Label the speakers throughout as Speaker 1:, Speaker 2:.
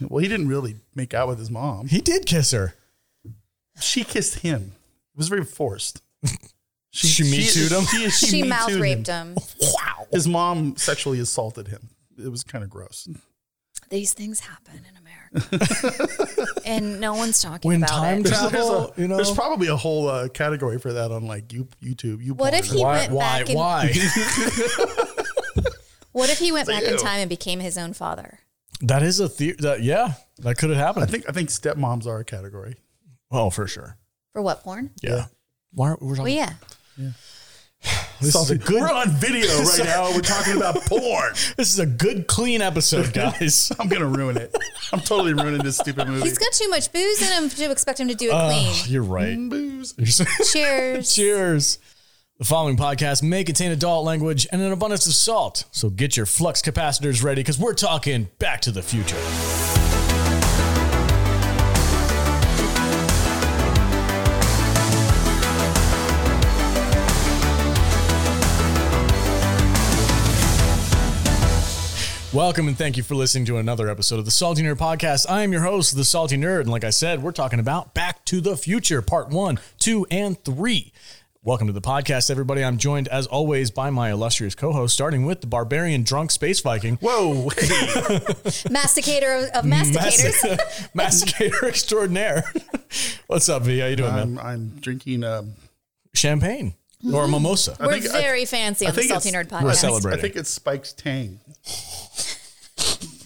Speaker 1: Well, he didn't really make out with his mom.
Speaker 2: He did kiss her.
Speaker 1: She kissed him. It was very forced.
Speaker 2: She Me Too'd him?
Speaker 1: She, she
Speaker 3: She
Speaker 1: Me
Speaker 3: mouth
Speaker 1: Too'd
Speaker 3: raped
Speaker 1: him.
Speaker 3: him.
Speaker 2: Wow.
Speaker 1: His mom sexually assaulted him. It was kind of gross.
Speaker 3: These things happen in America, and no one's talking
Speaker 2: When
Speaker 3: about
Speaker 2: time
Speaker 3: it.
Speaker 2: does-
Speaker 1: There's,
Speaker 2: Travel,
Speaker 1: a-
Speaker 2: you know?
Speaker 1: there's probably a whole uh, category for that on like you, YouTube. You
Speaker 3: What if
Speaker 1: porn.
Speaker 3: He
Speaker 2: why?
Speaker 3: went
Speaker 2: why?
Speaker 3: back and-
Speaker 2: why?
Speaker 3: what if he went back in
Speaker 1: Ew.
Speaker 3: time and became his own father?
Speaker 2: that is a theory. That yeah, that could have
Speaker 1: I
Speaker 2: happened.
Speaker 1: think I think stepmoms are a category.
Speaker 2: oh, for sure.
Speaker 3: For what porn?
Speaker 2: Yeah. Why aren't we
Speaker 3: Well, yeah.
Speaker 2: This is a
Speaker 1: Salty.
Speaker 2: good.
Speaker 1: We're on video right now. We're talking about porn.
Speaker 2: This is a good clean episode, guys.
Speaker 1: I'm gonna ruin it. I'm totally ruining this stupid movie.
Speaker 3: He's got too much booze in him to expect him to do it
Speaker 2: Oh,
Speaker 3: clean.
Speaker 2: you're right.
Speaker 1: booze.
Speaker 2: You're so-
Speaker 3: Cheers.
Speaker 2: Cheers. The following podcast may contain adult language and an abundance of salt, so get your flux capacitors ready because we're talking Back to the Future. Welcome and thank you for listening to another episode of the Salty Nerd Podcast. I am your host, the Salty Nerd, and like I said, we're talking about Back to the Future, Part One, Two, and Three. Welcome to the podcast, everybody. I'm joined, as always, by my illustrious co-host, starting with the barbarian drunk space Viking,
Speaker 1: Whoa! Hey,
Speaker 3: Masticator of, of masticators.
Speaker 2: Mas- masticator extraordinaire. What's up, V? How you doing, man?
Speaker 1: I'm, I'm drinking. Um,
Speaker 2: Champagne or mimosa?
Speaker 3: We're
Speaker 1: think- mm-hmm. I-
Speaker 3: very fancy
Speaker 1: I
Speaker 3: on the
Speaker 1: think
Speaker 3: Salty
Speaker 1: it's-
Speaker 3: Nerd
Speaker 1: I
Speaker 3: podcast.
Speaker 2: We're
Speaker 1: I
Speaker 2: celebrating.
Speaker 1: think it's Spike's Tang.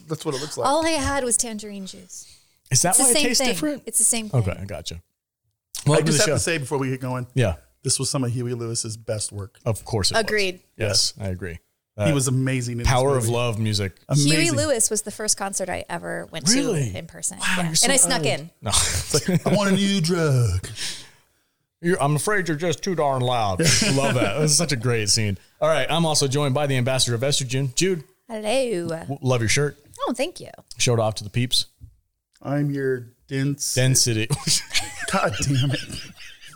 Speaker 1: That's what it looks like.
Speaker 3: All I had was tangerine juice.
Speaker 2: Is that
Speaker 3: It's the
Speaker 2: why it
Speaker 3: same
Speaker 2: tastes
Speaker 3: thing.
Speaker 2: different?
Speaker 3: It's the same thing.
Speaker 2: Okay, I gotcha. Welcome
Speaker 1: I just
Speaker 2: to
Speaker 1: have to
Speaker 2: the show.
Speaker 1: say before we get going,
Speaker 2: Yeah,
Speaker 1: this was some of Huey Lewis's best work.
Speaker 2: of course. It was.
Speaker 3: Agreed.
Speaker 2: Yes, I agree.
Speaker 1: he was amazing. In
Speaker 2: Power
Speaker 1: this
Speaker 2: of
Speaker 1: movie.
Speaker 2: Love music.
Speaker 3: Huey
Speaker 1: Amazing.
Speaker 3: Lewis was the first concert I ever went
Speaker 2: Really?
Speaker 3: to in person.
Speaker 2: Wow,
Speaker 3: Yeah.
Speaker 2: you're so
Speaker 3: and I snuck
Speaker 2: early.
Speaker 3: in.
Speaker 2: No,
Speaker 1: I want a new drug.
Speaker 2: You're- I'm afraid you're just too darn loud. Love that. That was such a great scene. All right, I'm also joined by the ambassador of estrogen, Jude.
Speaker 3: Hello.
Speaker 2: w- Love your shirt.
Speaker 3: Oh, thank you.
Speaker 2: Showed off to the peeps.
Speaker 1: I'm your dense.
Speaker 2: Density.
Speaker 1: God damn it!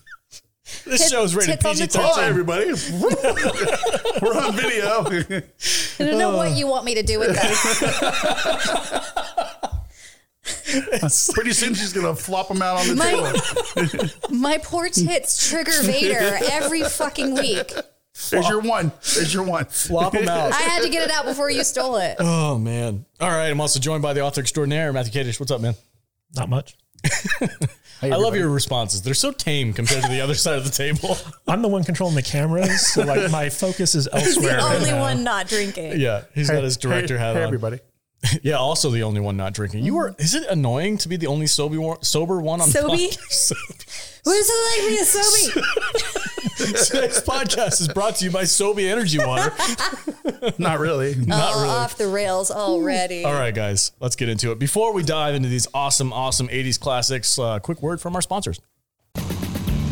Speaker 2: this
Speaker 3: Tip-
Speaker 2: show's rated
Speaker 3: tip on the
Speaker 2: PG-13.
Speaker 3: top.
Speaker 1: Hi everybody. We're on video.
Speaker 3: I don't know what you want me to do with that.
Speaker 1: Pretty soon she's gonna flop them out on the
Speaker 3: My-
Speaker 1: table.
Speaker 3: My poor tits trigger Vader every fucking week.
Speaker 1: There's your one. There's your one.
Speaker 2: Flop 'em out.
Speaker 3: I had to get it out before you stole it.
Speaker 2: Oh man. All right, I'm also joined by the author extraordinaire, Matthew Kadish. What's up, man?
Speaker 4: Not much.
Speaker 2: I love your responses. They're so tame compared to the other side of the table.
Speaker 4: I'm the one controlling the cameras, so like my focus is
Speaker 3: He's
Speaker 4: elsewhere.
Speaker 3: the
Speaker 4: right
Speaker 3: only
Speaker 4: now.
Speaker 3: one not drinking.
Speaker 2: Yeah, he's got his director
Speaker 1: hey,
Speaker 2: hat
Speaker 1: hey,
Speaker 2: on.
Speaker 1: everybody.
Speaker 2: Yeah, also the only one not drinking. You are. Is it annoying to be the only sober one, sober one on the
Speaker 3: Sobe?
Speaker 2: podcast?
Speaker 3: Who's it like me and Sobe?
Speaker 2: Today's podcast is brought to you by Sobe Energy Water.
Speaker 1: Not really.
Speaker 3: Oh, off the rails already.
Speaker 2: All right, guys, let's get into it. Before we dive into these awesome, awesome 80s classics, uh, quick word from our sponsors.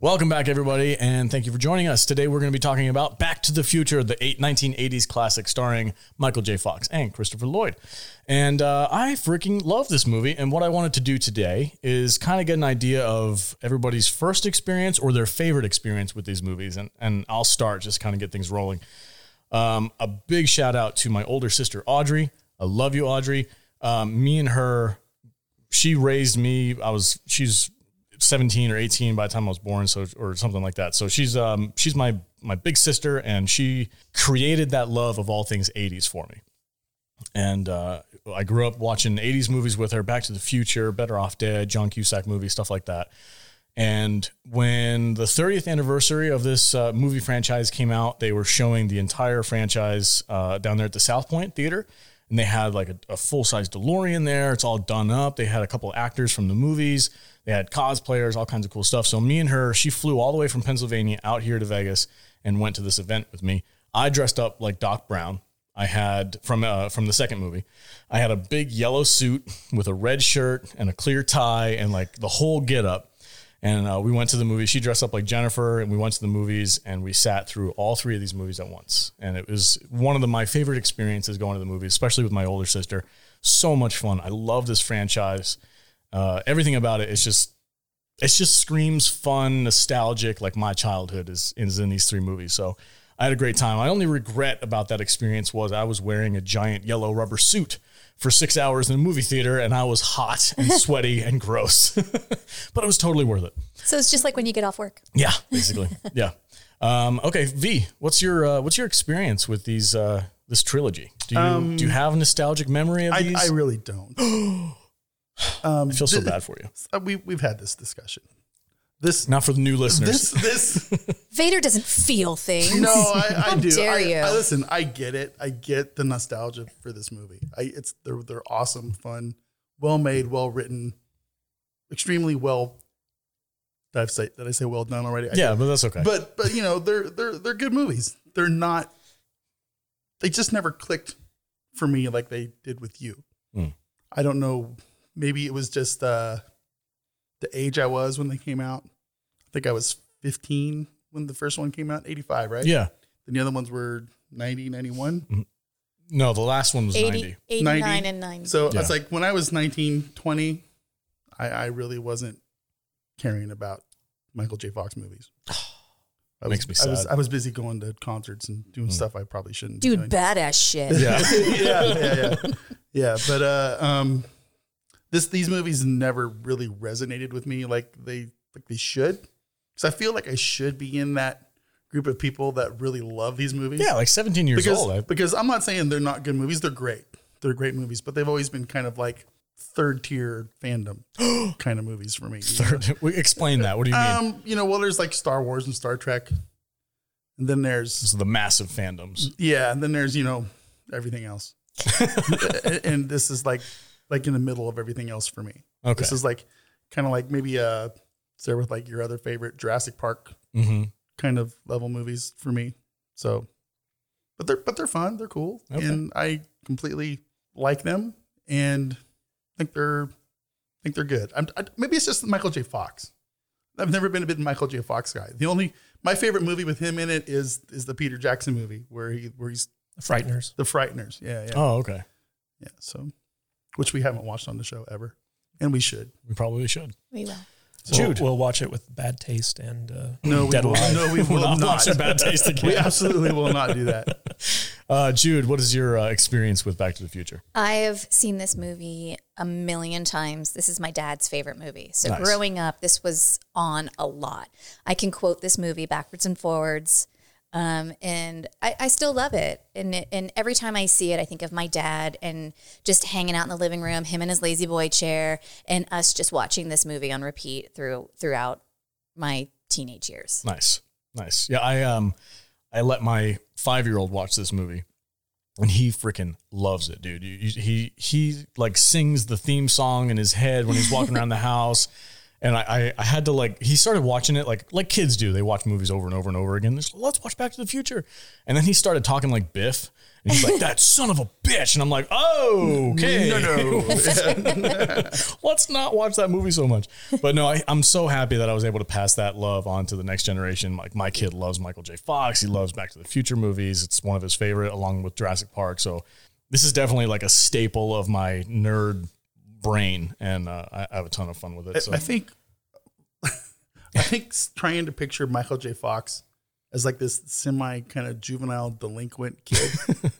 Speaker 2: Welcome back, everybody, and thank you for joining us. Today, we're going to be talking about Back to the Future, the eight, 1980s classic starring Michael J. Fox and Christopher Lloyd. And uh, I freaking love this movie. And what I wanted to do today is kind of get an idea of everybody's first experience or their favorite experience with these movies. And, and I'll start, just kind of get things rolling. Um, a big shout out to my older sister, Audrey. I love you, Audrey. Um, me and her, she raised me. I was, she's 17 or 18 by the time I was born, so or something like that. So she's um she's my my big sister, and she created that love of all things 80s for me. and uh, I grew up watching 80s movies with her, Back to the Future, Better Off Dead, John Cusack movies, stuff like that. And when the 30th anniversary of this uh, movie franchise came out, they were showing the entire franchise uh, down there at the South Point Theater. And they had like a, a full size DeLorean there. It's all done up. They had a couple actors from the movies. They had cosplayers, all kinds of cool stuff. So me and her, she flew all the way from Pennsylvania out here to Vegas and went to this event with me. I dressed up like Doc Brown. I had from uh, from the second movie. I had a big yellow suit with a red shirt and a clear tie and like the whole get up. And uh, we went to the movie. She dressed up like Jennifer, and we went to the movies and we sat through all three of these movies at once. And it was one of the, my favorite experiences going to the movies, especially with my older sister. So much fun. I love this franchise. Uh, everything about it is just it just screams fun, nostalgic. Like my childhood is is in these three movies. So I had a great time. My only regret about that experience was I was wearing a giant yellow rubber suit for six hours in a movie theater, and I was hot and sweaty and gross. but it was totally worth it.
Speaker 5: So it's just like when you get off work.
Speaker 2: Yeah, basically. yeah. Um, okay, V, what's your uh, what's your experience with these uh, this trilogy? Do you do you have a nostalgic memory of
Speaker 1: Um, I,
Speaker 2: these?
Speaker 1: I really don't. um,
Speaker 2: I feel so bad for you.
Speaker 1: We we've had this discussion. This
Speaker 2: Not for the new listeners.
Speaker 1: this this
Speaker 5: Vader doesn't feel things.
Speaker 1: No, I, I
Speaker 5: How
Speaker 1: do.
Speaker 5: dare
Speaker 1: I,
Speaker 5: you.
Speaker 1: I- listen, I get it. I get the nostalgia for this movie. I it's they're they're awesome, fun, well made, well written, extremely well. Did I say did I say well done already? I
Speaker 2: yeah,
Speaker 1: did.
Speaker 2: but that's okay.
Speaker 1: but but you know they're they're they're good movies. They're not. They just never clicked for me like they did with you.
Speaker 2: Hmm.
Speaker 1: I don't know. Maybe it was just uh, the age I was when they came out. I think I was 15 when the first one came out, 85, right?
Speaker 2: yeah.
Speaker 1: Then the other ones were 90, 91.
Speaker 2: No, the last one was
Speaker 5: 80,
Speaker 2: 90.
Speaker 5: 89
Speaker 1: 90.
Speaker 5: and 90.
Speaker 1: So
Speaker 2: Yeah.
Speaker 1: it's like when I was 19, 20, I, I really wasn't caring about Michael J. Fox movies. I was,
Speaker 2: Makes me
Speaker 1: I was,
Speaker 2: sad. Hmm.
Speaker 1: I was busy going to concerts and doing stuff I probably shouldn't be
Speaker 5: Dude,
Speaker 1: doing.
Speaker 5: badass shit.
Speaker 2: Yeah.
Speaker 1: yeah, yeah, yeah. Yeah, but uh, um, this these movies never really resonated with me like they like they should. Because I feel like I should be in that group of people that really love these movies.
Speaker 2: yeah, like 17 years
Speaker 1: because,
Speaker 2: old. I,
Speaker 1: because I'm not saying they're not good movies. They're great. They're great movies, but they've always been kind of like third tier fandom kind of movies for me. you know?
Speaker 2: we explain that. What do you mean?
Speaker 1: Um, you know, well, there's like Star Wars and Star Trek, and then there's
Speaker 2: This is the massive fandoms.
Speaker 1: yeah, and then there's you know everything else, and, and this is like like in the middle of everything else for me.
Speaker 2: Okay.
Speaker 1: This is like kind of like maybe uh, there with like your other favorite Jurassic Park
Speaker 2: hmm
Speaker 1: kind of level movies for me. So, but they're but they're fun. They're cool,
Speaker 2: Okay.
Speaker 1: and I completely like them, and think they're think they're good. I'm, I, maybe it's just Michael J. Fox. I've never been a big Michael J. Fox guy. The only my favorite movie with him in it is is the Peter Jackson movie where he where he's
Speaker 4: The Frighteners.
Speaker 1: the Frighteners. Yeah, yeah,
Speaker 2: Oh, okay.
Speaker 1: yeah. So, which we haven't watched on the show ever, and we should.
Speaker 2: We probably should.
Speaker 5: We will.
Speaker 4: So
Speaker 2: Jude.
Speaker 4: We'll, we'll watch it with bad taste and uh,
Speaker 1: No, we
Speaker 4: Dead
Speaker 1: will,
Speaker 4: Alive.
Speaker 1: no, we
Speaker 2: We're
Speaker 1: will
Speaker 2: not
Speaker 1: not.
Speaker 2: watching Bad Taste again.
Speaker 1: we absolutely will not do that.
Speaker 2: Uh, Jude, what is your uh, experience with Back to the Future?
Speaker 5: I have seen this movie a million times. This is my dad's favorite movie. So
Speaker 2: Nice.
Speaker 5: growing up, this was on a lot. I can quote this movie backwards and forwards. Um, and I, I still love it. And, it- and every time I see it, I think of my dad and just hanging out in the living room, him in his lazy boy chair, and us just watching this movie on repeat through throughout my teenage years.
Speaker 2: Nice, nice. Yeah, I um, I let my five year old watch this movie, and he freaking loves it, dude. You, you, he he like sings the theme song in his head when he's walking around the house. And I, I, I had to like he started watching it like like kids do. They watch movies over and over and over again. They're just, Let's watch Back to the Future. And then he started talking like Biff. And he's like, that son of a bitch. And I'm like, oh, okay.
Speaker 1: No, no.
Speaker 2: let's not watch that movie so much. But no, I, I'm so happy that I was able to pass that love on to the next generation. Like my kid loves Michael J. Fox. He loves Back to the Future movies. It's one of his favorite, along with Jurassic Park. So this is definitely like a staple of my nerd brain, and uh, I, I have a ton of fun with
Speaker 1: I-
Speaker 2: it. So
Speaker 1: I think I think s- trying to picture Michael J. Fox as like this semi kind of juvenile delinquent kid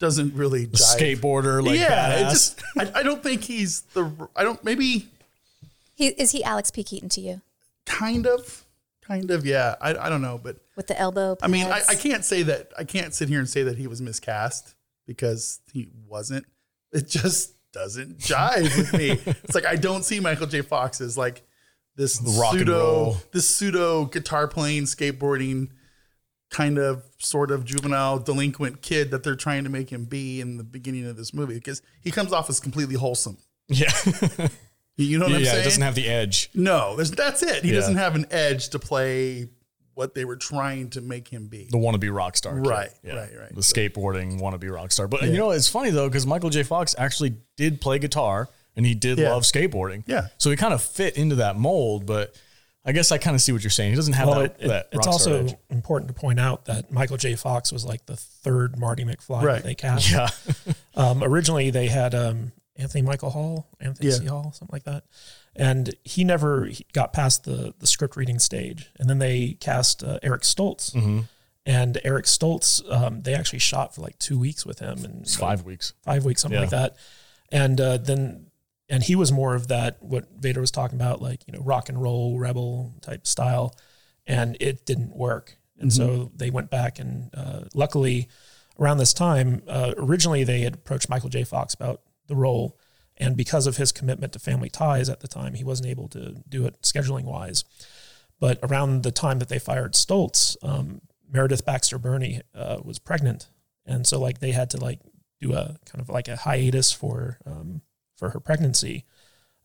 Speaker 1: doesn't really
Speaker 2: the
Speaker 1: jive.
Speaker 2: skateboarder, like
Speaker 1: yeah, it
Speaker 2: badass.
Speaker 1: just I, I don't think he's the I don't maybe
Speaker 5: He, is he Alex P. Keaton to you
Speaker 1: kind of kind of yeah I I don't know but
Speaker 5: with the elbow?
Speaker 1: I mean I,
Speaker 5: pads?
Speaker 1: I can't say that I can't sit here and say that he was miscast because he wasn't. It just doesn't jive with me. it's like I don't see Michael J. Fox as like this
Speaker 2: rock and
Speaker 1: pseudo
Speaker 2: roll.
Speaker 1: this pseudo guitar playing skateboarding kind of sort of juvenile delinquent kid that they're trying to make him be in the beginning of this movie because he comes off as completely wholesome.
Speaker 2: Yeah.
Speaker 1: You you know what I'm
Speaker 2: yeah.
Speaker 1: saying?
Speaker 2: It doesn't have the edge.
Speaker 1: no, there's, that's it. He
Speaker 2: Yeah.
Speaker 1: doesn't have an edge to play what they were trying to make him be.
Speaker 2: the wannabe rock star. kid.
Speaker 1: Right, right, right.
Speaker 2: The skateboarding wannabe rock star. But you know, it's funny though, because Michael J. Fox actually did play guitar and he did
Speaker 1: Yeah.
Speaker 2: love skateboarding.
Speaker 1: Yeah.
Speaker 2: So he kind of fit into that mold, but I guess I kind of see what you're saying. He doesn't have
Speaker 4: Well,
Speaker 2: that,
Speaker 4: it-
Speaker 2: that
Speaker 4: it's
Speaker 2: rock star
Speaker 4: also
Speaker 2: edge.
Speaker 4: important to point out that Michael J. Fox was like the third Marty McFly
Speaker 1: Right.
Speaker 4: that they cast.
Speaker 2: Yeah.
Speaker 4: Um, originally, they had um, Anthony Michael Hall, Anthony
Speaker 1: Yeah.
Speaker 4: C. Hall, something like that, and he never he got past the the script reading stage. And then they cast uh, Eric Stoltz,
Speaker 2: Mm-hmm.
Speaker 4: and Eric Stoltz, um, they actually shot for like two weeks with him, and
Speaker 2: It's five weeks.
Speaker 4: five weeks, something like that. And uh, then, and he was more of that what Vader was talking about, like you know, rock and roll rebel type style, and it didn't work. And so they went back, and uh, luckily, around this time, uh, originally they had approached Michael J. Fox about the role, and because of his commitment to family ties at the time, he wasn't able to do it scheduling wise. But around the time that they fired Stoltz, um, Meredith Baxter Burney uh, was pregnant, and so like they had to like do a kind of like a hiatus for um, for her pregnancy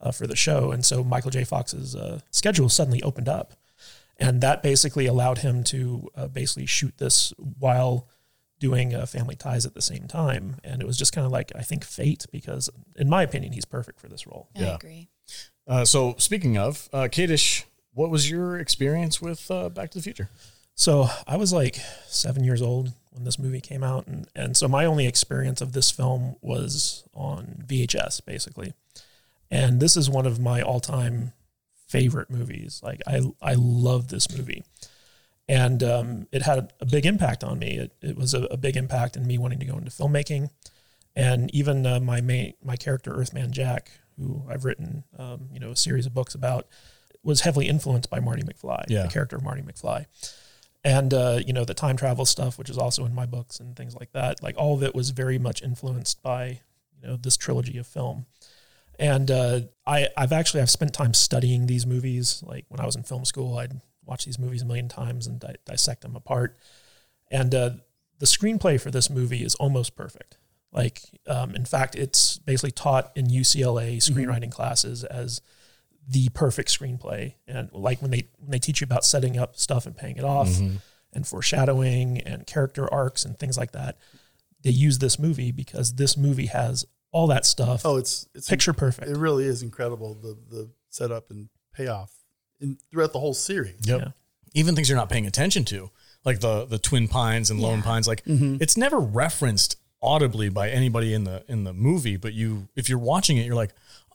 Speaker 4: uh, for the show, and so Michael J. Fox's uh, schedule suddenly opened up, and that basically allowed him to uh, basically shoot this while doing uh, Family Ties at the same time, and it was just kind of like I think fate because in my opinion he's perfect for this role.
Speaker 2: Yeah.
Speaker 5: I agree.
Speaker 2: Uh, so speaking of, uh, Kadish, what was your experience with uh, Back to the Future?
Speaker 4: So I was like seven years old when this movie came out, and, and so my only experience of this film was on VHS, basically. And this is one of my all-time favorite movies. Like I, I love this movie, and um, it had a, big impact on me. It, it was a, a big impact in me wanting to go into filmmaking, and even uh, my main, my character Earthman Jack, who I've written, um, you know, a series of books about, was heavily influenced by Marty McFly,
Speaker 2: Yeah.
Speaker 4: the character of Marty McFly and uh, you know the time travel stuff, which is also in my books and things like that. Like all of it was very much influenced by you know this trilogy of film. And uh, I I've actually I've spent time studying these movies. Like when I was in film school, I'd watch these movies a million times and di- dissect them apart. And uh, the screenplay for this movie is almost perfect. Like um, in fact, it's basically taught in UCLA screenwriting classes as the perfect screenplay and like when they when they teach you about setting up stuff and paying it off and foreshadowing and character arcs and things like that they use this movie because this movie has all that stuff
Speaker 1: Oh, it's it's
Speaker 4: picture perfect
Speaker 1: It really is incredible the the setup and payoff in, throughout the whole series.
Speaker 2: Yep.
Speaker 4: Yeah.
Speaker 2: Even things you're not paying attention to, like the the Twin Pines and Lone Pines. Like
Speaker 4: Mm-hmm.
Speaker 2: it's never referenced audibly by anybody in the in the movie, but you if you're watching it, you're like,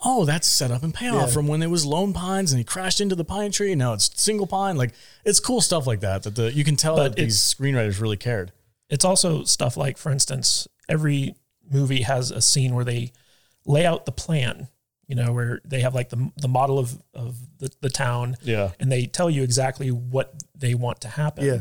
Speaker 2: oh, that's set up and payoff
Speaker 1: Yeah.
Speaker 2: from when it was Lone Pines and he crashed into the pine tree. Now it's single pine. Like it's cool stuff like that that the you can tell that
Speaker 4: But
Speaker 2: these screenwriters really cared.
Speaker 4: it's also stuff like for instance every movie has a scene where they lay out the plan you know where they have like the, the model of, of the, the town
Speaker 2: Yeah.
Speaker 4: and they tell you exactly what they want to happen
Speaker 1: Yeah.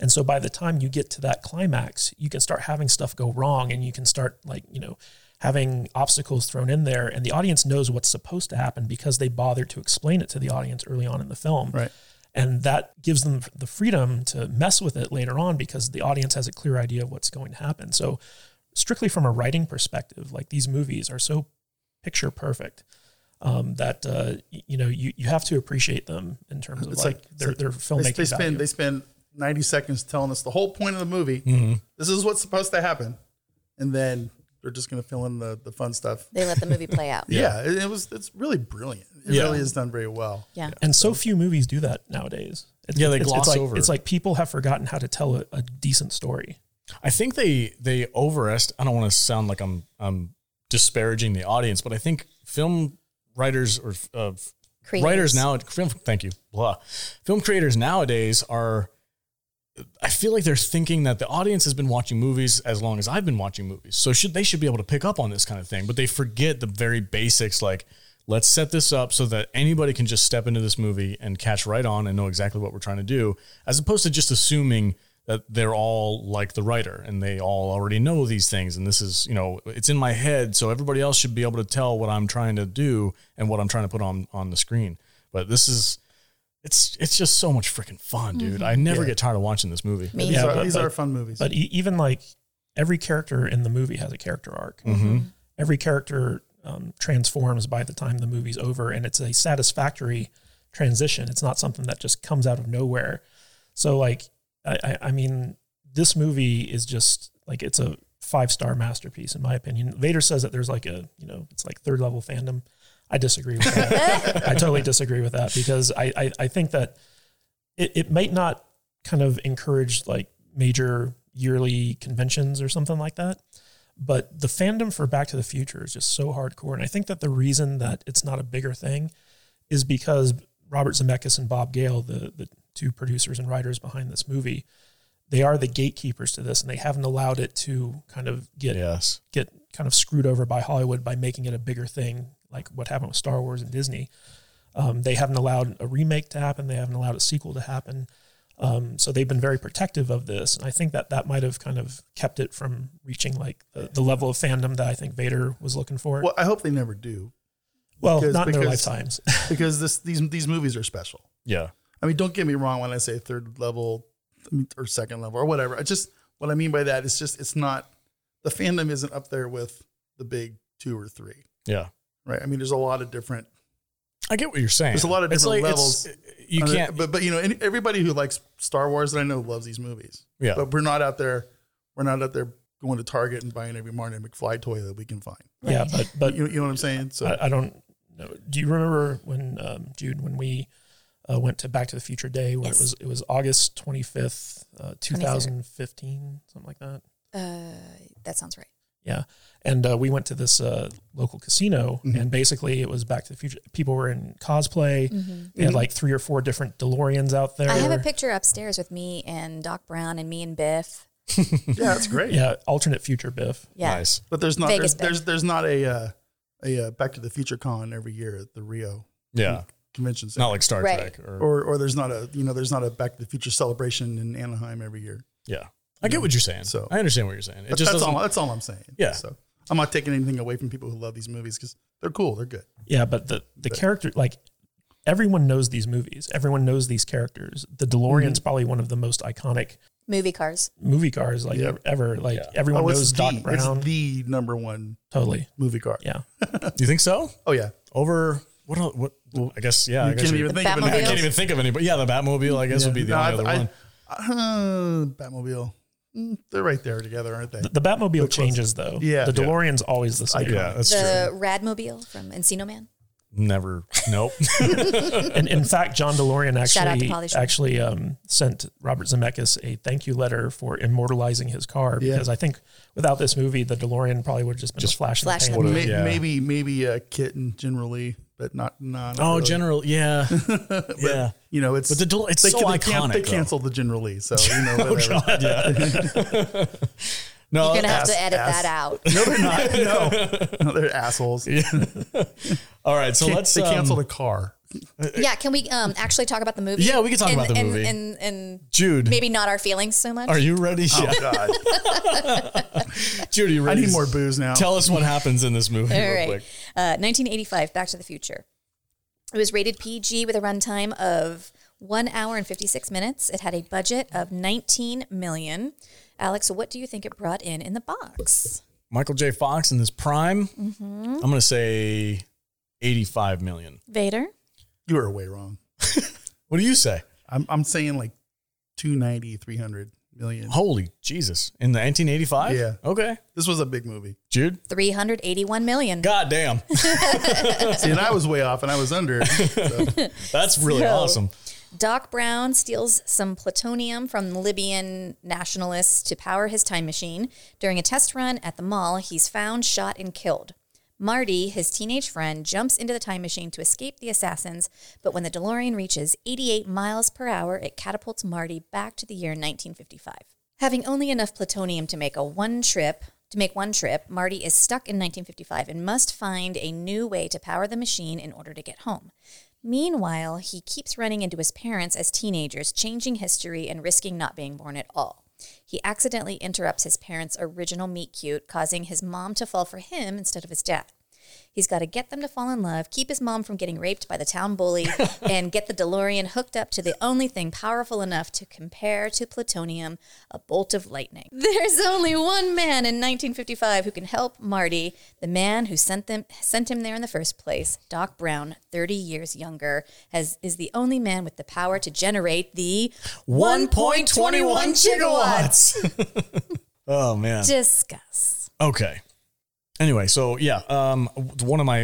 Speaker 4: and so by the time you get to that climax you can start having stuff go wrong and you can start like you know having obstacles thrown in there and the audience knows what's supposed to happen because they bothered to explain it to the audience early on in the film
Speaker 1: Right.
Speaker 4: and that gives them the freedom to mess with it later on because the audience has a clear idea of what's going to happen so strictly from a writing perspective like these movies are so picture perfect um, that uh, y- you know you, you have to appreciate them in terms of
Speaker 1: It's
Speaker 4: like,
Speaker 1: like- it's
Speaker 4: their,
Speaker 1: like-
Speaker 4: their
Speaker 1: They,
Speaker 4: filmmaking
Speaker 1: they spend
Speaker 4: value.
Speaker 1: they spend ninety seconds telling us the whole point of the movie.
Speaker 4: Mm-hmm.
Speaker 1: This is what's supposed to happen, and then they're just going to fill in the the fun stuff.
Speaker 5: They let the movie play out.
Speaker 1: Yeah, it, it was it's really brilliant. It
Speaker 2: Yeah.
Speaker 1: really is done very well.
Speaker 5: Yeah.
Speaker 4: and so few movies do that nowadays It's-
Speaker 2: Yeah, they
Speaker 4: it's,
Speaker 2: gloss
Speaker 4: it's like,
Speaker 2: over.
Speaker 4: it's like people have forgotten how to tell a, a decent story
Speaker 2: I think they they overest. I don't want to sound like I'm I'm disparaging the audience, but I think film writers or uh,
Speaker 5: Creators.
Speaker 2: writers now film thank you blah film creators nowadays are I feel like they're thinking that the audience has been watching movies as long as I've been watching movies, so should they should be able to pick up on this kind of thing, but they forget the very basics like. Let's set this up so that anybody can just step into this movie and catch right on and know exactly what we're trying to do, as opposed to just assuming that they're all like the writer and they all already know these things. And this is, you know, it's in my head. So everybody else should be able to tell what I'm trying to do and what I'm trying to put on, on the screen. But this is, it's, it's just so much freaking fun, dude. I never get tired of watching this movie.
Speaker 5: Me.
Speaker 1: These,
Speaker 4: Yeah,
Speaker 1: are,
Speaker 4: but-
Speaker 1: these
Speaker 4: but-
Speaker 1: are fun movies.
Speaker 4: But e- even like every character in the movie has a character arc. Every character um, transforms by the time the movie's over, and it's a satisfactory transition. It's not something that just comes out of nowhere. So, like, I, I, I mean, this movie is just like it's a five star masterpiece in my opinion. Vader says that there's like a you know it's like third level fandom. I disagree with that. I totally disagree with that because I I, I think that it, it might not kind of encourage like major yearly conventions or something like that. But the fandom for Back to the Future is just so hardcore. And I think that the reason that it's not a bigger thing is because Robert Zemeckis and Bob Gale, the, the two producers and writers behind this movie, they are the gatekeepers to this and they haven't allowed it to kind of get
Speaker 2: Yes.
Speaker 4: get kind of screwed over by Hollywood by making it a bigger thing, like what happened with Star Wars and Disney. Um, they haven't allowed a remake to happen. They haven't allowed a sequel to happen. Um, so they've been very protective of this, and I think that that might have kind of kept it from reaching like the, the level of fandom that I think Vader was looking for.
Speaker 1: well, I hope they never do
Speaker 4: well,
Speaker 1: because-
Speaker 4: not in their
Speaker 1: because-
Speaker 4: lifetimes.
Speaker 1: because this these these movies are special.
Speaker 2: Yeah.
Speaker 1: I mean, don't get me wrong when I say third level I mean, or second level or whatever. I just what I mean by that is just it's not the fandom isn't up there with the big two or three,
Speaker 2: Yeah.
Speaker 1: right? I mean, there's a lot of different.
Speaker 2: I get what you're saying.
Speaker 1: There's a lot of
Speaker 2: It's
Speaker 1: different
Speaker 2: it's- You
Speaker 1: I mean,
Speaker 2: can't.
Speaker 1: but but you know, any, everybody who likes Star Wars that I know loves these movies.
Speaker 2: Yeah.
Speaker 1: but we're not out there. We're not out there going to Target and buying every Martin McFly toy that we can find.
Speaker 4: Yeah, but but
Speaker 1: You, you know what I'm saying? So
Speaker 4: I, I don't know. Do you remember when um, Jude when we uh, went to Back to the Future Day where it was it was August twenty fifth, uh, two thousand fifteen, something like that.
Speaker 5: Uh, that sounds right.
Speaker 4: Yeah, and uh, we went to this uh, local casino,
Speaker 1: Mm-hmm.
Speaker 4: and basically it was Back to the Future. People were in cosplay. They had like three or four different DeLoreans out there.
Speaker 5: Mm-hmm. I have a picture upstairs with me and Doc Brown and me and Biff.
Speaker 1: yeah, it's great.
Speaker 4: Yeah, alternate future Biff.
Speaker 5: Yeah.
Speaker 2: Nice.
Speaker 1: But there's not
Speaker 5: Vegas
Speaker 1: there's, there's there's not a uh, a uh, Back to the Future con every year at the Rio
Speaker 2: Yeah.
Speaker 1: Convention Center.
Speaker 2: Not like Star
Speaker 5: Right.
Speaker 2: Trek or,
Speaker 1: or or there's not a you know there's not a Back to the Future celebration in Anaheim every year.
Speaker 2: yeah. I get what you're saying. So
Speaker 1: So-
Speaker 2: I understand what you're saying. It
Speaker 1: That-
Speaker 2: just
Speaker 1: that's
Speaker 2: doesn't.
Speaker 1: all. That's all I'm saying.
Speaker 2: Yeah.
Speaker 1: So I'm not taking anything away from people who love these movies because they're cool. They're good.
Speaker 4: Yeah, but the the character like everyone knows these movies. Everyone knows these characters. The
Speaker 1: Mm-hmm.
Speaker 4: DeLorean's probably one of the most iconic
Speaker 5: Movie cars.
Speaker 4: movie cars like
Speaker 1: Yeah.
Speaker 4: ever, ever. Like everyone
Speaker 1: Oh, it's
Speaker 4: knows
Speaker 1: the,
Speaker 4: Doc
Speaker 1: it's
Speaker 4: Brown.
Speaker 1: the number one
Speaker 4: totally.
Speaker 1: movie car.
Speaker 4: Yeah.
Speaker 2: you think so?
Speaker 1: Oh yeah.
Speaker 2: Over what? el- What? I guess. Yeah. I
Speaker 1: You
Speaker 2: guess
Speaker 1: can't
Speaker 2: you-
Speaker 1: even think of
Speaker 5: Batmobile.
Speaker 2: I can't even think of anybody. Yeah, the Batmobile. I guess would be the
Speaker 1: No,
Speaker 2: only other
Speaker 1: I,
Speaker 2: one.
Speaker 1: I- uh, Batmobile. Mm, They're right there together, aren't they?
Speaker 4: The, the Batmobile changes though.
Speaker 1: Yeah.
Speaker 4: The
Speaker 1: Yeah.
Speaker 4: DeLorean's always the same.
Speaker 2: yeah, that's
Speaker 5: The Radmobile from Encino Man.
Speaker 2: true. Never. Nope.
Speaker 4: And in fact, John DeLorean
Speaker 5: Shout out to
Speaker 4: actually
Speaker 5: Polly Shore.
Speaker 4: actually um, sent Robert Zemeckis a thank you letter for immortalizing his car
Speaker 1: Yeah.
Speaker 4: because I think without this movie, the DeLorean probably would have just been a flash,
Speaker 5: flash in
Speaker 4: in
Speaker 5: the
Speaker 4: the pan.
Speaker 1: May-
Speaker 2: yeah.
Speaker 1: Maybe maybe uh, Kitten generally, but not not.
Speaker 2: oh,
Speaker 1: really.
Speaker 2: general. Yeah. yeah.
Speaker 1: You know, it's
Speaker 2: But the Del- it's
Speaker 1: they,
Speaker 2: so
Speaker 1: they
Speaker 2: iconic,
Speaker 1: can't- They
Speaker 2: though. Oh,
Speaker 1: canceled the General Lee, so you know. whatever.
Speaker 2: No. uh,
Speaker 5: You're going to have
Speaker 1: ass-
Speaker 5: to edit
Speaker 1: ass.
Speaker 5: that out.
Speaker 1: No, they're not. No, no they're assholes.
Speaker 2: all right. So
Speaker 1: Can-
Speaker 2: let's.
Speaker 1: they canceled
Speaker 2: um,
Speaker 1: a car.
Speaker 5: yeah. Can we um, actually talk about the movie?
Speaker 2: Yeah, we can talk
Speaker 5: and,
Speaker 2: about the
Speaker 5: and,
Speaker 2: movie.
Speaker 5: And, and
Speaker 2: Jude.
Speaker 5: maybe not our feelings so much.
Speaker 2: Are you ready?
Speaker 1: Oh
Speaker 2: yeah.
Speaker 1: God,
Speaker 2: Jude, are you
Speaker 1: I
Speaker 2: ready?
Speaker 1: need more booze now.
Speaker 2: Tell us what happens in this movie, real
Speaker 5: All right.
Speaker 2: quick.
Speaker 5: Uh, 1985, Back to the Future. It was rated PG with a runtime of one hour and 56 minutes. It had a budget of 19 million. Alex, what do you think it brought in in the box?
Speaker 2: Michael J. Fox in this prime.
Speaker 5: Mm-hmm.
Speaker 2: I'm going to say 85 million.
Speaker 5: Vader,
Speaker 1: you were way wrong.
Speaker 2: What do you say?
Speaker 1: I'm I'm saying like 290, 300 million.
Speaker 2: Holy Jesus. In the 1985?
Speaker 1: Yeah.
Speaker 2: Okay.
Speaker 1: This was a big movie.
Speaker 2: Jude?
Speaker 5: 381 million.
Speaker 2: God damn.
Speaker 1: See, and I was way off, and I was under.
Speaker 2: That's really
Speaker 5: So-
Speaker 2: awesome.
Speaker 5: Doc Brown steals some plutonium from Libyan nationalists to power his time machine. During a test run at the mall, he's found, shot, and killed. Marty, his teenage friend, jumps into the time machine to escape the assassins, but when the DeLorean reaches 88 miles per hour, it catapults Marty back to the year 1955. Having only enough plutonium to make a one trip, to make one trip, Marty is stuck in 1955 and must find a new way to power the machine in order to get home. Meanwhile, he keeps running into his parents as teenagers, changing history and risking not being born at all. he accidentally interrupts his parents' original meet cute, causing his mom to fall for him instead of his dad. He's got to get them to fall in love, keep his mom from getting raped by the town bully, and get the DeLorean hooked up to the only thing powerful enough to compare to plutonium, a bolt of lightning. There's only one man in 1955 who can help Marty, the man who sent them sent him there in the first place. Doc Brown, 30 years younger, has is the only man with the power to generate the
Speaker 2: 1.21
Speaker 5: gigawatts.
Speaker 2: Oh man.
Speaker 5: Discuss.
Speaker 2: Okay. Anyway, so yeah, um, one of my,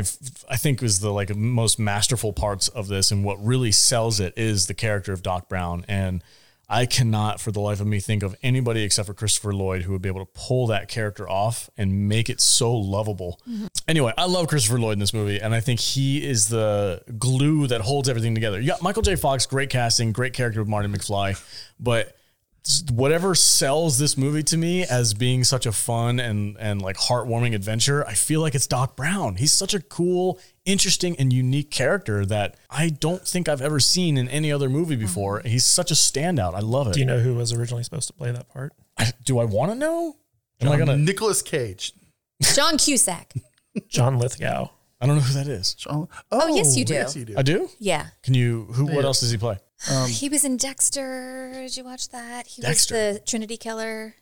Speaker 2: I think, was the like most masterful parts of this, and what really sells it is the character of Doc Brown, and I cannot, for the life of me, think of anybody except for Christopher Lloyd who would be able to pull that character off and make it so lovable. Anyway, I love Christopher Lloyd in this movie, and I think he is the glue that holds everything together. You got Michael J. Fox, great casting, great character of Marty McFly, but whatever sells this movie to me as being such a fun and and like heartwarming adventure, I feel like it's Doc Brown. He's such a cool, interesting, and unique character that I don't think I've ever seen in any other movie before. He's such a standout. I love it.
Speaker 4: Do you know who was originally supposed to play that part?
Speaker 2: I, do I want to know? Am I gonna?
Speaker 1: Nicholas Cage.
Speaker 5: John Cusack.
Speaker 4: John Lithgow.
Speaker 2: I don't know who that is.
Speaker 1: John- Oh,
Speaker 5: yes, you do.
Speaker 1: Yes, you do.
Speaker 2: I do.
Speaker 5: Yeah.
Speaker 2: Can you? Who? What else does he play?
Speaker 5: Um, he was in Dexter. Did you watch that? He
Speaker 2: Dexter.
Speaker 5: was the Trinity Killer.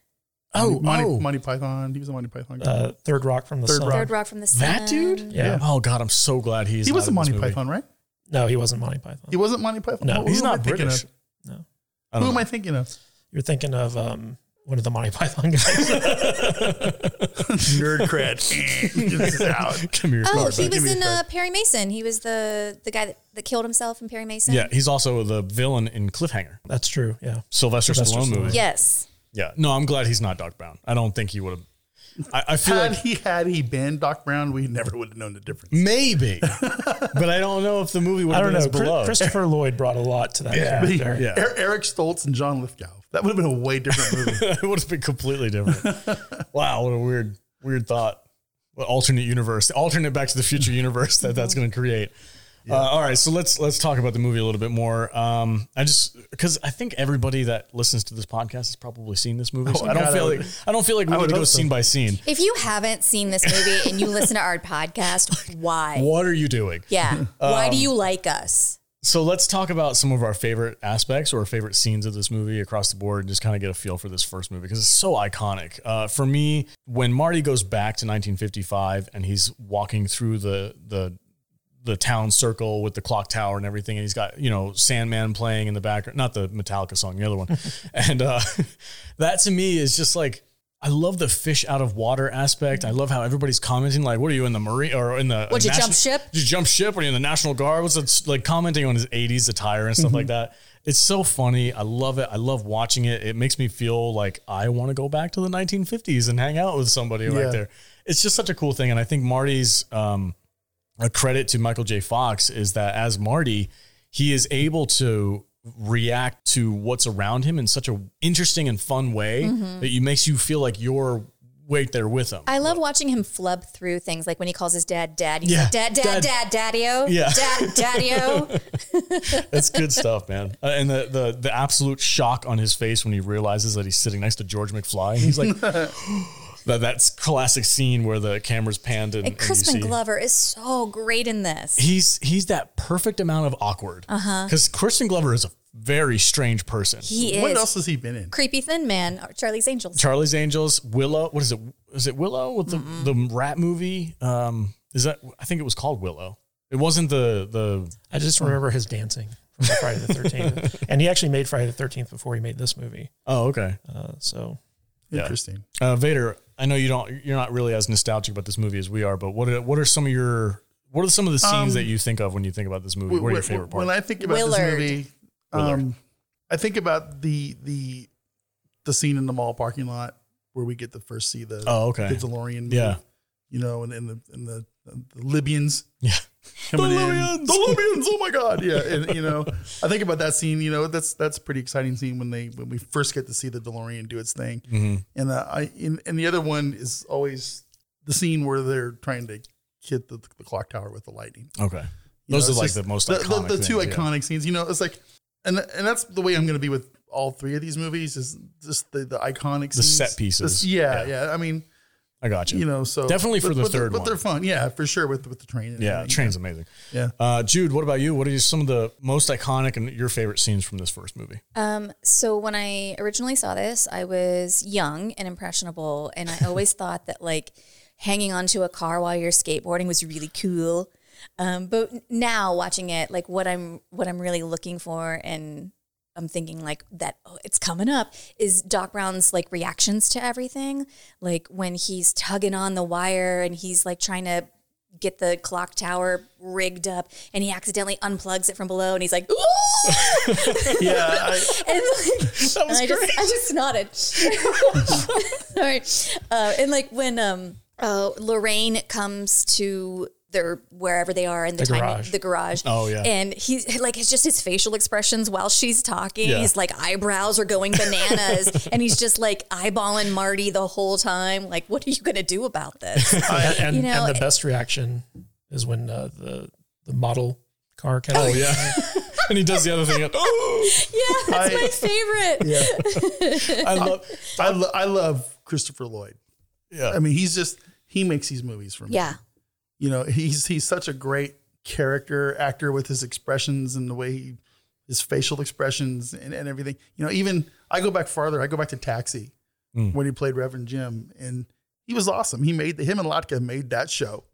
Speaker 2: Oh,
Speaker 1: Um, Monty,
Speaker 2: oh,
Speaker 1: Monty Python. He was a Monty Python. guy.
Speaker 4: Uh, Third Rock from the
Speaker 1: Third
Speaker 4: Sun.
Speaker 1: Rock.
Speaker 5: Third Rock from the Sun.
Speaker 2: that dude.
Speaker 4: Yeah.
Speaker 2: Oh God, I'm so glad he's.
Speaker 1: he was a
Speaker 2: not in this
Speaker 1: Monty
Speaker 2: movie.
Speaker 1: Python, right?
Speaker 4: No, he wasn't Monty Python.
Speaker 1: He wasn't Monty Python.
Speaker 4: No,
Speaker 1: Who-
Speaker 2: He's
Speaker 1: who am I
Speaker 2: not
Speaker 1: thinking
Speaker 2: British.
Speaker 1: of?
Speaker 4: No.
Speaker 2: I
Speaker 1: Who
Speaker 2: don't
Speaker 1: am
Speaker 2: know.
Speaker 1: I thinking of?
Speaker 4: You're thinking of um, one of the Monty Python guys.
Speaker 1: Nerd cred. Get this out.
Speaker 2: Come here.
Speaker 5: Oh,
Speaker 2: Robert.
Speaker 5: he
Speaker 1: Give
Speaker 5: was
Speaker 1: me
Speaker 5: in
Speaker 1: a
Speaker 5: uh,
Speaker 1: card.
Speaker 5: Perry Mason. He was the the guy that, that killed himself in Perry Mason.
Speaker 2: Yeah, he's also the villain in Cliffhanger,
Speaker 4: That's true. Yeah.
Speaker 2: Sylvester,
Speaker 4: Sylvester
Speaker 2: Stallone
Speaker 4: Stallone.
Speaker 2: movie.
Speaker 5: Yes.
Speaker 2: Yeah. No, I'm glad he's not Doc Brown. I don't think he would have. I, I feel
Speaker 1: Had
Speaker 2: like
Speaker 1: he had he been Doc Brown, we never would have known the difference.
Speaker 2: maybe, but I don't know if the movie would
Speaker 4: I
Speaker 2: have been
Speaker 4: don't know.
Speaker 2: as
Speaker 4: Chris-
Speaker 2: beloved.
Speaker 4: Christopher Lloyd brought a lot to that
Speaker 1: But he-
Speaker 4: character.
Speaker 2: Yeah.
Speaker 1: Er- Eric Stoltz and John Lithgow. That would have been a way different movie.
Speaker 2: it would have been completely different. wow, what a weird, weird thought. What alternate universe, the alternate Back to the Future universe that that's going to create. Uh, all right, so let's let's talk about the movie a little bit more. Um, I just because I think everybody that listens to this podcast has probably seen this movie. so I don't
Speaker 1: Oh God, I
Speaker 2: feel
Speaker 1: would-
Speaker 2: like I don't feel like we need
Speaker 1: would
Speaker 2: to go
Speaker 1: hope so.
Speaker 2: scene by scene.
Speaker 5: If you haven't seen this movie and you listen to our podcast, why?
Speaker 2: What are you doing?
Speaker 5: Yeah. why do
Speaker 2: Um,
Speaker 5: you like us?
Speaker 2: So let's talk about some of our favorite aspects or favorite scenes of this movie across the board and just kind of get a feel for this first movie because it's so iconic. Uh, for me, when Marty goes back to 1955 and he's walking through the, the, the town circle with the clock tower and everything. And he's got, you know, Sandman playing in the background, not the Metallica song, the other one. and uh, that to me is just like, I love the fish out of water aspect. I love how everybody's commenting, like, what are you in the Marine or in the.
Speaker 5: Would you
Speaker 2: national-
Speaker 5: jump ship?
Speaker 2: Did you jump ship? Are you in the National Guard? What's that? Like commenting on his 80s attire and stuff like that. It's so funny. I love it. I love watching it. It makes me feel like I want to go back to the 1950s and hang out with somebody right
Speaker 1: Yeah.
Speaker 2: there. It's just such a cool thing. And I think Marty's. Um, a credit to Michael J. Fox is that as Marty, he is able to react to what's around him in such an interesting and fun way that you makes you feel like you're right there with him.
Speaker 5: I love watching him flub through things like when he calls his dad dad. He's
Speaker 2: Yeah.
Speaker 5: like, dad, dad, dad, daddy-o.
Speaker 2: Yeah.
Speaker 5: Dad, daddy-o.
Speaker 2: That's good stuff, man. Uh, and the, the the absolute shock on his face when he realizes that he's sitting next to George McFly. He's like that that's classic scene where the camera's panned and,
Speaker 5: and
Speaker 2: and you
Speaker 5: Crispin
Speaker 2: see-
Speaker 5: Glover is so great in this.
Speaker 2: He's he's that perfect amount of awkward. Uh-huh. Cuz Kristen Glover is a very strange person.
Speaker 5: He is.
Speaker 1: what else has he been in?
Speaker 5: Creepy Thin Man, Charlie's Angels.
Speaker 2: Charlie's Angels, Willow. What is it? Is it Willow with the, the rat movie? Um, is that? I think it was called Willow. It wasn't the the.
Speaker 4: I just remember his dancing from Friday the 13th. and he actually made Friday the 13th before he made this movie.
Speaker 2: Oh, okay.
Speaker 4: Uh, so
Speaker 1: Interesting.
Speaker 2: Uh, Vader, I know you don't. You're not really as nostalgic about this movie as we are, but what are, what are some of your what are some of the scenes
Speaker 1: Um,
Speaker 2: that you think of when you think about this movie?
Speaker 1: Wh-
Speaker 2: What are your
Speaker 1: wh-
Speaker 2: favorite
Speaker 1: When
Speaker 2: parts?
Speaker 1: I think about
Speaker 5: Willard.
Speaker 1: this movie, um, I think about the the the scene in the mall parking lot where we get to first see the
Speaker 2: Oh, okay.
Speaker 1: the DeLorean. movie,
Speaker 2: Yeah.
Speaker 1: you know, and, and the and the, the Libyans
Speaker 2: Yeah,
Speaker 1: coming in.
Speaker 2: DeLoreans.
Speaker 1: The Libyans. Oh my God! Yeah, and you know, I think about that scene. You know, that's that's a pretty exciting scene when they when we first get to see the DeLorean do its thing.
Speaker 2: Mm-hmm.
Speaker 1: And uh, I and, and the other one is always the scene where they're trying to hit the, the clock tower with the lightning.
Speaker 2: Okay,
Speaker 1: You know,
Speaker 2: those are
Speaker 1: it's
Speaker 2: like
Speaker 1: just
Speaker 2: the most
Speaker 1: the,
Speaker 2: iconic
Speaker 1: the two
Speaker 2: things, yeah.
Speaker 1: iconic scenes. You know, it's like, and and that's the way I'm going to be with all three of these movies is just the, the iconic
Speaker 2: The
Speaker 1: scenes.
Speaker 2: set pieces.
Speaker 1: This- yeah, yeah, I mean,
Speaker 2: I got you.
Speaker 1: you know, so
Speaker 2: Definitely for
Speaker 1: but-
Speaker 2: the
Speaker 1: but they're-
Speaker 2: third
Speaker 1: but
Speaker 2: one.
Speaker 1: they're fun. Yeah, for sure with with the train. and
Speaker 2: yeah,
Speaker 1: everything.
Speaker 2: train's amazing.
Speaker 1: Yeah.
Speaker 2: Uh, Jude, what about you? What are some of the most iconic and your favorite scenes from this first movie?
Speaker 5: Um, so when I originally saw this, I was young and impressionable, and I always thought that like hanging onto a car while you're skateboarding was really cool. Um, but now watching it, like what I'm what I'm really looking for, and I'm thinking like that oh, it's coming up is Doc Brown's like reactions to everything, like when he's tugging on the wire and he's like trying to get the clock tower rigged up and he accidentally unplugs it from below and he's like Ooh!
Speaker 1: yeah. I,
Speaker 5: and like, and I just I just nodded. Sorry. Uh, and like when um uh, Lorraine comes to their wherever they are in the,
Speaker 4: The
Speaker 5: tiny
Speaker 4: garage.
Speaker 5: the garage.
Speaker 2: Oh, yeah.
Speaker 5: And he's like it's just his facial expressions while she's talking.
Speaker 2: Yeah.
Speaker 5: His like eyebrows are going bananas and he's just like eyeballing Marty the whole time. Like, what are you gonna do about this?
Speaker 4: and, and,
Speaker 5: You know,
Speaker 4: and the best reaction is when uh, the the model car kind of
Speaker 2: Oh yeah. and he does the other thing. Oh,
Speaker 5: yeah, that's
Speaker 1: I-
Speaker 5: my favorite.
Speaker 2: I love.
Speaker 1: I, lo- I love Christopher Lloyd.
Speaker 2: Yeah.
Speaker 1: I mean, he's just he makes these movies for me.
Speaker 5: yeah.
Speaker 1: you know, he's he's such a great character actor with his expressions and the way he his facial expressions and, and everything. You know, even I go back farther. I go back to Taxi when he played Reverend Jim, and he was awesome. He made him and Latka made that show,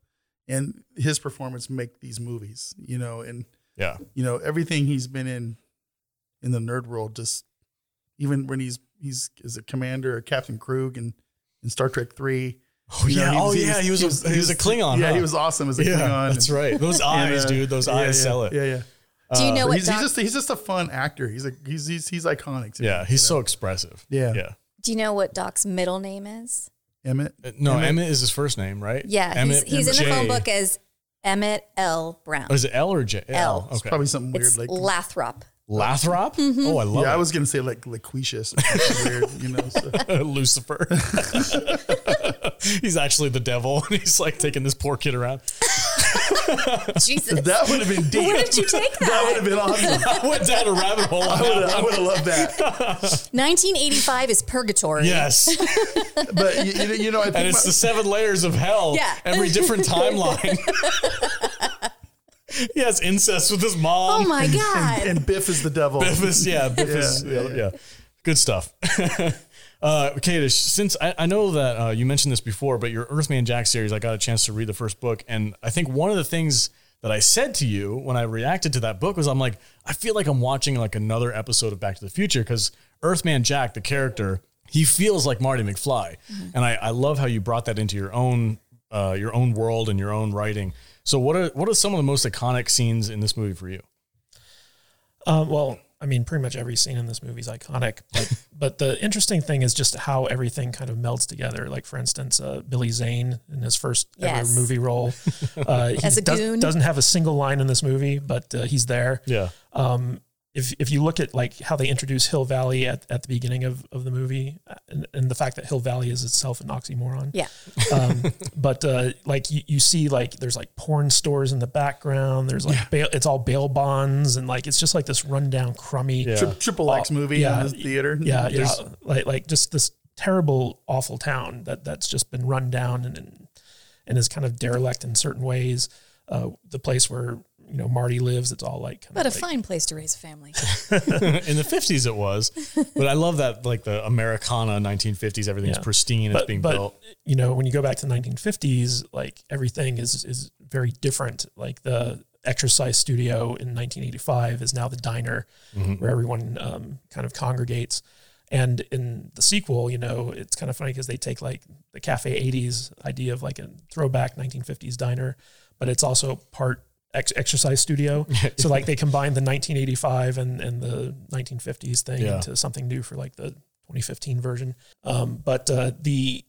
Speaker 1: and his performance make these movies. You know, and
Speaker 2: Yeah.
Speaker 1: you know everything he's been in in the nerd world just even when he's he's is a commander or captain krug and in star trek 3
Speaker 2: Oh yeah. oh yeah. He was, a, he was a Klingon.
Speaker 1: yeah
Speaker 2: huh?
Speaker 1: he was awesome as a
Speaker 2: Yeah,
Speaker 1: klingon
Speaker 2: that's right. Those
Speaker 1: And,
Speaker 2: eyes,
Speaker 1: uh,
Speaker 2: dude. Those
Speaker 1: yeah,
Speaker 2: eyes
Speaker 1: yeah,
Speaker 2: sell it.
Speaker 1: yeah yeah
Speaker 5: Do you know
Speaker 1: But
Speaker 5: what
Speaker 1: he's, he's
Speaker 5: Doc
Speaker 1: just he's just a fun actor he's like he's he's, he's iconic to me,
Speaker 2: Yeah, he's
Speaker 1: you
Speaker 2: so
Speaker 1: know?
Speaker 2: expressive.
Speaker 1: Yeah.
Speaker 2: yeah.
Speaker 5: do you know what Doc's middle name is?
Speaker 1: emmett
Speaker 2: Uh, No, Emmett, is his first name, right?
Speaker 5: Yeah,
Speaker 2: Emmett
Speaker 5: he's, he's in the phone
Speaker 2: J.
Speaker 5: book as Emmett L. Brown.
Speaker 2: Oh, is it L or J?
Speaker 5: L.
Speaker 2: Okay.
Speaker 1: probably something weird
Speaker 5: it's
Speaker 1: like
Speaker 5: Lathrop.
Speaker 2: Lathrop.
Speaker 5: Mm-hmm.
Speaker 2: Oh, I love
Speaker 1: yeah, I
Speaker 2: it.
Speaker 1: was gonna say like loquacious, or something weird, you know. So.
Speaker 2: Lucifer. he's actually the devil, and he's like taking this poor kid around.
Speaker 5: Jesus,
Speaker 1: That would have been deep.
Speaker 5: where did you take
Speaker 1: That would
Speaker 5: that?
Speaker 1: have been awesome.
Speaker 2: I went down a rabbit hole. on
Speaker 1: I would have,
Speaker 2: that
Speaker 1: I
Speaker 2: one.
Speaker 1: would have loved that.
Speaker 5: 1985 is purgatory.
Speaker 2: Yes,
Speaker 1: But you, you know- you know, I think
Speaker 2: and it's the seven layers of hell.
Speaker 5: Yeah.
Speaker 2: every different timeline. he has incest with his mom.
Speaker 5: Oh my
Speaker 1: my-
Speaker 5: God.
Speaker 1: and Biff is the devil.
Speaker 2: Biffus, yeah, Biffus, yeah,
Speaker 1: Yeah,
Speaker 2: yeah, good stuff. uh, Kadish, since I, I know that uh, you mentioned this before, but your Earthman Jack series, I got a chance to read the first book, and I think one of the things that I said to you when I reacted to that book was, I'm like, I feel like I'm watching like another episode of Back to the Future because Earthman Jack, the character, he feels like Marty McFly,
Speaker 1: Mm-hmm.
Speaker 2: and I, I love how you brought that into your own uh, your own world and your own writing. So, what are what are some of the most iconic scenes in this movie for you?
Speaker 4: Um, well, I mean, pretty much every scene in this movie is iconic. But, but the interesting thing is just how everything kind of melds together. Like, for instance, uh, Billy Zane in his first
Speaker 5: Yes.
Speaker 4: ever movie role. Uh, he
Speaker 5: As a
Speaker 4: does,
Speaker 5: goon.
Speaker 4: Doesn't have a single line in this movie, but uh, he's there.
Speaker 2: Yeah,
Speaker 4: Um, if, if you look at like how they introduce Hill Valley at, at the beginning of, of the movie uh, and, and the fact that Hill Valley is itself an oxymoron.
Speaker 5: Yeah.
Speaker 4: um, but uh, like you, you see like there's like porn stores in the background there's like bail, it's all bail bonds and like it's just like this rundown crummy
Speaker 2: Yeah.
Speaker 1: Tri- Triple
Speaker 2: Oh,
Speaker 1: X movie
Speaker 4: yeah.
Speaker 1: in the theater.
Speaker 4: yeah, yeah.
Speaker 1: There's-
Speaker 4: like like just this terrible awful town that that's just been run down and and, and is kind of derelict in certain ways uh, the place where you know Marty lives it's all like kind
Speaker 5: But a
Speaker 4: of like,
Speaker 5: fine place to raise a family.
Speaker 2: in the 50s it was but i love that like the americana 1950s everything's
Speaker 4: Yeah.
Speaker 2: pristine it's being built
Speaker 4: You know, when you go back to the 1950s, like everything is is very different. Like the exercise studio in 1985 is now the diner
Speaker 2: Mm-hmm.
Speaker 4: where everyone um, kind of congregates. And in the sequel, you know, it's kind of funny because they take like the cafe 80s idea of like a throwback 1950s diner, but it's also part ex- exercise studio. so like they combine the 1985 and, and the 1950s thing
Speaker 2: Yeah.
Speaker 4: into something new for like the 2015 version. Um, but uh, the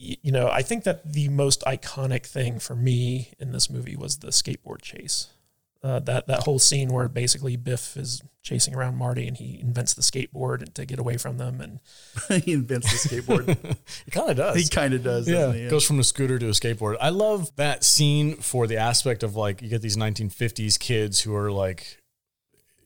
Speaker 4: y- you know, I think that the most iconic thing for me in this movie was the skateboard chase. Uh, that that whole scene where basically Biff is chasing around Marty and he invents the skateboard to get away from them, and
Speaker 1: he invents the skateboard.
Speaker 2: it kind of does
Speaker 1: he kind of does.
Speaker 2: yeah.
Speaker 1: doesn't he?
Speaker 2: goes from a scooter to a skateboard i love that scene for the aspect of like you get these 1950s kids who are like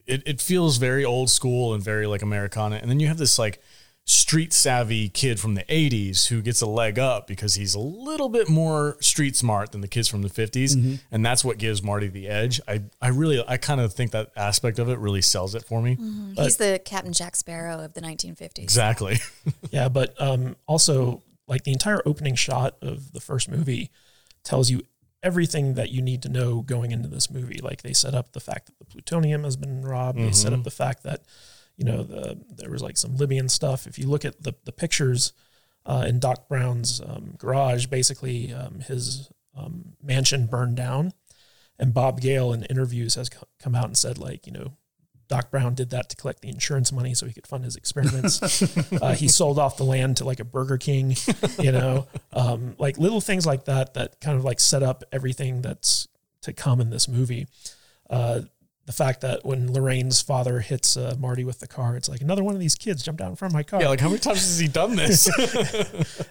Speaker 2: it, it feels very old school and very like Americana. And then you have this like street savvy kid from the 80s who gets a leg up because he's a little bit more street smart than the kids from the 50s. And that's what gives Marty the edge. I, I really, I kind of think that aspect of it really sells it for me.
Speaker 5: He's the Captain Jack Sparrow of the 1950s.
Speaker 2: Exactly.
Speaker 4: Yeah, but um, also like the entire opening shot of the first movie tells you everything that you need to know going into this movie. Like they set up the fact that the plutonium has been robbed. They set up the fact that you know the there was like some Libyan stuff. If you look at the the pictures uh, in Doc Brown's um, garage, basically um, his um, mansion burned down, and Bob Gale in interviews has co- come out and said like you know. Doc Brown did that to collect the insurance money so he could fund his experiments. uh, he sold off the land to like a Burger King, you know, um, like little things like that that kind of like set up everything that's to come in this movie. Uh, the fact that when Lorraine's father hits uh, Marty with the car, it's like another one of these kids jumped out in front of my car.
Speaker 2: yeah. Like how many times has he done this?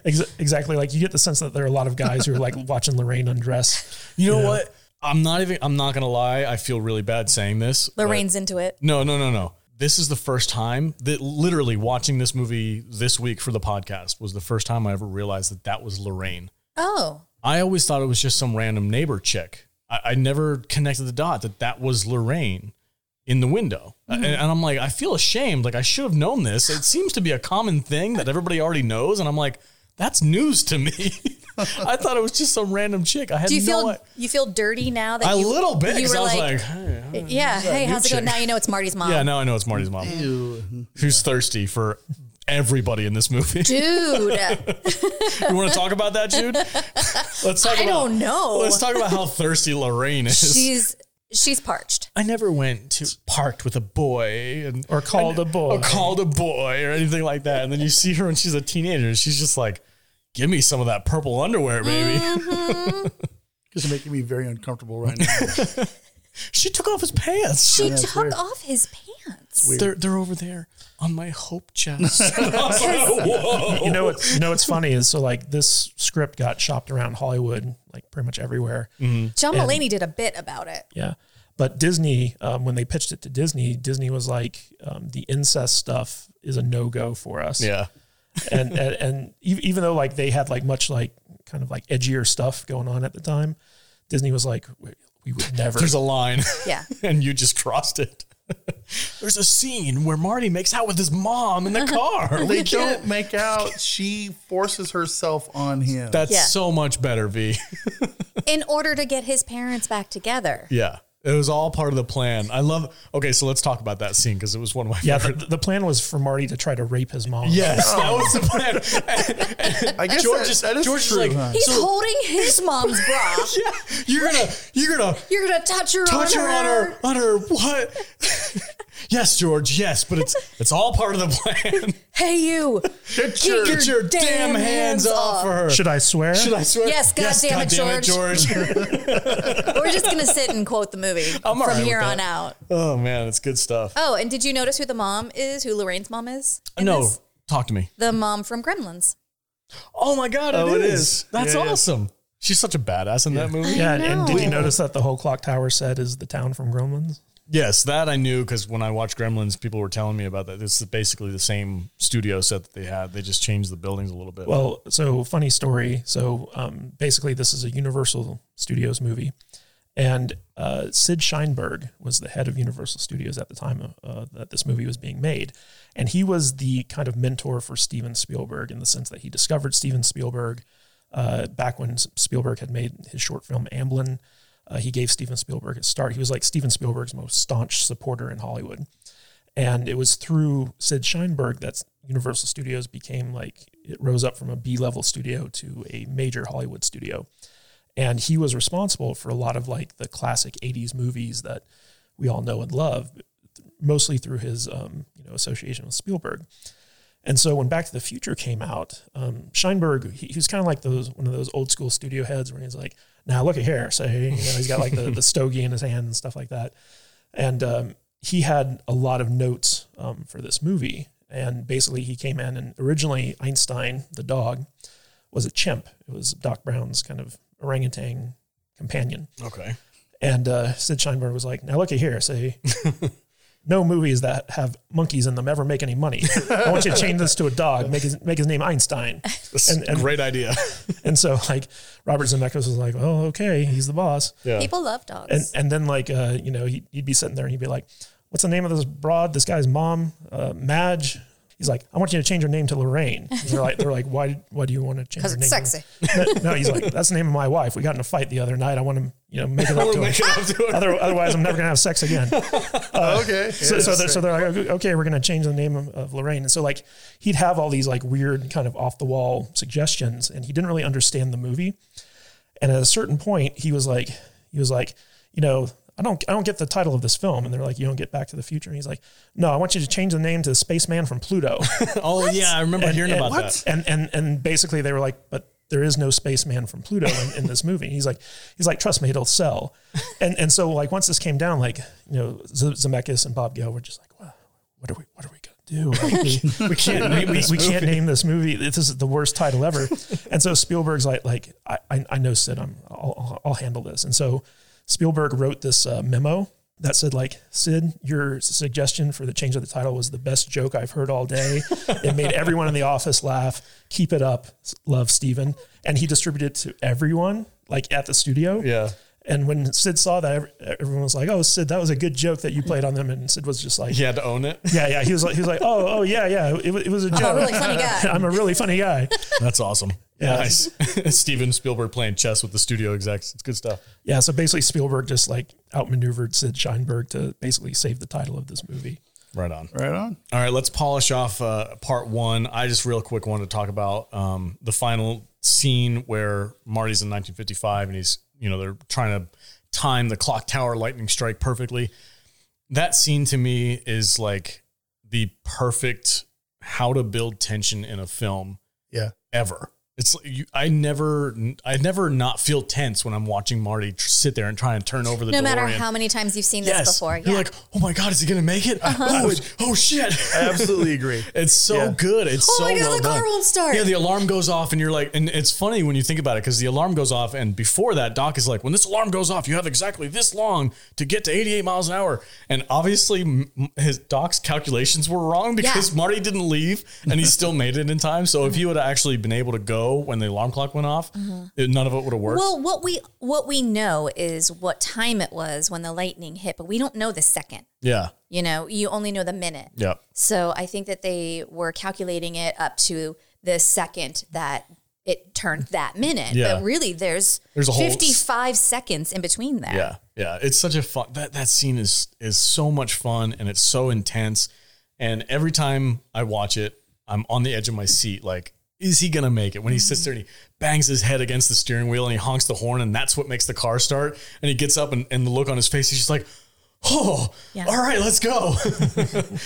Speaker 4: Ex- exactly. Like you get the sense that there are a lot of guys who are like watching Lorraine undress.
Speaker 2: You know what? I'm not even. I'm not gonna lie. I feel really bad saying this. but-
Speaker 5: Lorraine's into it.
Speaker 2: No, no, no, no. This is the first time that literally watching this movie this week for the podcast was the first time I ever realized that that was Lorraine.
Speaker 5: Oh,
Speaker 2: I always thought it was just some random neighbor chick. I, I never connected the dot that that was Lorraine in the window.
Speaker 5: Mm-hmm.
Speaker 2: And, and I'm like, I feel ashamed. Like I should have known this. It seems to be a common thing that everybody already knows. And I'm like, that's news to me. I thought it was just some random chick. I had
Speaker 5: do you
Speaker 2: no
Speaker 5: feel
Speaker 2: i-
Speaker 5: you feel dirty now that
Speaker 2: a
Speaker 5: you,
Speaker 2: little bit.
Speaker 5: You
Speaker 2: 'cause
Speaker 5: were
Speaker 2: I was
Speaker 5: like,
Speaker 2: like, "Hey, huh."
Speaker 5: yeah, hey, how's it
Speaker 2: new
Speaker 5: going?
Speaker 2: chick.
Speaker 5: Now you know it's Marty's mom.
Speaker 2: yeah, now I know it's Marty's mom.
Speaker 1: Ew.
Speaker 2: who's thirsty for everybody in this movie.
Speaker 5: Dude,
Speaker 2: you want to talk about that, Jude? Let's talk
Speaker 5: I
Speaker 2: about,
Speaker 5: don't know.
Speaker 2: Let's talk about how thirsty Lorraine is.
Speaker 5: she's she's parched.
Speaker 2: I never went to parked with a boy and
Speaker 4: Or called a boy.
Speaker 2: or called a boy or anything like that. And then you see her when she's a teenager, and she's just like, "Give me some of that purple underwear, baby."
Speaker 5: Um,
Speaker 1: Just making me very uncomfortable right now.
Speaker 2: She took off his pants.
Speaker 5: She
Speaker 1: Yeah, it's
Speaker 5: took
Speaker 1: weird.
Speaker 5: off his pants.
Speaker 2: They're they're over there on my hope chest. I was like, "Whoa."
Speaker 4: You know what? You know what's funny is so like this script got shopped around Hollywood, like pretty much everywhere.
Speaker 2: Mm-hmm.
Speaker 5: John Mulaney did a bit about it.
Speaker 4: Yeah. But Disney, um, when they pitched it to Disney, Disney was like, um, the incest stuff is a no go for us.
Speaker 2: Yeah.
Speaker 4: and, and and ev- even though like they had like much like kind of like edgier stuff going on at the time, Disney was like, we, we would never.
Speaker 2: There's a line.
Speaker 5: Yeah.
Speaker 2: and you just crossed it. There's a scene where Marty makes out with his mom in the
Speaker 5: Oh
Speaker 2: car.
Speaker 1: They don't make out. She forces herself on him.
Speaker 2: That's
Speaker 5: Yeah.
Speaker 2: so much better, V.
Speaker 5: In order to get his parents back together.
Speaker 2: yeah. It was all part of the plan. I love Okay, so let's talk about that scene because it was one of my
Speaker 4: yeah, Oh.
Speaker 2: favorite.
Speaker 4: the, the plan was for Marty to try to rape his mom.
Speaker 2: Yes, that was the plan.
Speaker 1: I guess
Speaker 2: George
Speaker 1: that-
Speaker 2: is-
Speaker 1: that is
Speaker 2: George is
Speaker 1: true,
Speaker 2: like-
Speaker 1: huh?
Speaker 5: He's holding his mom's bra.
Speaker 2: yeah. You're gonna you're gonna
Speaker 5: You're gonna touch her
Speaker 2: touch
Speaker 5: on
Speaker 2: her on her on her what? yes, George, yes, but it's it's all part of the plan.
Speaker 5: Hey you.
Speaker 2: Get
Speaker 5: your damn hands off.
Speaker 2: her.
Speaker 4: Should I swear?
Speaker 2: Should I swear?
Speaker 5: Yes, goddamn it,
Speaker 2: goddamn it, George.
Speaker 5: We're just gonna sit and quote the movie
Speaker 2: I'm all
Speaker 5: from
Speaker 2: right with
Speaker 5: here
Speaker 2: that.
Speaker 5: on out.
Speaker 2: oh man, it's good stuff.
Speaker 5: Oh, and did you notice who the mom is? Who Lorraine's mom is? in
Speaker 2: no,
Speaker 5: this?
Speaker 2: talk to me.
Speaker 5: the mom from Gremlins.
Speaker 2: Oh my god,
Speaker 1: Oh, it
Speaker 2: it is.
Speaker 1: is.
Speaker 2: That's
Speaker 1: Yeah, yeah.
Speaker 2: awesome. She's such a badass in that movie.
Speaker 4: yeah, and, and did you
Speaker 5: No.
Speaker 4: notice that the whole clock tower set is the town from Gremlins?
Speaker 2: Yes, that I knew because when I watched Gremlins, people were telling me about that. This is basically the same studio set that they had. They just changed the buildings a little bit.
Speaker 4: Well, so funny story. So um, basically, this is a Universal Studios movie, and uh, Sid Sheinberg was the head of Universal Studios at the time uh, that this movie was being made, and he was the kind of mentor for Steven Spielberg in the sense that he discovered Steven Spielberg uh, back when Spielberg had made his short film Amblin. Uh, he gave Steven Spielberg his start. He was like Steven Spielberg's most staunch supporter in Hollywood and it was through Sid Sheinberg that Universal Studios became like it rose up from a B level studio to a major Hollywood studio, and he was responsible for a lot of like the classic '80s movies that we all know and love, mostly through his um, you know association with Spielberg. And so when Back to the Future came out, um, Scheinberg he, he was kind of like those one of those old school studio heads where he's like, "Now look at here," so you know, he's got like the, the stogie in his hand and stuff like that and um, he had a lot of notes um, for this movie. And basically, he came in and originally Einstein, the dog, was a chimp. It was Doc Brown's kind of orangutan companion.
Speaker 2: okay.
Speaker 4: And uh, Sid Sheinberg was like, "Now look at here, say no movies that have monkeys in them ever make any money. I want you to change this to a dog. Make his make his name Einstein. And, and
Speaker 2: Great idea.
Speaker 4: and so like Robert Zemeckis was like, oh okay, he's the boss.
Speaker 2: Yeah.
Speaker 5: People love dogs.
Speaker 4: And and then like uh, you know he, he'd be sitting there and he'd be like, what's the name of this broad? This guy's mom, uh, Madge. He's like, I want you to change her name to Lorraine. And they're like, they're like, why? Why do you want to change? her
Speaker 5: because
Speaker 4: name
Speaker 5: it's
Speaker 4: to-
Speaker 5: sexy.
Speaker 4: no, no, he's like, that's the name of my wife. We got in a fight the other night. I want to, you know, make it up
Speaker 2: We're
Speaker 4: to
Speaker 2: making
Speaker 4: him.
Speaker 2: up to it.
Speaker 4: Other, otherwise, I'm never gonna have sex again.
Speaker 1: okay.
Speaker 4: So, so, they're, so they're like, okay, we're gonna change the name of, of Lorraine. And so, like, he'd have all these like weird kind of off the wall suggestions, and he didn't really understand the movie. And at a certain point, he was like, he was like, you know, I don't, I don't get the title of this film. And they're like, you don't get Back to the Future. And he's like, no, I want you to change the name to Spaceman from Pluto.
Speaker 2: Oh yeah, I remember hearing about
Speaker 4: and,
Speaker 2: that.
Speaker 4: And and and basically they were like, but there is no spaceman from Pluto in, in this movie. He's like, he's like, trust me, it'll sell. And and so like once this came down, like you know Z- Zemeckis and Bob Gale were just like, wow, what are we what are we gonna do? Like, we, we can't name we, we can't name this movie. This is the worst title ever. And so Spielberg's like like I I, I know Sid, I'm I'll, I'll I'll handle this. And so Spielberg wrote this uh, memo that said like sid your suggestion for the change of the title was the best joke i've heard all day it made everyone in the office laugh keep it up love steven and he distributed it to everyone like at the studio
Speaker 2: Yeah.
Speaker 4: and when sid saw that ev- everyone was like oh sid that was a good joke that you played on them and sid was just like
Speaker 2: He had to own it.
Speaker 4: yeah yeah he was like he was like oh oh yeah yeah it, wa- it was a joke
Speaker 5: a really funny guy.
Speaker 4: i'm a really funny guy
Speaker 2: That's awesome.
Speaker 4: Yeah.
Speaker 2: Nice. Steven Spielberg playing chess with the studio execs. It's good stuff.
Speaker 4: yeah so basically spielberg just like outmaneuvered sid sheinberg to basically save the title of this movie
Speaker 2: Right on.
Speaker 1: right on.
Speaker 2: All right, let's polish off uh, part one. I just real quick wanted to talk about um, the final scene where Marty's in 1955 and he's, you know, they're trying to time the clock tower lightning strike perfectly. That scene to me is like the perfect how to build tension in a film
Speaker 1: Yeah.
Speaker 2: ever. It's like you, I never I never not feel tense when I'm watching Marty tr- sit there and try and turn over the
Speaker 5: No
Speaker 2: DeLorean.
Speaker 5: matter how many times you've seen this
Speaker 2: Yes.
Speaker 5: before, Uh-huh.
Speaker 2: You're like, oh my god, is he gonna make it? Oh, it- oh shit!
Speaker 1: I absolutely agree.
Speaker 2: It's so
Speaker 1: Yeah.
Speaker 2: good. It's
Speaker 5: Oh
Speaker 2: so
Speaker 5: my God,
Speaker 2: well
Speaker 5: the car
Speaker 2: done.
Speaker 5: won't start.
Speaker 2: Yeah, the alarm goes off, and you're like, and it's funny when you think about it because the alarm goes off, and before that, Doc is like, when this alarm goes off, you have exactly this long to get to 88 miles an hour, and obviously m- m- his Doc's calculations were wrong because
Speaker 5: Yeah. Mm-hmm.
Speaker 2: Marty didn't leave, and he still made it in time. So if he would have actually been able to go when the alarm clock went off, it- none of it would have worked.
Speaker 5: Well, what we what we know is what time it was when the lightning hit, but we don't know the second.
Speaker 2: yeah,
Speaker 5: You know, you only know the minute.
Speaker 2: yeah,
Speaker 5: So I think that they were calculating it up to the second that it turned that minute.
Speaker 2: Yeah.
Speaker 5: But really, there's,
Speaker 2: There's a whole-
Speaker 5: 55 seconds in between that.
Speaker 2: yeah, yeah. It's such a fun that that scene is is so much fun and it's so intense. And every time I watch it, I'm on the edge of my seat. Like, is he gonna make it? When he sits there and he bangs his head against the steering wheel and he honks the horn, and that's what makes the car start. And he gets up and, and the look on his face, he's just like, Oh,
Speaker 5: Yeah.
Speaker 2: all right, let's go.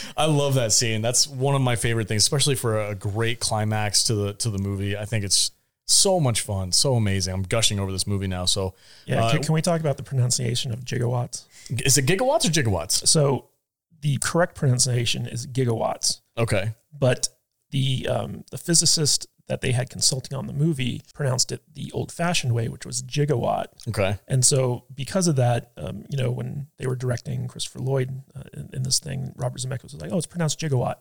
Speaker 2: I love that scene. That's one of my favorite things, especially for a great climax to the to the movie. I think it's so much fun, so amazing. I'm gushing over this movie now. So
Speaker 4: yeah
Speaker 2: uh,
Speaker 4: can, can we talk about the pronunciation of gigawatts
Speaker 2: is it gigawatts or gigawatts?
Speaker 4: So the correct pronunciation is gigawatts,
Speaker 2: Okay.
Speaker 4: but the um, the physicist that they had consulting on the movie pronounced it the old-fashioned way, which was gigawatt.
Speaker 2: Okay.
Speaker 4: And so, because of that, um, you know, when they were directing Christopher Lloyd uh, in, in this thing, Robert Zemeckis was like, "Oh, it's pronounced gigawatt,"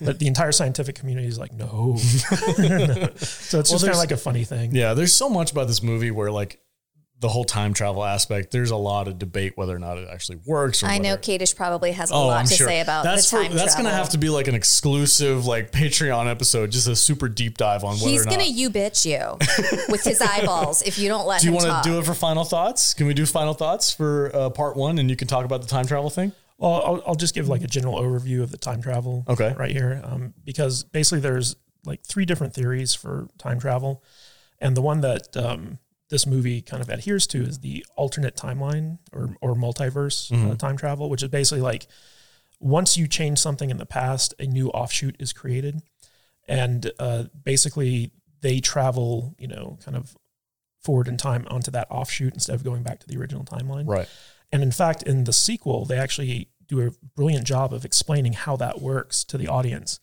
Speaker 4: but the entire scientific community is like, "No." So it's just kind
Speaker 2: there's-
Speaker 4: of like a funny thing.
Speaker 2: Yeah, there's so much about this movie where like the whole time travel aspect, there's a lot of debate whether or not it actually works or
Speaker 5: I know
Speaker 2: whether-
Speaker 5: Kadish probably has a lot to say about
Speaker 2: Oh, that's
Speaker 5: the
Speaker 2: for-
Speaker 5: time
Speaker 2: that's
Speaker 5: travel.
Speaker 2: gonna have to be like an exclusive like Patreon episode, just a super deep dive on whether
Speaker 5: He's
Speaker 2: or
Speaker 5: gonna
Speaker 2: not.
Speaker 5: you bitch you with his eyeballs if you don't let
Speaker 2: do you
Speaker 5: him
Speaker 2: want
Speaker 5: talk.
Speaker 2: to do it for final thoughts? Can we do final thoughts for uh, part one, and you can talk about the time travel thing?
Speaker 4: Well, I'll, I'll just give like a general overview of the time travel.
Speaker 2: Okay.
Speaker 4: Right here, um, because basically there's like three different theories for time travel, and the one that um, this movie kind of adheres to is the alternate timeline or or multiverse
Speaker 2: Mm-hmm.
Speaker 4: uh, time travel, which is basically like once you change something in the past, a new offshoot is created, and uh, basically they travel, you know, kind of forward in time onto that offshoot instead of going back to the original timeline.
Speaker 2: Right.
Speaker 4: And in fact, in the sequel, they actually do a brilliant job of explaining how that works to the audience.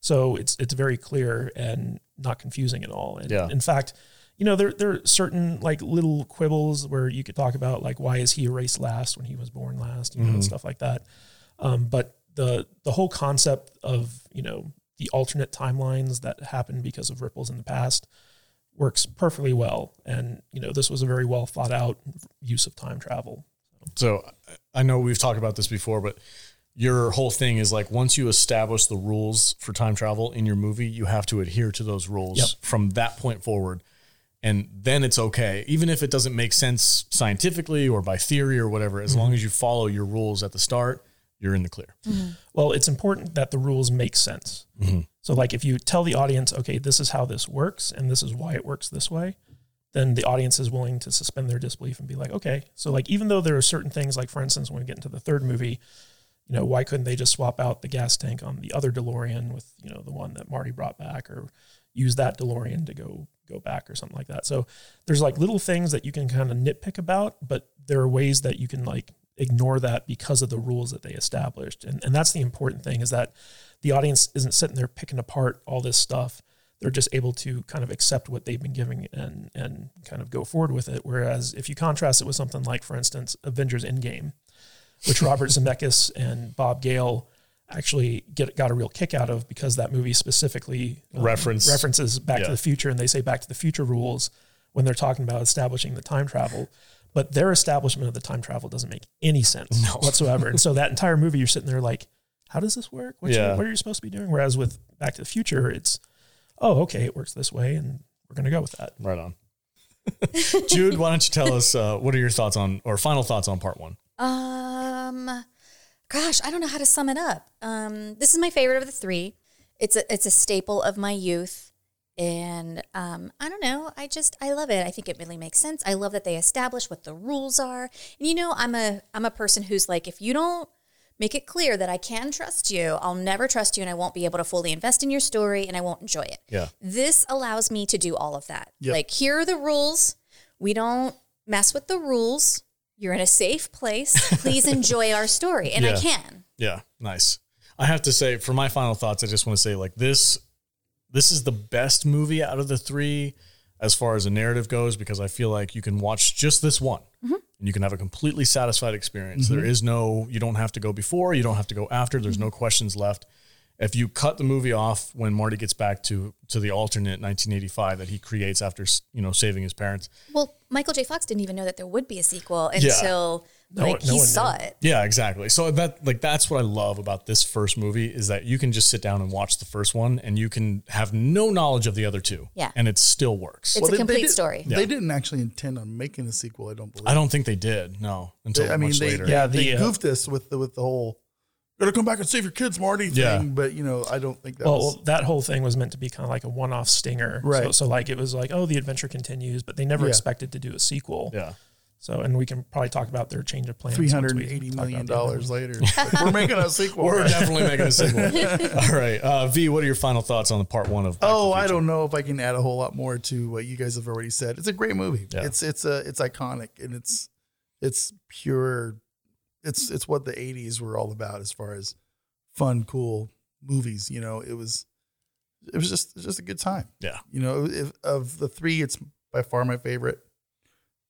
Speaker 4: So it's it's very clear and not confusing at all. And
Speaker 2: Yeah.
Speaker 4: in fact, you know, there there are certain like little quibbles where you could talk about like why is he erased last when he was born last, you know, and stuff like that. Um, but the the whole concept of you know the alternate timelines that happened because of ripples in the past works perfectly well, and you know this was a very well thought out use of time travel.
Speaker 2: So I know we've talked about this before, but your whole thing is like once you establish the rules for time travel in your movie, you have to adhere to those rules
Speaker 4: Yep.
Speaker 2: from that point forward. And then it's okay, even if it doesn't make sense scientifically or by theory or whatever, as long as you follow your rules at the start, you're in the clear.
Speaker 4: Well, it's important that the rules make sense. So, like, if you tell the audience, okay, this is how this works and this is why it works this way, then the audience is willing to suspend their disbelief and be like, okay. So, like, even though there are certain things, like, for instance, when we get into the third movie, you know, why couldn't they just swap out the gas tank on the other DeLorean with, you know, the one that Marty brought back or use that DeLorean to go go back or something like that. So there's like little things that you can kind of nitpick about, but there are ways that you can like ignore that because of the rules that they established. And and that's the important thing is that the audience isn't sitting there picking apart all this stuff. They're just able to kind of accept what they've been giving and and kind of go forward with it. Whereas if you contrast it with something like, for instance, Avengers Endgame, which Robert Zemeckis and Bob Gale actually get got a real kick out of because that movie specifically um,
Speaker 2: Reference-
Speaker 4: references Back
Speaker 2: yeah.
Speaker 4: to the Future, and they say Back to the Future rules when they're talking about establishing the time travel. But their establishment of the time travel doesn't make any sense whatsoever. And so that entire movie, you're sitting there like, how does this work? What's
Speaker 2: Yeah.
Speaker 4: what are you supposed to be doing? Whereas with Back to the Future, it's, oh, okay, it works this way, and we're going to go with that.
Speaker 2: Right on. Jude, why don't you tell us uh, what are your thoughts on or final thoughts on part one?
Speaker 5: Um, gosh, I don't know how to sum it up. Um, this is my favorite of the three. It's a it's a staple of my youth, and um, I don't know. I just I love it. I think it really makes sense. I love that they establish what the rules are, and you know, I'm a I'm a person who's like, if you don't make it clear that I can trust you, I'll never trust you, and I won't be able to fully invest in your story, and I won't enjoy it.
Speaker 2: Yeah.
Speaker 5: This allows me to do all of that.
Speaker 1: Yep.
Speaker 5: Like, here are the rules. We don't mess with the rules. You're in a safe place. Please enjoy our story. And
Speaker 2: Yeah.
Speaker 5: I can.
Speaker 2: Yeah, nice. I have to say, for my final thoughts, I just want to say like this this is the best movie out of the three as far as a narrative goes, because I feel like you can watch just this one and you can have a completely satisfied experience. There is no you don't have to go before, you don't have to go after, there's no questions left. If you cut the movie off when Marty gets back to to the alternate 1985 that he creates after s- you know saving his parents,
Speaker 5: Well, Michael J. Fox didn't even know that there would be a sequel
Speaker 2: Yeah.
Speaker 5: until
Speaker 4: one-
Speaker 5: like
Speaker 4: no
Speaker 5: he
Speaker 4: one
Speaker 5: saw
Speaker 4: knew.
Speaker 5: it.
Speaker 2: Yeah, exactly. So that like that's what I love about this first movie is that you can just sit down and watch the first one and you can have no knowledge of the other two.
Speaker 5: Yeah.
Speaker 2: And it still works.
Speaker 5: It's a complete story.
Speaker 1: They didn't actually intend on making a sequel. I don't believe.
Speaker 2: I don't think they did, no, until
Speaker 1: They- I mean,
Speaker 2: much
Speaker 1: they,
Speaker 2: later.
Speaker 1: yeah,
Speaker 4: Yeah,
Speaker 1: they
Speaker 4: the, uh,
Speaker 1: goofed this with the with the whole "gotta come back and save your kids, Marty" thing.
Speaker 2: Yeah.
Speaker 1: But you know, I don't think that
Speaker 4: Well,
Speaker 1: was
Speaker 4: well, that whole thing was meant to be kind of like a one-off stinger,
Speaker 1: Right.
Speaker 4: So, so like it was like, oh, the adventure continues, but they never
Speaker 1: Yeah.
Speaker 4: expected to do a sequel.
Speaker 2: Yeah.
Speaker 4: So, and we can probably talk about their change of plans.
Speaker 1: three
Speaker 4: once we
Speaker 1: hundred and eighty
Speaker 4: talk
Speaker 1: million
Speaker 4: about the other
Speaker 1: dollars later. Like, we're making a sequel.
Speaker 2: We're
Speaker 1: right?
Speaker 2: definitely making a sequel. All right. Uh, v, what are your final thoughts on the part one of Back to
Speaker 1: Oh,
Speaker 2: the
Speaker 1: I
Speaker 2: Future?
Speaker 1: don't know if I can add a whole lot more to what you guys have already said. It's a great movie.
Speaker 2: Yeah.
Speaker 1: It's it's a it's iconic and it's it's pure. It's it's what the '80s were all about as far as fun, cool movies. You know, it was it was just it was just a good time.
Speaker 2: Yeah.
Speaker 1: You know, if, of the three, it's by far my favorite,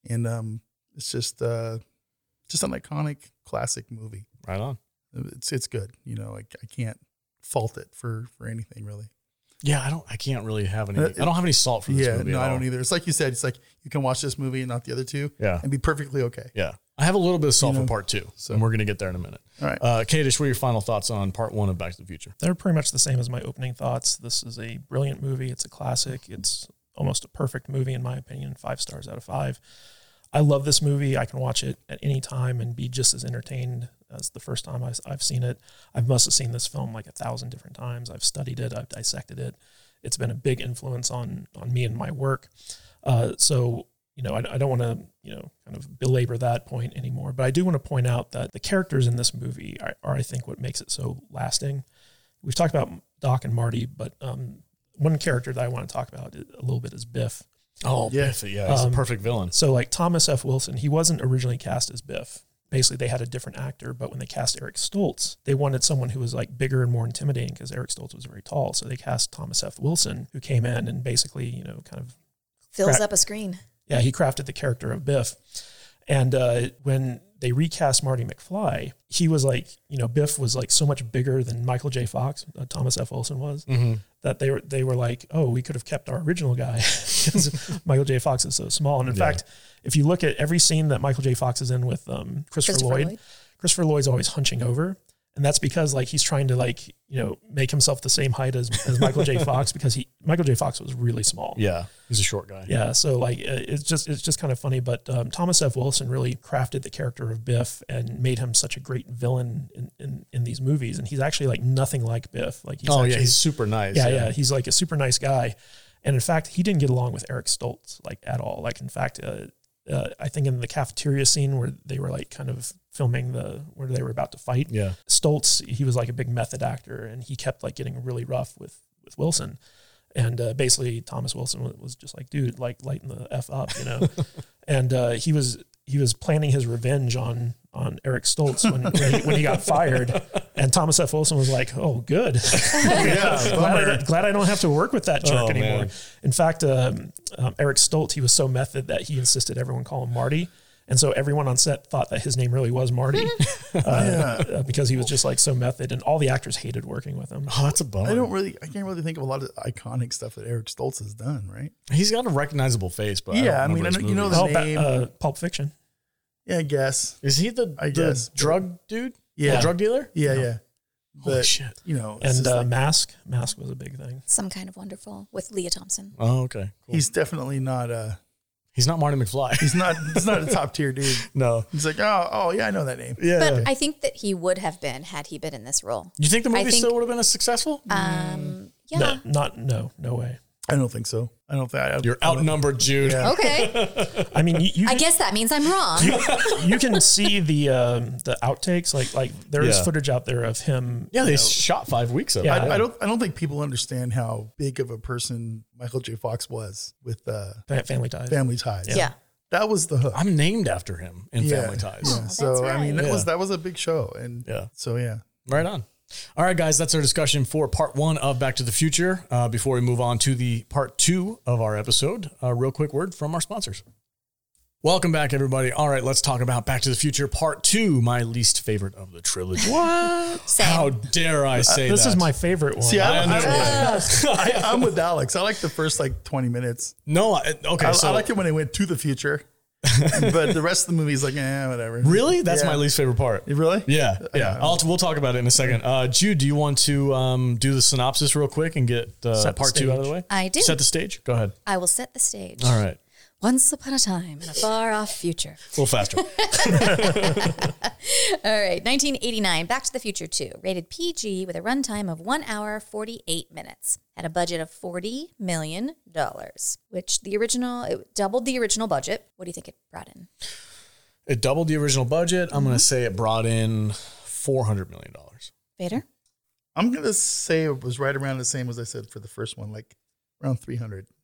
Speaker 1: and um, it's just uh, just an iconic classic movie.
Speaker 2: Right on.
Speaker 1: It's it's good. You know, I, I can't fault it for for anything really.
Speaker 2: Yeah, I don't I can't really have any
Speaker 1: Uh,
Speaker 2: I don't have any salt for this
Speaker 1: yeah,
Speaker 2: movie.
Speaker 1: no,
Speaker 2: at
Speaker 1: I
Speaker 2: all.
Speaker 1: don't either. It's like you said. It's like you can watch this movie and not the other two,
Speaker 2: Yeah.
Speaker 1: and be perfectly okay.
Speaker 2: Yeah. I have a little bit of salt
Speaker 1: You know,
Speaker 2: for part two.
Speaker 1: so-
Speaker 2: And we're gonna get there in a minute.
Speaker 1: All right.
Speaker 2: Uh Kadish, what are your final thoughts on part one of Back to the Future?
Speaker 4: they're pretty much the same as my opening thoughts. This is a brilliant movie. It's a classic. It's almost a perfect movie in my opinion. Five stars out of five. I love this movie. I can watch it at any time and be just as entertained as the first time I, I've seen it. I must have seen this film like a thousand different times. I've studied it. I've dissected it. It's been a big influence on on me and my work. Uh, so you know, I, I don't want to you know kind of belabor that point anymore. But I do want to point out that the characters in this movie are, are I think, what makes it so lasting we've talked about Doc and Marty, but um, one character that I want to talk about a little bit is Biff.
Speaker 2: Oh,
Speaker 1: Yeah.
Speaker 2: Biff, yeah, he's a
Speaker 4: Um,
Speaker 2: perfect villain.
Speaker 4: So, like Thomas F. Wilson, he wasn't originally cast as Biff. Basically, they had a different actor, but when they cast Eric Stoltz, they wanted someone who was like bigger and more intimidating because Eric Stoltz was very tall. So they cast Thomas F. Wilson, who came in and basically, you know, kind of
Speaker 5: Fills
Speaker 4: Crap.
Speaker 5: up a screen.
Speaker 4: yeah, he crafted the character of Biff. And uh, when they recast Marty McFly, he was like, you know, Biff was like so much bigger than Michael J. Fox, uh, Thomas F. Olson was, that they were they were like, oh, we could have kept our original guy 'Cause Michael J. Fox is so small. And in fact, if you look at every scene that Michael J. Fox is in with um, Christopher,
Speaker 5: Christopher
Speaker 4: Lloyd,
Speaker 5: Lloyd.
Speaker 4: Christopher Lloyd's always hunching over. And that's because like he's trying to like, you know, make himself the same height as, as Michael J. Fox because he Michael J. Fox was really small.
Speaker 2: Yeah, he's a short guy.
Speaker 4: Yeah, so like uh, it's just it's just kind of funny, but um, Thomas F. Wilson really crafted the character of Biff and made him such a great villain in, in, in these movies, and he's actually like nothing like Biff. Like he's
Speaker 2: oh yeah,
Speaker 4: actually-
Speaker 2: he's super nice.
Speaker 4: yeah, yeah, he's like a super nice guy, and in fact, he didn't get along with Eric Stoltz like at all. Like in fact, uh, uh, I think in the cafeteria scene where they were like kind of filming the where they were about to fight,
Speaker 2: Yeah.
Speaker 4: Stoltz, he was like a big method actor, and he kept like getting really rough with with Wilson. And uh, basically, Thomas Wilson wa- was just like, "Dude, like lighten the f up," you know. and uh, he was he was planning his revenge on on Eric Stoltz when when he, when he got fired. And Thomas F. Wilson was like, "Oh, good."
Speaker 1: yeah,
Speaker 4: glad, I
Speaker 1: bummer.
Speaker 4: don't, glad I don't have to work with that jerk
Speaker 2: Oh,
Speaker 4: anymore.
Speaker 2: man.
Speaker 4: In fact, um, um, Eric Stoltz, he was so method that he insisted everyone call him Marty. And so everyone on set thought that his name really was Marty uh, uh, because he was just like so method. And all the actors hated working with him.
Speaker 2: Oh, that's a bummer.
Speaker 1: I don't really, I can't really think of a lot of iconic stuff that Eric Stoltz has done, right?
Speaker 2: He's got a recognizable face, but
Speaker 1: Yeah, I
Speaker 2: I don't
Speaker 1: mean,
Speaker 2: remember
Speaker 1: I
Speaker 2: his
Speaker 1: know- you know
Speaker 2: movies.
Speaker 1: the-
Speaker 4: Oh, ba-
Speaker 1: name.
Speaker 4: uh, Pulp Fiction.
Speaker 1: Yeah, I guess.
Speaker 2: is he the,
Speaker 1: I
Speaker 2: the
Speaker 1: guess.
Speaker 2: drug dude?
Speaker 1: Yeah.
Speaker 2: The drug dealer.
Speaker 1: Yeah, yeah. But,
Speaker 2: Holy shit. um,
Speaker 1: You know, it's
Speaker 4: And
Speaker 1: just
Speaker 4: uh,
Speaker 1: like-
Speaker 4: Mask. Mask was a big thing.
Speaker 5: Some kind of wonderful with Leah Thompson.
Speaker 2: Oh, okay. Cool. He's
Speaker 1: he's definitely not. Uh,
Speaker 2: he's not Marty McFly.
Speaker 1: he's not. he's not a top tier dude.
Speaker 2: no.
Speaker 1: He's like, oh, oh yeah, I know that name.
Speaker 2: Yeah.
Speaker 5: But I think that he would have been had he been in this role.
Speaker 2: you think the
Speaker 5: I
Speaker 2: movie
Speaker 5: think-
Speaker 2: still would have been as successful?
Speaker 5: Um, yeah.
Speaker 4: No, not, no, no way.
Speaker 1: I don't think so. I don't think I, I-
Speaker 2: You're
Speaker 1: I don't-
Speaker 2: outnumbered, Jude.
Speaker 1: Yeah.
Speaker 5: Okay.
Speaker 4: I mean, you, you,
Speaker 5: I
Speaker 4: can,
Speaker 5: guess that means I'm wrong.
Speaker 4: you can see the um, the outtakes. Like, like there is
Speaker 2: Yeah.
Speaker 4: footage out there of him.
Speaker 2: Yeah, they shot five weeks of
Speaker 4: Yeah.
Speaker 2: it.
Speaker 1: I, I don't. I don't think people understand how big of a person Michael J. Fox was with uh,
Speaker 4: Fa- Family Ties.
Speaker 1: Family Ties.
Speaker 5: Yeah.
Speaker 1: that was the hook.
Speaker 2: I'm named after him in
Speaker 1: Yeah.
Speaker 2: Family Ties.
Speaker 1: Yeah. so
Speaker 5: Oh, that's
Speaker 1: I mean, that
Speaker 2: right.
Speaker 1: was
Speaker 2: Yeah.
Speaker 1: that was a big show, and
Speaker 2: Yeah.
Speaker 1: So yeah,
Speaker 2: Right on. All right, guys, that's our discussion for part one of Back to the Future. Uh, before we move on to the part two of our episode, a real quick word from our sponsors. Welcome back, everybody. All right, let's talk about Back to the Future Part Two, my least favorite of the trilogy. What?
Speaker 5: Same.
Speaker 2: How dare I say
Speaker 4: This
Speaker 2: that?
Speaker 4: is my favorite one.
Speaker 1: see, I, I,
Speaker 2: I
Speaker 1: I,
Speaker 2: understand.
Speaker 1: am with Alex. I like the first like 20 minutes.
Speaker 2: no, I, okay.
Speaker 1: I,
Speaker 2: so
Speaker 1: I like it when it went to the future, but the rest of the movie's like, eh, whatever.
Speaker 2: really, that's
Speaker 1: Yeah.
Speaker 2: my least favorite part.
Speaker 1: Really?
Speaker 2: Yeah, yeah. I'll, we'll talk about it in a second. Uh, Jude, do you want to um, do the synopsis real quick and get uh,
Speaker 4: Set the
Speaker 2: part two out of the
Speaker 4: stage.
Speaker 2: way?
Speaker 5: I do.
Speaker 2: Set the stage. Go ahead.
Speaker 5: I will set the stage.
Speaker 2: All right.
Speaker 5: Once upon a time in a far off future.
Speaker 2: A little faster.
Speaker 5: All right, 1989, Back to the Future 2, rated PG with a runtime of 1 hour 48 minutes. Had a budget of $40 million, which the original, it doubled the original budget. What do you think it brought in?
Speaker 2: It doubled the original budget. I'm going to say it brought in four hundred million dollars.
Speaker 5: Vader?
Speaker 1: I'm gonna say it was right around the same as I said for the first one, like around 300.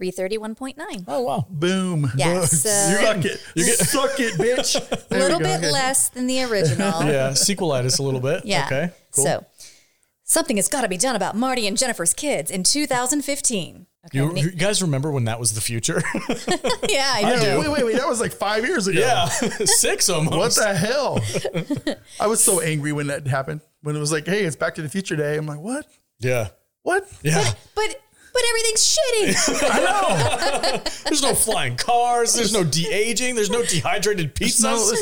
Speaker 5: 331.9.
Speaker 2: Oh wow!
Speaker 1: Boom.
Speaker 5: Yeah,
Speaker 1: Boom.
Speaker 5: so-
Speaker 1: suck it. You get suck it, bitch.
Speaker 5: A
Speaker 1: There we
Speaker 5: little
Speaker 1: go.
Speaker 5: bit
Speaker 1: Okay.
Speaker 5: less than the original.
Speaker 2: Yeah, sequelitis a little bit.
Speaker 5: Yeah.
Speaker 2: Okay. Cool.
Speaker 5: So, something has got to be done about Marty and Jennifer's kids in 2015. Okay.
Speaker 2: you,
Speaker 5: Nick-
Speaker 2: you guys remember when that was the future?
Speaker 5: yeah, I know.
Speaker 1: Yeah, Wait, wait, wait. That was like five years ago.
Speaker 2: yeah, six almost.
Speaker 1: What the hell? I was so angry when that happened. When it was like, hey, it's Back to the Future Day. I'm like, what?
Speaker 2: Yeah,
Speaker 1: What?
Speaker 2: yeah.
Speaker 5: But but everything's shitty.
Speaker 2: There's no flying cars. There's no de aging. There's no dehydrated
Speaker 1: It's no,
Speaker 2: pizzas.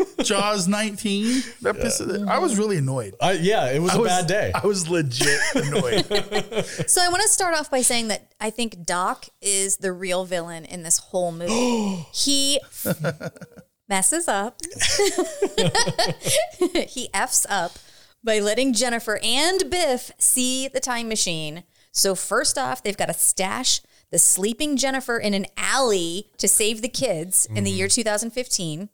Speaker 1: it's no Jaws 19. That pisses- I was really annoyed.
Speaker 2: I- yeah, it was
Speaker 1: I
Speaker 2: a
Speaker 1: was,
Speaker 2: bad day.
Speaker 1: I was legit annoyed.
Speaker 5: so I want to start off by saying that I think Doc is the real villain in this whole movie. he messes up. he f's up by letting Jennifer and Biff see the time machine. So first off, they've got to stash the sleeping Jennifer in an alley to save the kids in the year 2015.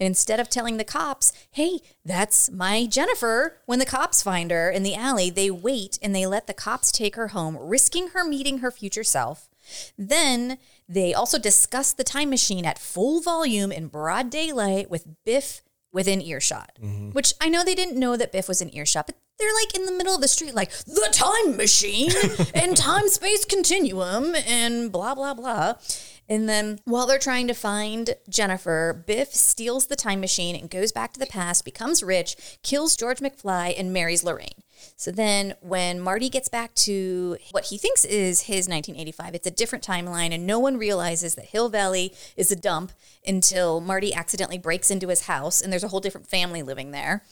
Speaker 5: And instead of telling the cops, hey, that's my Jennifer, when the cops find her in the alley, they wait and they let the cops take her home, risking her meeting her future self. Then they also discuss the time machine at full volume in broad daylight with Biff within earshot, which I know they didn't know that Biff was in earshot, but they're like in the middle of the street, like the time machine and time space continuum and blah, blah, blah. And then while they're trying to find Jennifer, Biff steals the time machine and goes back to the past, becomes rich, kills George McFly, and marries Lorraine. So then when Marty gets back to what he thinks is his 1985, it's a different timeline, and no one realizes that Hill Valley is a dump until Marty accidentally breaks into his house, and there's a whole different family living there.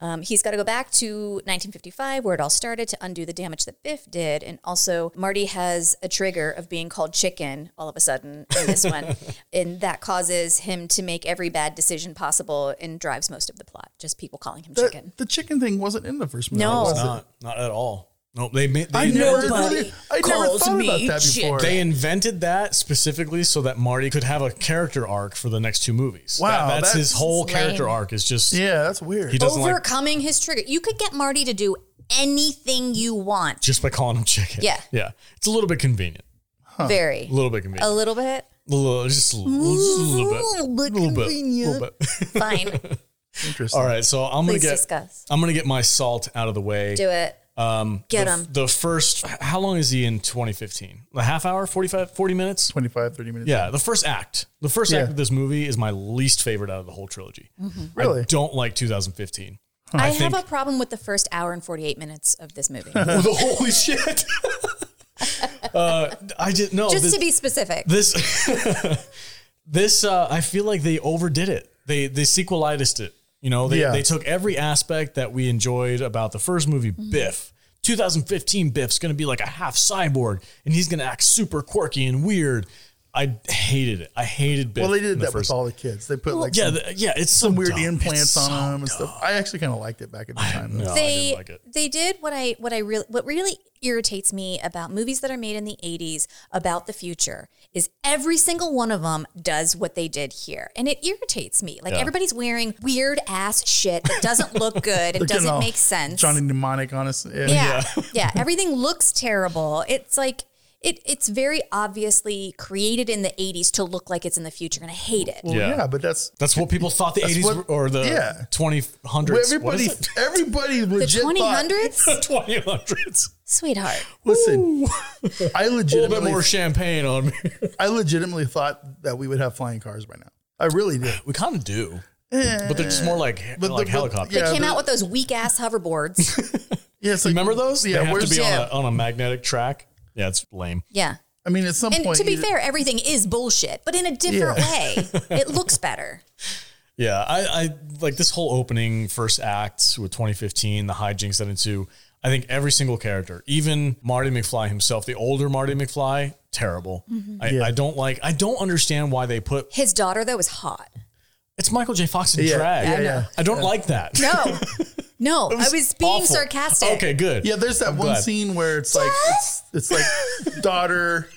Speaker 5: Um, he's got to go back to 1955, where it all started, to undo the damage that Biff did. And also, Marty has a trigger of being called chicken all of a sudden in this one. And that causes him to make every bad decision possible and drives most of the plot, just people calling him
Speaker 1: The,
Speaker 5: chicken.
Speaker 1: the chicken thing wasn't in the first movie.
Speaker 5: No.
Speaker 1: was it?
Speaker 2: Not, not at all. No, they made. They,
Speaker 1: I never,
Speaker 5: Nobody
Speaker 1: really, I never
Speaker 5: calls
Speaker 1: thought about
Speaker 5: me
Speaker 1: that before.
Speaker 2: They invented that specifically so that Marty could have a character arc for the next two movies.
Speaker 1: Wow,
Speaker 2: That- that's,
Speaker 1: that's-
Speaker 2: his whole
Speaker 5: That's
Speaker 2: character
Speaker 5: lame.
Speaker 2: arc. Is just
Speaker 1: yeah, that's weird.
Speaker 2: he doesn't like
Speaker 5: Overcoming his trigger. You could get Marty to do anything you want.
Speaker 2: just by calling him chicken.
Speaker 5: Yeah.
Speaker 2: yeah. It's a little bit convenient.
Speaker 5: Very.
Speaker 2: A little bit
Speaker 5: A
Speaker 2: convenient.
Speaker 5: little bit.
Speaker 2: A little, just a little, just a little bit. A little bit. A little bit.
Speaker 5: Fine.
Speaker 1: Interesting.
Speaker 2: All right, so I'm gonna
Speaker 5: Please
Speaker 2: get
Speaker 5: discuss.
Speaker 2: I'm gonna get my salt out of the way.
Speaker 5: Do it.
Speaker 2: Um,
Speaker 5: Get
Speaker 2: the,
Speaker 5: 'em.
Speaker 2: The first, how long is he in 2015? A half hour, 45, 40 minutes?
Speaker 1: 25, 30 minutes.
Speaker 2: Yeah, the first act. The first
Speaker 1: Yeah.
Speaker 2: act of this movie is my least favorite out of the whole trilogy. I
Speaker 5: Mm-hmm.
Speaker 1: Really?
Speaker 2: don't like 2015.
Speaker 5: I,
Speaker 2: think- Oh,
Speaker 5: have a problem with the first hour and 48 minutes of this movie.
Speaker 2: holy shit. uh, I didn't know.
Speaker 5: just to be specific.
Speaker 2: this this uh, I feel like they overdid it. They they sequelized it. You know, they,
Speaker 1: Yeah.
Speaker 2: they took every aspect that we enjoyed about the first movie, Biff. 2015 Biff's gonna be like a half cyborg and he's gonna act super quirky and weird. I hated it. I hated Biff.
Speaker 1: Well, they did
Speaker 2: in the
Speaker 1: that with
Speaker 2: first-
Speaker 1: all the kids. They put like
Speaker 2: Yeah,
Speaker 1: some,
Speaker 2: th- yeah, it's
Speaker 1: some
Speaker 2: so
Speaker 1: weird
Speaker 2: dumb. It's
Speaker 1: implants
Speaker 2: so
Speaker 1: on them and stuff. I actually kind of liked it back at the time. though.
Speaker 2: No, oh, I
Speaker 5: they
Speaker 2: didn't like it.
Speaker 5: they did what I what I really what really irritates me about movies that are made in the 80s about the future is every single one of them does what they did here and it irritates me like everybody's wearing weird ass shit that doesn't look good
Speaker 1: They're
Speaker 5: and
Speaker 1: getting all
Speaker 5: doesn't make sense
Speaker 1: Johnny Mnemonic on us. Yeah.
Speaker 5: yeah yeah, everything looks terrible it's like it, it's very obviously created in the 80s to look like it's in the future and I hate it
Speaker 1: Well,
Speaker 2: Yeah.
Speaker 1: yeah. but that's
Speaker 2: That's what people thought the 80s
Speaker 1: what-
Speaker 2: were, or the
Speaker 1: yeah.
Speaker 2: 2000s.
Speaker 1: well,
Speaker 2: what
Speaker 1: everybody.
Speaker 2: is it?
Speaker 1: Everybody
Speaker 5: the
Speaker 1: legit thought.
Speaker 5: 2000s
Speaker 2: 2000s.
Speaker 5: sweetheart
Speaker 1: Listen, I
Speaker 2: A little bit
Speaker 1: legitimately,
Speaker 2: more champagne on me.
Speaker 1: I legitimately thought that we would have flying cars by now. I really did.
Speaker 2: We kind of do, but they're just more like
Speaker 1: Uh, But
Speaker 2: like
Speaker 1: the- but-
Speaker 2: helicopters.
Speaker 1: yeah.
Speaker 5: they came
Speaker 1: but-
Speaker 5: out with those weak ass hoverboards
Speaker 1: Yeah, it's like,
Speaker 2: Remember those?
Speaker 1: Yeah,
Speaker 2: they have to
Speaker 1: where's-
Speaker 2: be on
Speaker 5: Yeah.
Speaker 2: a, on a magnetic track. Yeah, it's lame.
Speaker 5: yeah
Speaker 1: I mean, at some
Speaker 5: And
Speaker 1: point,
Speaker 5: to be
Speaker 1: you-
Speaker 5: fair, everything is bullshit, but in a different
Speaker 1: Yeah.
Speaker 5: way. It looks better.
Speaker 2: Yeah, I, I like this whole opening first act with 2015, the hijinks that ensue. I think every single character, even Marty McFly himself, the older Marty McFly, terrible.
Speaker 1: Mm-hmm.
Speaker 2: I, I don't like. I don't understand why they put.
Speaker 5: His daughter though is hot.
Speaker 2: It's Michael J. Fox in
Speaker 1: Yeah,
Speaker 2: drag.
Speaker 1: yeah, yeah.
Speaker 2: I don't like that.
Speaker 5: No, no,
Speaker 2: It was
Speaker 5: I was being
Speaker 2: awful.
Speaker 5: sarcastic.
Speaker 2: Okay, good.
Speaker 1: Yeah, there's that one
Speaker 2: glad.
Speaker 1: scene where it's like it's, it's like daughter,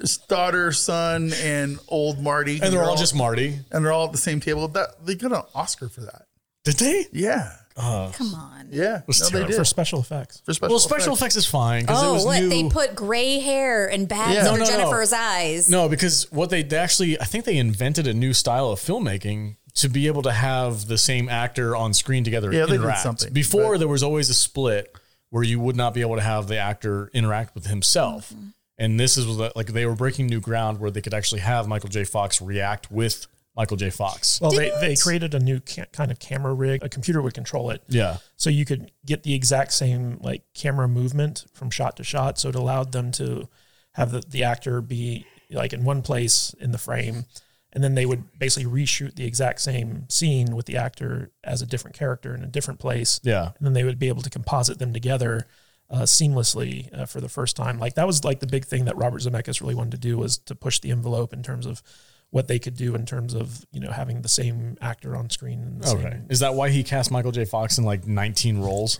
Speaker 1: it's daughter, son, and old Marty,
Speaker 2: and they're all just Marty.
Speaker 1: and they're all at the same table. That they got an Oscar for that.
Speaker 2: Did they?
Speaker 1: Yeah,
Speaker 5: Come on.
Speaker 1: yeah,
Speaker 2: Uh, was
Speaker 1: no, they
Speaker 2: terrible.
Speaker 1: did
Speaker 4: for special effects.
Speaker 1: for special.
Speaker 2: Well, special effects is fine because it
Speaker 5: Oh,
Speaker 2: was
Speaker 5: what?
Speaker 2: new.
Speaker 5: They put gray hair and bags
Speaker 1: Yeah. No,
Speaker 5: under
Speaker 2: no, no.
Speaker 5: Jennifer's eyes.
Speaker 2: No, because what they they actually, I think they invented a new style of filmmaking to be able to have the same actor on screen together.
Speaker 1: Yeah, they did
Speaker 2: interact.
Speaker 1: something,
Speaker 2: Before
Speaker 1: but-
Speaker 2: there was always a split where you would not be able to have the actor interact with himself.
Speaker 1: Mm-hmm.
Speaker 2: And this is what- like they were breaking new ground where they could actually have Michael J. Fox react with Michael J. Fox.
Speaker 4: Well, they, they created a new ca- kind of camera rig. A computer would control it.
Speaker 2: yeah,
Speaker 4: So you could get the exact same like camera movement from shot to shot. So it allowed them to have the, the actor be like in one place in the frame. And then they would basically reshoot the exact same scene with the actor as a different character in a different place.
Speaker 2: yeah.
Speaker 4: and then they would be able to composite them together uh, seamlessly uh, for the first time. Like that was like the big thing that Robert Zemeckis really wanted to do was to push the envelope in terms of what they could do in terms of you know having the same actor on screen. And the
Speaker 2: Okay.
Speaker 4: Same.
Speaker 2: Is that why he cast Michael J. Fox in like 19 roles?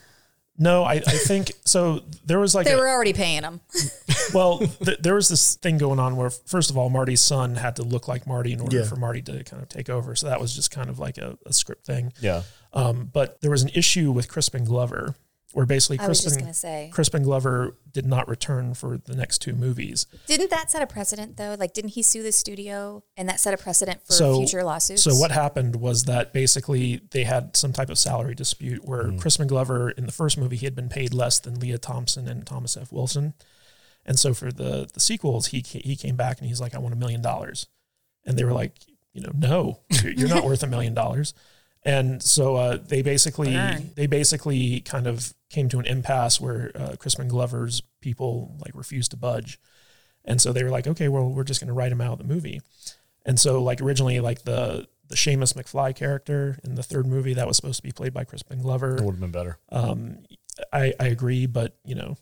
Speaker 4: No, I, I think so. There was like
Speaker 5: They
Speaker 4: a-
Speaker 5: were already paying him.
Speaker 4: well, th- there was this thing going on where first of all, Marty's son had to look like Marty in order
Speaker 1: Yeah.
Speaker 4: for Marty to kind of take over. So that was just kind of like a, a script thing.
Speaker 2: Yeah.
Speaker 4: Um, but there was an issue with Crispin Glover, where basically
Speaker 5: I was just
Speaker 4: Crispin
Speaker 5: gonna say.
Speaker 4: Crispin Glover did not return for the next two movies.
Speaker 5: Didn't that set a precedent though? Like, didn't he sue the studio, and that set a precedent for
Speaker 4: so
Speaker 5: future lawsuits?
Speaker 4: So what happened was that basically they had some type of salary dispute where Crispin Glover in the first movie he had been paid less than Leah Thompson and Thomas F. Wilson. And so for the the sequels, he ca- he came back and he's like, I want a million dollars, and they were like, you know, no, you're you're not worth a million dollars. And so uh, they basically
Speaker 5: Burn.
Speaker 4: they basically kind of came to an impasse where uh, Crispin Glover's people like refused to budge, and so they were like, okay, well, we're just going to write him out of the movie. And so, like originally, like the the Seamus McFly character in the third movie that was supposed to be played by Crispin
Speaker 2: That
Speaker 4: Glover.
Speaker 2: would have been better.
Speaker 4: Um, I I agree, but you know,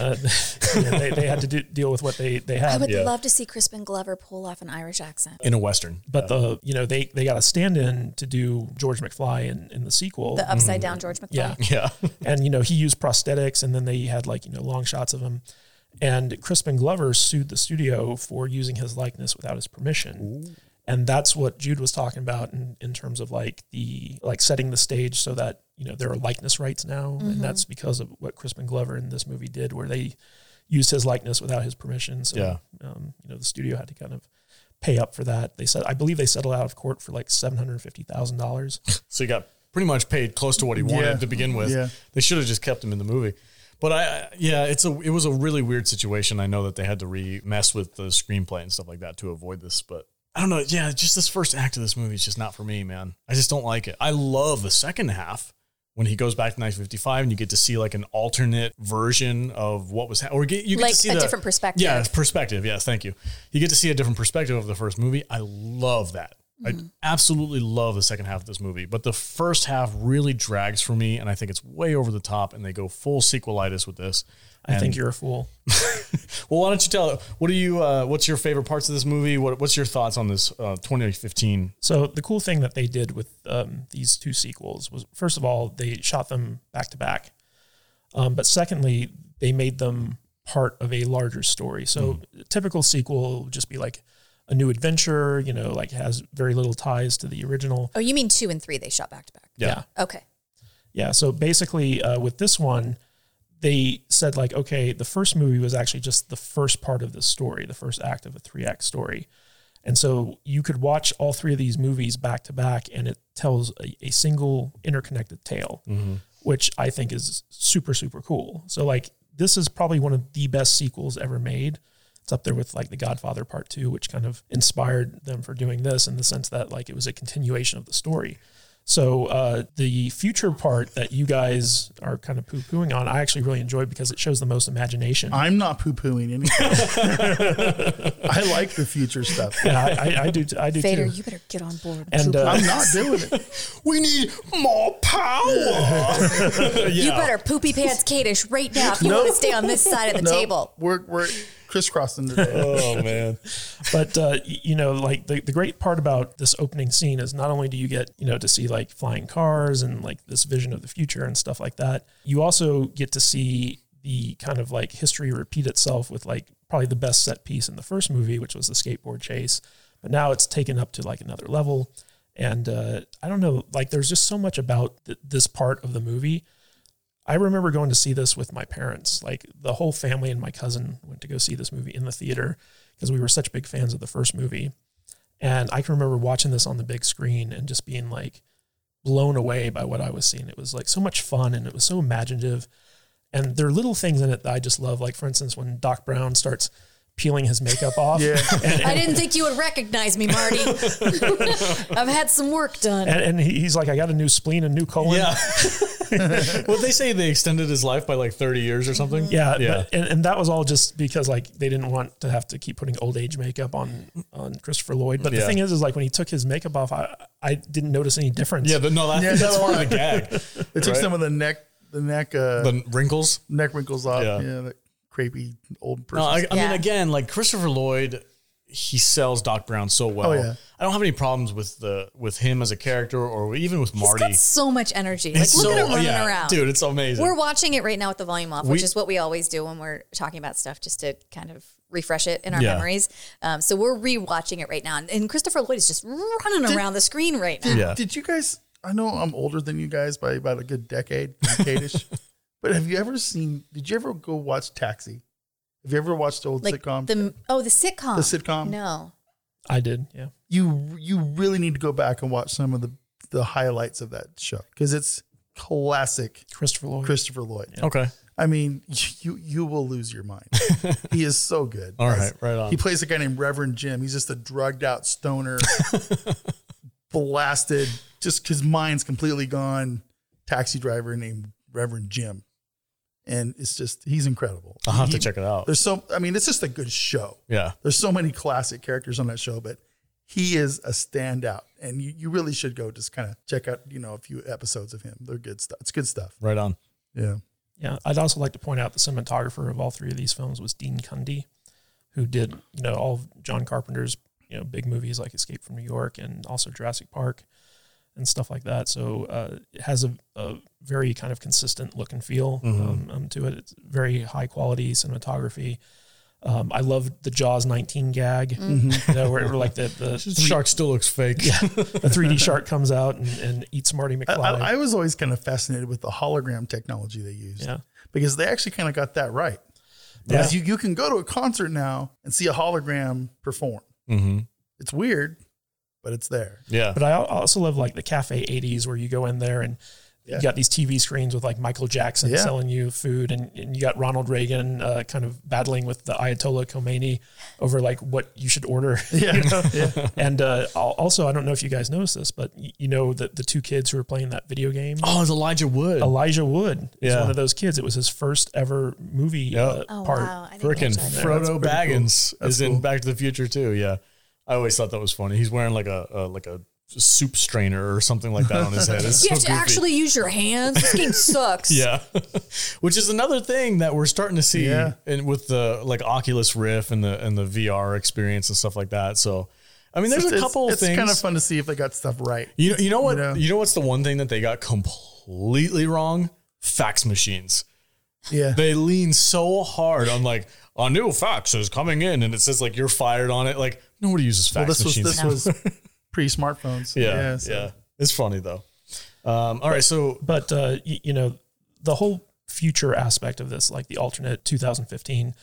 Speaker 4: uh, yeah, they, they had to do, deal with what they they
Speaker 5: I
Speaker 4: had.
Speaker 5: would
Speaker 2: Yeah.
Speaker 5: love to see Crispin Glover pull off an Irish accent.
Speaker 2: In a Western.
Speaker 4: But the you know they they got a stand in to do George McFly in, in the sequel.
Speaker 5: The upside down George McFly.
Speaker 4: Mm-hmm. yeah,
Speaker 2: Yeah.
Speaker 4: and you know he used prosthetics, and then they had like you know long shots of him. And Crispin Glover sued the studio for using his likeness without his permission. And that's what Jude was talking about in, in terms of like the like setting the stage so that you know there are likeness rights now,
Speaker 2: Mm-hmm.
Speaker 4: and that's because of what Crispin Glover in this movie did, where they used his likeness without his permission. So
Speaker 2: Yeah.
Speaker 4: um, you know the studio had to kind of pay up for that. They said I believe they settled out of court for like seven hundred fifty thousand dollars.
Speaker 2: So he got pretty much paid close to what he wanted
Speaker 1: Yeah.
Speaker 2: to begin with.
Speaker 1: Yeah.
Speaker 2: They should have just kept him in the movie. But I, I- yeah, it's a it was a really weird situation. I know that they had to re mess with the screenplay and stuff like that to avoid this. But I don't know. Yeah, just this first act of this movie is just not for me, man. I just don't like it. I love the second half when he goes back to 1955 and you get to see like an alternate version of what was ha- or get, you get
Speaker 5: Like
Speaker 2: to see
Speaker 5: a
Speaker 2: the-
Speaker 5: different perspective.
Speaker 2: Yeah, perspective. Yes, thank you. You get to see a different perspective of the first movie. I love that.
Speaker 5: Mm-hmm.
Speaker 2: I absolutely love the second half of this movie, but the first half really drags for me, and I think it's way over the top. And they go full sequelitis with this.
Speaker 4: I
Speaker 2: And-
Speaker 4: think you're a fool.
Speaker 2: well. Why don't you tell? What do you? Uh, what's your favorite parts of this movie? What, what's your thoughts on this uh, 2015?
Speaker 4: So the cool thing that they did with um, these two sequels was, first of all, they shot them back to back, Um, but secondly, they made them part of a larger story. So a typical sequel would just be like a new adventure, you know, like has very little ties to the original.
Speaker 5: Oh, you mean two and three? They shot back to back.
Speaker 2: Yeah.
Speaker 5: Okay.
Speaker 4: Yeah. So basically, uh, with this one, they said like, okay, the first movie was actually just the first part of this story, the first act of a three act story, and so you could watch all three of these movies back to back, and it tells a, a single interconnected tale, which I think is super super cool. So like, this is probably one of the best sequels ever made. It's up there with like The Godfather Part Two, which kind of inspired them for doing this in the sense that like it was a continuation of the story. So uh, the future part that you guys are kind of poo pooing on, I actually really enjoyed because it shows the most imagination.
Speaker 1: I'm not poo pooing anything. I like the future stuff.
Speaker 4: yeah, I, I, I do. T- I do
Speaker 5: Vader,
Speaker 4: too.
Speaker 5: you better get on board.
Speaker 4: And uh,
Speaker 1: I'm not doing it.
Speaker 2: We need more power.
Speaker 5: You better poopy pants Kadish right now if you want to stay on this side of the
Speaker 1: No,
Speaker 5: table.
Speaker 1: We're, we're crisscrossing today.
Speaker 2: oh man.
Speaker 4: but uh, y- you know, like the, the great part about this opening scene is not only do you get you know to see like flying cars and like this vision of the future and stuff like that, you also get to see the kind of like history repeat itself with like probably the best set piece in the first movie, which was the skateboard chase, but now it's taken up to like another level. And uh, I don't know, like there's just so much about th- this part of the movie I remember going to see this with my parents. Like the whole family and my cousin went to go see this movie in the theater because we were such big fans of the first movie. And I can remember watching this on the big screen and just being like blown away by what I was seeing. It was like so much fun and it was so imaginative. And there are little things in it that I just love. Like, for instance, when Doc Brown starts peeling his makeup off.
Speaker 1: Yeah.
Speaker 4: And,
Speaker 5: I didn't think you would recognize me, Marty. I've had some work done.
Speaker 4: and, and he- he's like, I got a new spleen and new colon.
Speaker 2: Yeah. well, they say they extended his life by like 30 years or something.
Speaker 5: Mm-hmm.
Speaker 4: Yeah,
Speaker 2: Yeah.
Speaker 4: But, and, and that was all just because like they didn't want to have to keep putting old age makeup on on Christopher Lloyd. But
Speaker 2: Yeah.
Speaker 4: the thing is, is like when he took his makeup off, I I didn't notice any difference.
Speaker 2: Yeah, but no, that,
Speaker 1: Yeah,
Speaker 2: that's
Speaker 1: no,
Speaker 2: part of
Speaker 1: I-
Speaker 2: the gag.
Speaker 1: They took some of the neck, the neck, uh,
Speaker 2: The wrinkles.
Speaker 1: neck wrinkles off.
Speaker 2: Yeah.
Speaker 1: Yeah, that crepey old person.
Speaker 2: No, I, I mean,
Speaker 5: Yeah.
Speaker 2: again, like Christopher Lloyd, he sells Doc Brown so well.
Speaker 1: Oh, yeah.
Speaker 2: I don't have any problems with the with him as a character, or even with
Speaker 5: He's
Speaker 2: Marty.
Speaker 5: got so much energy. Like,
Speaker 2: It's
Speaker 5: look
Speaker 2: so-
Speaker 5: at him running
Speaker 2: yeah,
Speaker 5: around.
Speaker 2: dude. It's amazing.
Speaker 5: We're watching it right now with the volume off, which
Speaker 2: We-
Speaker 5: is what we always do when we're talking about stuff, just to kind of refresh it in our
Speaker 2: Yeah.
Speaker 5: memories. Um, so we're rewatching it right now, and, and Christopher Lloyd is just running around the screen right now.
Speaker 2: yeah,
Speaker 1: Did you guys? I know I'm older than you guys by about a good decade, decadish. but have you ever seen? Did you ever go watch Taxi? Have you ever watched old
Speaker 5: Like
Speaker 1: sitcom?
Speaker 5: the oh, the sitcom,
Speaker 1: The sitcom.
Speaker 5: No,
Speaker 4: I did. Yeah,
Speaker 1: you you really need to go back and watch some of the the highlights of that show because it's classic
Speaker 4: Christopher Lloyd.
Speaker 2: Mm-hmm.
Speaker 1: Christopher Lloyd.
Speaker 2: okay.
Speaker 1: I mean, you you will lose your mind. he is so good.
Speaker 2: All
Speaker 1: guys.
Speaker 2: right, right on.
Speaker 1: He plays a guy named Reverend Jim. He's just a drugged out stoner, blasted, just his mind's completely gone. Taxi driver named Reverend Jim, and it's just he's incredible.
Speaker 2: I'll have to
Speaker 1: He-
Speaker 2: check it out.
Speaker 1: There's so I mean, it's just a good show.
Speaker 2: Yeah.
Speaker 1: There's so many classic characters on that show, but he is a standout, and you, you really should go just kind of check out you know a few episodes of him. They're good stuff. It's good stuff.
Speaker 2: Right on.
Speaker 1: Yeah.
Speaker 4: Yeah, I'd also like to point out the cinematographer of all three of these films was Dean Cundy, who did you know all of John Carpenter's you know big movies like Escape from New York and also Jurassic Park and stuff like that. So uh, it has a, a very kind of consistent look and feel
Speaker 1: Mm-hmm.
Speaker 4: um, um, to it. It's very high quality cinematography. Um, I love the Jaws 19 gag,
Speaker 1: Mm-hmm.
Speaker 4: you know, where, where like the, the,
Speaker 2: Shark still looks fake. Yeah.
Speaker 4: the 3D shark comes out and, and eats Marty
Speaker 1: I,
Speaker 4: McFly.
Speaker 1: I, I was always kind of fascinated with the hologram technology they used.
Speaker 4: Yeah.
Speaker 1: Because they actually kind of got that right. Because you, you can go to a concert now and see a hologram perform.
Speaker 2: Mhm.
Speaker 1: It's weird, but it's there.
Speaker 2: yeah.
Speaker 4: But I al- also love like the cafe 80s where you go in there and
Speaker 1: Yeah.
Speaker 4: you got these TV screens with like Michael Jackson
Speaker 1: Yeah.
Speaker 4: selling you food and, and you got Ronald Reagan uh, kind of battling with the Ayatollah Khomeini over like what you should order.
Speaker 1: Yeah.
Speaker 4: and uh, al- also, I don't know if you guys noticed this, but y- you know that the two kids who were playing that video game.
Speaker 2: Oh, it's Elijah Wood.
Speaker 4: Elijah Wood is
Speaker 2: Yeah.
Speaker 4: one of those kids. It was his first ever movie uh,
Speaker 5: Oh
Speaker 4: part.
Speaker 5: wow! I think I
Speaker 2: Frickin'
Speaker 5: saw that.
Speaker 2: Frodo Baggins
Speaker 1: That's
Speaker 2: is in
Speaker 1: cool.
Speaker 2: Back to the Future too. Yeah, I always thought that was funny. He's wearing like a, a like a soup strainer or something like that on his head. It's
Speaker 5: You
Speaker 2: so
Speaker 5: have to
Speaker 2: goofy.
Speaker 5: actually use your hands. This game sucks.
Speaker 2: yeah, which is another thing that we're starting to see,
Speaker 1: Yeah.
Speaker 2: and with the like Oculus Rift and the and the VR experience and stuff like that. So, I mean, there's
Speaker 1: It's-
Speaker 2: a couple
Speaker 1: It's,
Speaker 2: things.
Speaker 1: it's kind of fun to see if they got stuff right.
Speaker 2: You know, you know what?
Speaker 1: know?
Speaker 2: You know what's the one thing that they got completely wrong? Fax machines.
Speaker 1: Yeah.
Speaker 2: They lean so hard on like a new fax is coming in, and it says like you're fired on it. Like nobody uses fax
Speaker 1: well, this was
Speaker 2: machines.
Speaker 1: this was pre smartphones.
Speaker 2: yeah, yeah,
Speaker 1: so-
Speaker 2: It's funny though. Um, all right, so
Speaker 4: but uh, y- you know the whole future aspect of this like the alternate 2015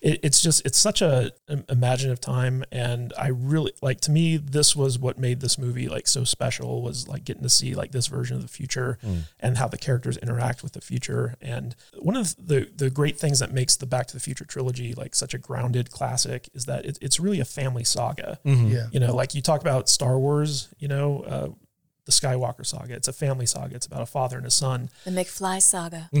Speaker 4: it, it's just it's such a im- imaginative time and i really like to me this was what made this movie like so special was like getting to see like this version of the future and how the characters interact with the future and one of the the great things that makes the back to the future trilogy like such a grounded classic is that it, it's really a family saga
Speaker 2: Mm-hmm.
Speaker 1: Yeah.
Speaker 4: you know like you talk about star wars you know uh, the skywalker saga it's a family saga it's about a father and a son
Speaker 5: The McFly saga.
Speaker 2: the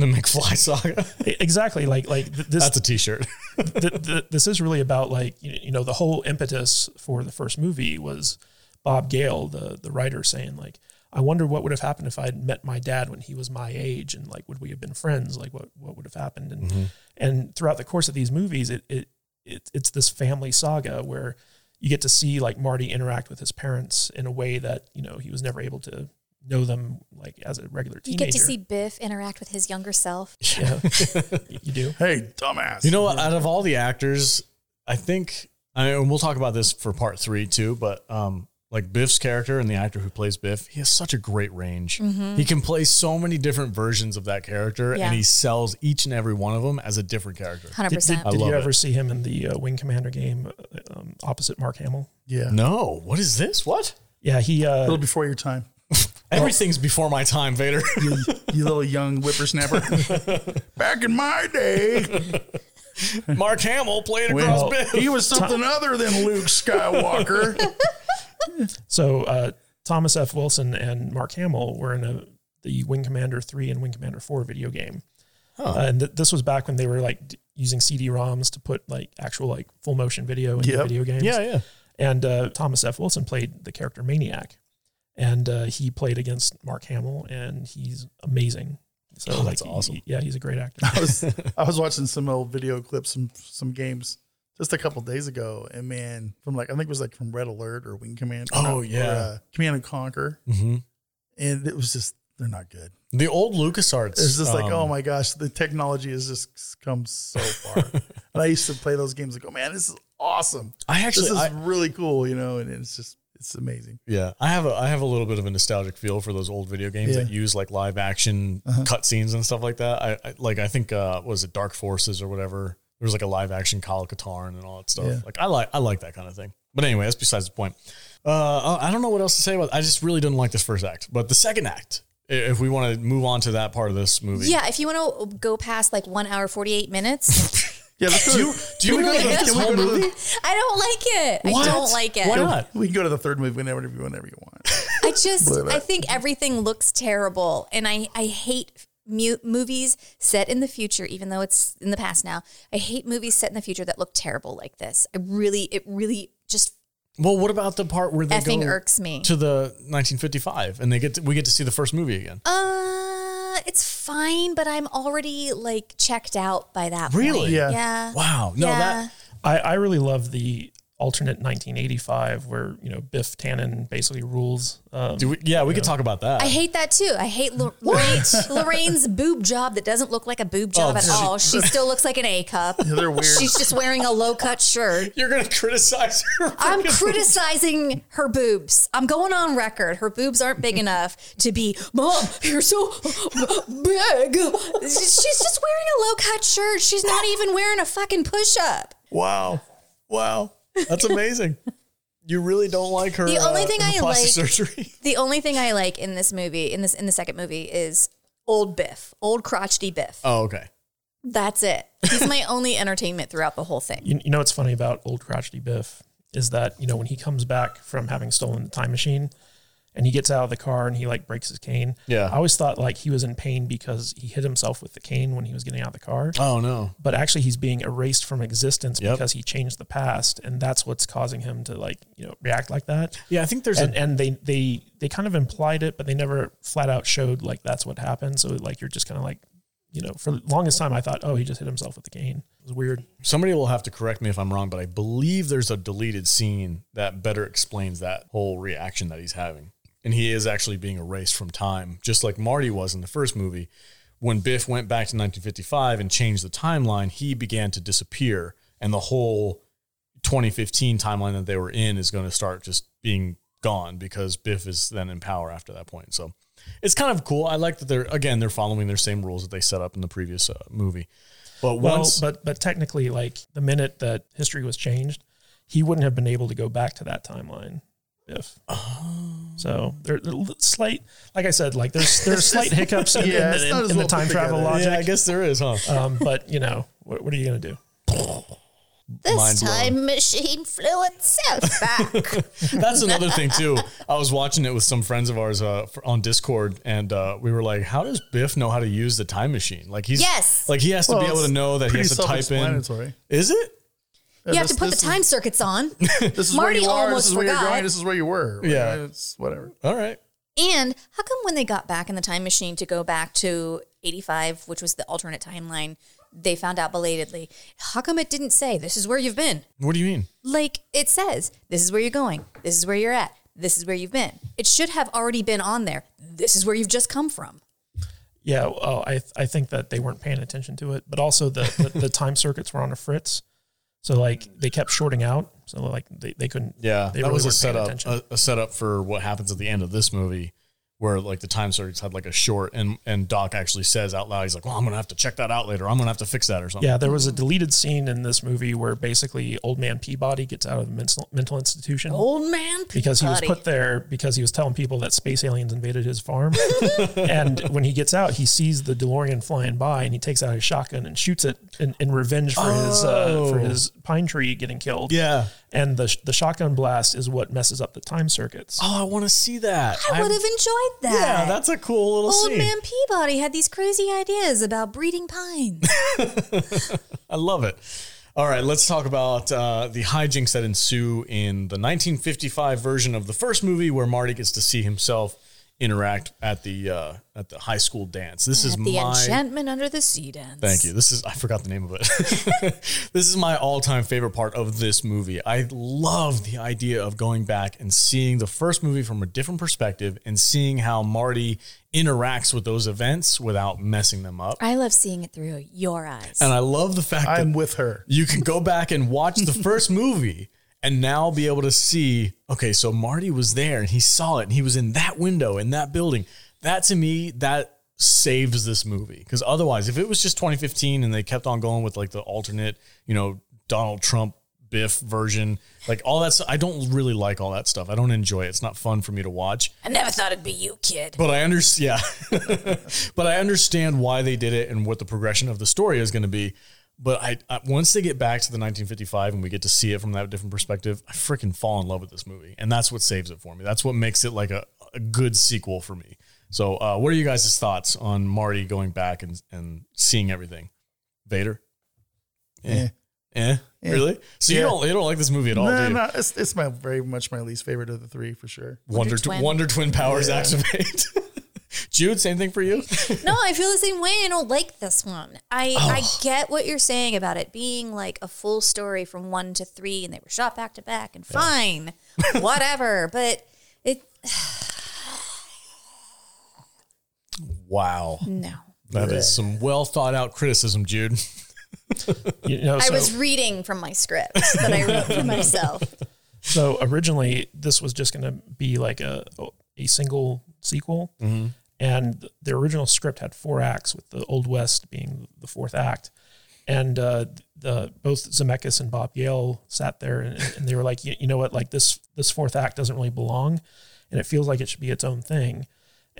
Speaker 2: McFly saga.
Speaker 4: E- exactly like like th- this
Speaker 2: That's a T-shirt.
Speaker 4: th- th- this is really about like you you know the whole impetus for the first movie was bob gale the the writer saying like i wonder what would have happened if i had met my dad when he was my age and like would we have been friends like what what would have happened and and throughout the course of these movies it it, it it's this family saga where you get to see like Marty interact with his parents in a way that you know he was never able to know them like as a regular
Speaker 5: You get
Speaker 4: teenager.
Speaker 5: to see Biff interact with his younger self.
Speaker 4: You- you do.
Speaker 1: Hey, dumbass.
Speaker 2: You know, what? out of all the actors, I think, I mean, and we'll talk about this for part three too, but um, like Biff's character and the actor who plays Biff, he has such a great range. He can play so many different versions of that character,
Speaker 5: Yeah.
Speaker 2: and he sells each and every one of them as a different character.
Speaker 5: Hundred
Speaker 4: Did, did,
Speaker 5: percent.
Speaker 2: I
Speaker 4: did
Speaker 2: love
Speaker 4: you
Speaker 2: it.
Speaker 4: ever see him in the uh, Wing Commander game uh, um, opposite Mark Hamill?
Speaker 1: yeah.
Speaker 2: No, what is this? What?
Speaker 4: Yeah, he.
Speaker 1: A little
Speaker 4: Uh,
Speaker 1: before your time.
Speaker 2: Everything's before my time, Vader.
Speaker 1: You, you little young whippersnapper. Back in my day,
Speaker 2: Mark Hamill played
Speaker 1: when
Speaker 2: across Biff.
Speaker 1: he was something other than Luke Skywalker.
Speaker 4: so uh, Thomas F. Wilson and Mark Hamill were in a the Wing Commander three and Wing Commander four video game, Uh, and th- this was back when they were like d- using CD-ROMs to put like actual like full motion video into
Speaker 1: Yep.
Speaker 4: video games.
Speaker 2: Yeah, yeah.
Speaker 4: And uh, Thomas F. Wilson played the character Maniac, and uh, he played against Mark Hamill, and he's amazing. So
Speaker 2: Oh, that's
Speaker 4: like, he-
Speaker 2: awesome.
Speaker 4: yeah, he's a great actor.
Speaker 1: I was I was watching some old video clips from some games just a couple days ago, and man, from like I think it was like from Red Alert or Wing Command.
Speaker 2: Oh,
Speaker 1: no, or,
Speaker 2: yeah.
Speaker 1: uh, Command and Conquer,
Speaker 2: hmm
Speaker 1: and it was just they're not good.
Speaker 2: The old LucasArts.
Speaker 1: It's just like
Speaker 2: um,
Speaker 1: oh my gosh, the technology has just come so far. and I used to play those games like oh man, this is awesome.
Speaker 2: I actually,
Speaker 1: this is
Speaker 2: I-
Speaker 1: really cool, you know, and it's just it's amazing.
Speaker 2: Yeah, I have a I have a little bit of a nostalgic feel for those old video games
Speaker 1: Yeah.
Speaker 2: that use like live action cutscenes and stuff like that. I, I like I think uh, what was it Dark Forces or whatever. There was like a live action Kyle Katarn and all that stuff.
Speaker 1: Yeah.
Speaker 2: Like I like I like that kind of thing. But anyway, that's besides the point. Uh, I I don't know what else to say about. I just really didn't like this first act, but the second act i- if we want to move on to that part of this movie.
Speaker 5: Yeah, if you want to go past like one hour forty eight minutes,
Speaker 1: Yeah, let's go to-
Speaker 2: Do you
Speaker 1: can
Speaker 2: really
Speaker 1: we go to
Speaker 2: hate
Speaker 1: the-
Speaker 2: this
Speaker 1: can we
Speaker 2: whole
Speaker 1: go to the-
Speaker 2: movie?
Speaker 5: I don't like it. I don't like it.
Speaker 2: Why not?
Speaker 1: We can go to the third movie whenever you whenever you want.
Speaker 5: I just
Speaker 1: Blah, blah.
Speaker 5: I think everything looks terrible, and I I hate mu- movies set in the future, even though it's in the past now. I hate movies set in the future that look terrible like this. I really, it really just
Speaker 2: Well, what about the part where they
Speaker 5: effing
Speaker 2: go
Speaker 5: irks me.
Speaker 2: to the 1955 and they get to, we get to see the first movie again?
Speaker 5: uh, it's fine, but I'm already like checked out by that.
Speaker 2: Really?
Speaker 5: Point.
Speaker 1: Yeah.
Speaker 5: Yeah.
Speaker 2: Wow. No,
Speaker 5: Yeah.
Speaker 2: that
Speaker 4: I, I really love the alternate 1985 where you know Biff Tannen basically rules. Um,
Speaker 2: do we, yeah, we could talk about that.
Speaker 5: I hate that too. I hate Lor- Lorraine, Lorraine's boob job that doesn't look like a boob job at
Speaker 2: Oh, she-
Speaker 5: all. She still looks like an A cup.
Speaker 1: They're weird.
Speaker 5: She's just wearing a low cut shirt.
Speaker 2: You're going to criticize her.
Speaker 5: I'm criticizing her boobs. I'm going on record. Her boobs aren't big enough to be, Mom, you're so big. She's just wearing a low cut shirt. She's not even wearing a fucking push up.
Speaker 2: Wow. Wow. That's amazing. you really don't like her.
Speaker 5: The only
Speaker 2: uh,
Speaker 5: thing I
Speaker 2: plastic
Speaker 5: like-
Speaker 2: surgery.
Speaker 5: The only thing I like in this movie, in this in the second movie, is old Biff, old crotchety Biff.
Speaker 2: Oh, okay.
Speaker 5: That's it. He's my only entertainment throughout the whole thing.
Speaker 4: you, you know what's funny about old crotchety Biff is that you know when he comes back from having stolen the time machine and he gets out of the car and he like breaks his cane.
Speaker 2: Yeah.
Speaker 4: I always thought like he was in pain because he hit himself with the cane when he was getting out of the car.
Speaker 2: Oh no.
Speaker 4: But actually, he's being erased from existence
Speaker 2: Yep.
Speaker 4: because he changed the past, and that's what's causing him to like you know react like that.
Speaker 2: Yeah, I think there's
Speaker 4: and,
Speaker 2: a
Speaker 4: and they they they kind of implied it, but they never flat out showed like that's what happened. So like you're just kind of like, you know, for the longest time I thought, oh, he just hit himself with the cane. It was weird.
Speaker 2: somebody will have to correct me if I'm wrong, but I believe there's a deleted scene that better explains that whole reaction that he's having. And he is actually being erased from time, just like Marty was in the first movie. When Biff went back to 1955 and changed the timeline, he began to disappear. And the whole 2015 timeline that they were in is going to start just being gone because Biff is then in power after that point. So it's kind of cool. I like that they're, again, they're following their same rules that they set up in the previous uh, movie. But once,
Speaker 4: well, but but technically, like the minute that history was changed, he wouldn't have been able to go back to that timeline. If so, there there- slight, like I said, like there's there's slight hiccups in, in
Speaker 1: Yeah,
Speaker 4: the-
Speaker 1: it's
Speaker 4: in,
Speaker 1: not as
Speaker 4: in the
Speaker 1: well put
Speaker 4: time travel
Speaker 1: together.
Speaker 4: logic.
Speaker 2: Yeah, I guess there is, huh?
Speaker 4: Um, but you know, what, what are you gonna do?
Speaker 2: Mind
Speaker 5: This
Speaker 2: blown.
Speaker 5: time, machine flew itself back.
Speaker 2: That's another thing too. I was watching it with some friends of ours uh, for, on Discord, and uh, we were like, "How does Biff know how to use the time machine? Like he's
Speaker 5: Yes.
Speaker 2: like he has to
Speaker 1: Well,
Speaker 2: be able to
Speaker 1: it's
Speaker 2: know that he
Speaker 1: pretty
Speaker 2: has to type in.
Speaker 1: self-explanatory.
Speaker 2: Is it?
Speaker 5: you have to
Speaker 1: This-
Speaker 5: put the
Speaker 1: this is-
Speaker 5: time circuits on.
Speaker 1: This is
Speaker 5: Marty
Speaker 1: where you are.
Speaker 5: almost
Speaker 1: This is where you're
Speaker 5: forgot.
Speaker 1: going. This is where you were. Like,
Speaker 2: Yeah.
Speaker 1: it's whatever.
Speaker 2: All right.
Speaker 5: And how come when they got back in the time machine to go back to 85, which was the alternate timeline, they found out belatedly? How come it didn't say, this is where you've been?
Speaker 2: What do you mean?
Speaker 5: Like it says, this is where you're going, this is where you're at, this is where you've been. It should have already been on there. This is where you've just come from.
Speaker 4: Yeah, oh, I I think that they weren't paying attention to it, but also the the, the time circuits were on a fritz, so like they kept shorting out, so like they, they couldn't.
Speaker 2: Yeah,
Speaker 4: they
Speaker 2: that
Speaker 4: really
Speaker 2: was a
Speaker 4: weren't paying
Speaker 2: setup. Uh,
Speaker 4: attention.
Speaker 2: A, a setup for what happens at the end of this movie, where like the time circuits had like a short, and and Doc actually says out loud, he's like, "Well, I'm gonna have to check that out later. I'm gonna have to fix that or something."
Speaker 4: yeah, there was a deleted scene in this movie where basically old man Peabody gets out of the mental, mental institution
Speaker 5: Old man,
Speaker 4: because he was
Speaker 5: Peabody.
Speaker 4: put there because he was telling people that space aliens invaded his farm. and when he gets out, he sees the DeLorean flying by and he takes out his shotgun and shoots it in, in revenge for his uh, for his pine tree getting killed.
Speaker 2: Yeah.
Speaker 4: and the sh- the shotgun blast is what messes up the time circuits.
Speaker 2: Oh, I want to see that.
Speaker 5: I
Speaker 2: I'm-
Speaker 5: would have enjoyed that.
Speaker 2: Yeah, that's a cool little
Speaker 5: Old
Speaker 2: scene.
Speaker 5: man Peabody had these crazy ideas about breeding pines.
Speaker 2: I love it. All right, let's talk about uh, the hijinks that ensue in the 1955 version of the first movie, where Marty gets to see himself interact at the uh, at the high school dance. This is
Speaker 5: At the
Speaker 2: my
Speaker 5: enchantment under the sea dance.
Speaker 2: Thank you. This is I forgot the name of it. this is my all-time favorite part of this movie. I love the idea of going back and seeing the first movie from a different perspective and seeing how Marty interacts with those events without messing them up.
Speaker 5: I love seeing it through your eyes.
Speaker 2: And I love the fact that
Speaker 1: I'm with her.
Speaker 2: you can go back and watch the first movie and now be able to see okay so marty was there and he saw it and he was in that window in that building that to me that saves this movie because otherwise if it was just 2015 and they kept on going with like the alternate you know donald trump Biff version, like all that. Stuff. I don't really like all that stuff. I don't enjoy it. It's not fun for me to watch.
Speaker 5: I never thought it'd be you, kid.
Speaker 2: But I understand, yeah. but I understand why they did it and what the progression of the story is going to be. But I, I once they get back to the 1955 and we get to see it from that different perspective, I freaking fall in love with this movie, and that's what saves it for me. That's what makes it like a, a good sequel for me. So, uh, what are you guys' thoughts on Marty going back and and seeing everything? Vader,
Speaker 1: Yeah.
Speaker 2: eh? Really? So you
Speaker 1: Yeah.
Speaker 2: don't you don't like this movie at all,
Speaker 1: No,
Speaker 2: do you?
Speaker 1: no, it's, it's my very much my least favorite of the three for sure.
Speaker 2: Wonder Tw-
Speaker 5: Twin.
Speaker 2: Wonder Twin powers activate. Jude, same thing for you.
Speaker 5: No, I feel the same way. I don't like this one. I,
Speaker 2: Oh.
Speaker 5: I get what you're saying about it being like a full story from one to three, and they were shot back to back, and fine, whatever. But it
Speaker 2: Wow,
Speaker 5: no.
Speaker 2: that is some well thought out criticism, Jude.
Speaker 4: You know,
Speaker 5: I
Speaker 4: so-
Speaker 5: was reading from my scripts that I wrote for myself.
Speaker 4: So originally, this was just going to be like a a single sequel, and the original script had four acts, with the Old West being the fourth act. And uh, the both Zemeckis and Bob Yale sat there, and, and they were like, you, you know what, like this this fourth act doesn't really belong, and it feels like it should be its own thing.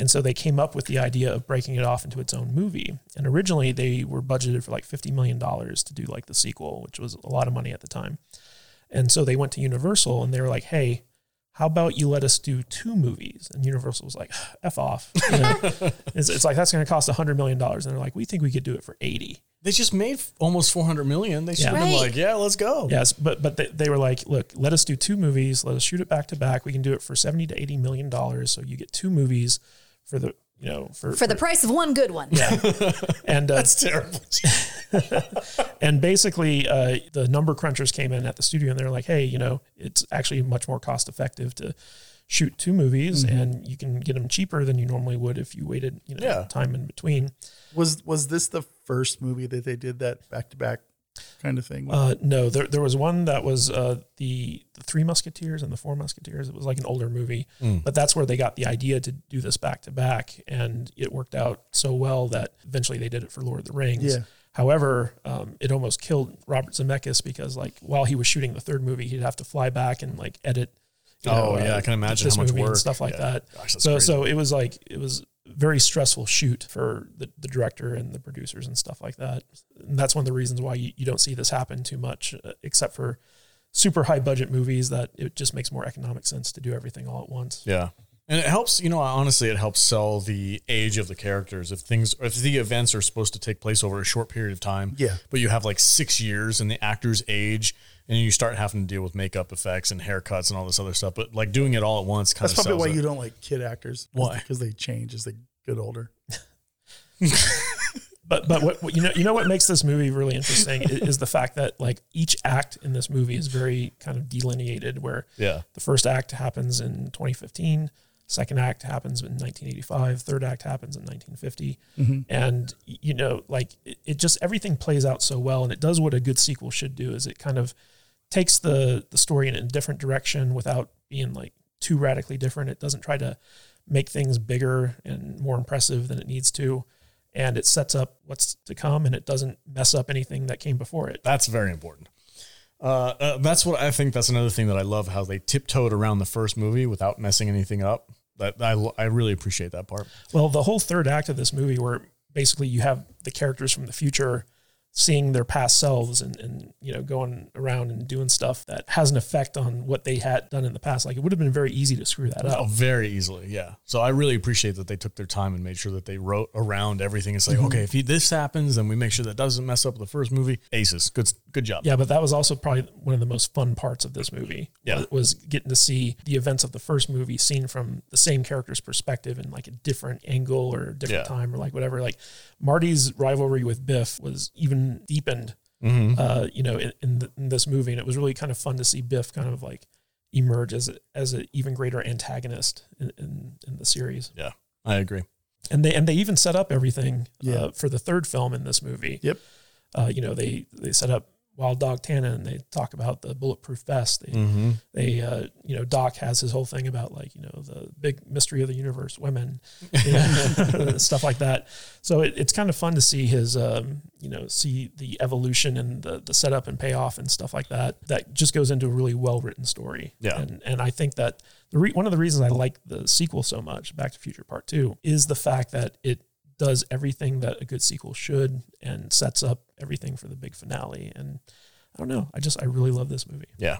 Speaker 4: And so they came up with the idea of breaking it off into its own movie. And originally, they were budgeted for like fifty million dollars to do like the sequel, which was a lot of money at the time. And so they went to Universal and they were like, hey, how about you let us do two movies? And Universal was like, F off. You know? it's, it's like, that's going to cost $100 million. And they're like, we think we could do it for 80.
Speaker 2: They just made f- almost 400 million. They should have been
Speaker 5: Right.
Speaker 2: like, yeah, let's go.
Speaker 4: Yes. But, but they, they were like, look, let us do two movies. Let us shoot it back to back. We can do it for 70 to $80 million. So you get two movies for the, you know, for,
Speaker 5: For the price of one good one.
Speaker 4: and, uh,
Speaker 2: It's terrible.
Speaker 4: and basically uh, the number crunchers came in at the studio and they're like, hey, you know, it's actually much more cost effective to shoot two movies
Speaker 2: Mm-hmm.
Speaker 4: and you can get them cheaper than you normally would if you waited, you know,
Speaker 2: Yeah.
Speaker 4: time in between.
Speaker 1: Was was this the first movie that they did that back to back kind of thing?
Speaker 4: Uh, no, there, there was one that was uh, the, the Three Musketeers and the Four Musketeers. It was like an older movie,
Speaker 2: Hmm.
Speaker 4: but that's where they got the idea to do this back to back, and it worked out so well that eventually they did it for Lord of the Rings.
Speaker 1: Yeah.
Speaker 4: However, um, it almost killed Robert Zemeckis because, like, while he was shooting the third movie, he'd have to fly back and like edit. you uh,
Speaker 2: Oh, yeah, I can imagine
Speaker 4: this
Speaker 2: how much
Speaker 4: movie and
Speaker 2: work.
Speaker 4: stuff like
Speaker 2: Yeah.
Speaker 4: that.
Speaker 2: Gosh, that's
Speaker 4: so,
Speaker 2: crazy.
Speaker 4: so it was like it was a very stressful shoot for the, the director and the producers and stuff like that. And that's one of the reasons why you, you don't see this happen too much, uh, except for super high budget movies that it just makes more economic sense to do everything all at once.
Speaker 2: Yeah. And it helps, you know, honestly, it helps sell the age of the characters. If things, if the events are supposed to take place over a short period of time,
Speaker 1: Yeah.
Speaker 2: but you have like six years and the actors age and you start having to deal with makeup effects and haircuts and all this other stuff. But like doing it all at once kind
Speaker 1: That's
Speaker 2: of
Speaker 1: probably
Speaker 2: sells
Speaker 1: why
Speaker 2: it.
Speaker 1: you don't like kid actors.
Speaker 2: Why?
Speaker 1: Because they change as they get older.
Speaker 4: But but what, what- you know you know what makes this movie really interesting is, is the fact that like each act in this movie is very kind of delineated where
Speaker 2: Yeah.
Speaker 4: the first act happens in 2015 second act happens in 1985 third act happens in 1950 and y- you know like it, it just everything plays out so well and it does what a good sequel should do is it kind of takes the the story in a different direction without being like too radically different it doesn't try to make things bigger and more impressive than it needs to and it sets up what's to come and it doesn't mess up anything that came before it
Speaker 2: That's very important. Uh, uh, that's what I think. That's another thing that I love how they tiptoed around the first movie without messing anything up. That I, I really appreciate that part.
Speaker 4: Well, the whole third act of this movie, where basically you have the characters from the future seeing their past selves and, and you know going around and doing stuff that has an effect on what they had done in the past. Like it would have been very easy to screw that
Speaker 2: Oh,
Speaker 4: up.
Speaker 2: very easily, yeah. So I really appreciate that they took their time and made sure that they wrote around everything. It's like, okay, if he, this happens, then we make sure that doesn't mess up the first movie. Aces, good, good job.
Speaker 4: Yeah, but that was also probably one of the most fun parts of this movie.
Speaker 2: Yeah.
Speaker 4: was getting to see the events of the first movie seen from the same character's perspective in like a different angle or a different
Speaker 2: Yeah.
Speaker 4: time or like whatever. Like Marty's rivalry with Biff was even deepened
Speaker 2: Mm-hmm.
Speaker 4: uh, you know, in, in, th in this movie, and it was really kind of fun to see Biff kind of like emerge as a, as an even greater antagonist in, in, in the series.
Speaker 2: yeah, I agree.
Speaker 4: And they and they even set up everything
Speaker 1: Yeah.
Speaker 4: uh, for the third film in this movie.
Speaker 1: Yep.
Speaker 4: Uh, you know, they they set up Wild Dog Tana, and they talk about the bulletproof vest. They, they, uh, you know, Doc has his whole thing about like you know the big mystery of the universe, women, you know, stuff like that. So it, it's kind of fun to see his, um, you know, see the evolution and the the setup and payoff and stuff like that. That just goes into a really well written story.
Speaker 2: Yeah.
Speaker 4: and and I think that the re- one of the reasons I like the sequel so much, Back to the Future Part Two, is the fact that it does everything that a good sequel should and sets up everything for the big finale. And I don't know, I just I really love this movie.
Speaker 2: Yeah.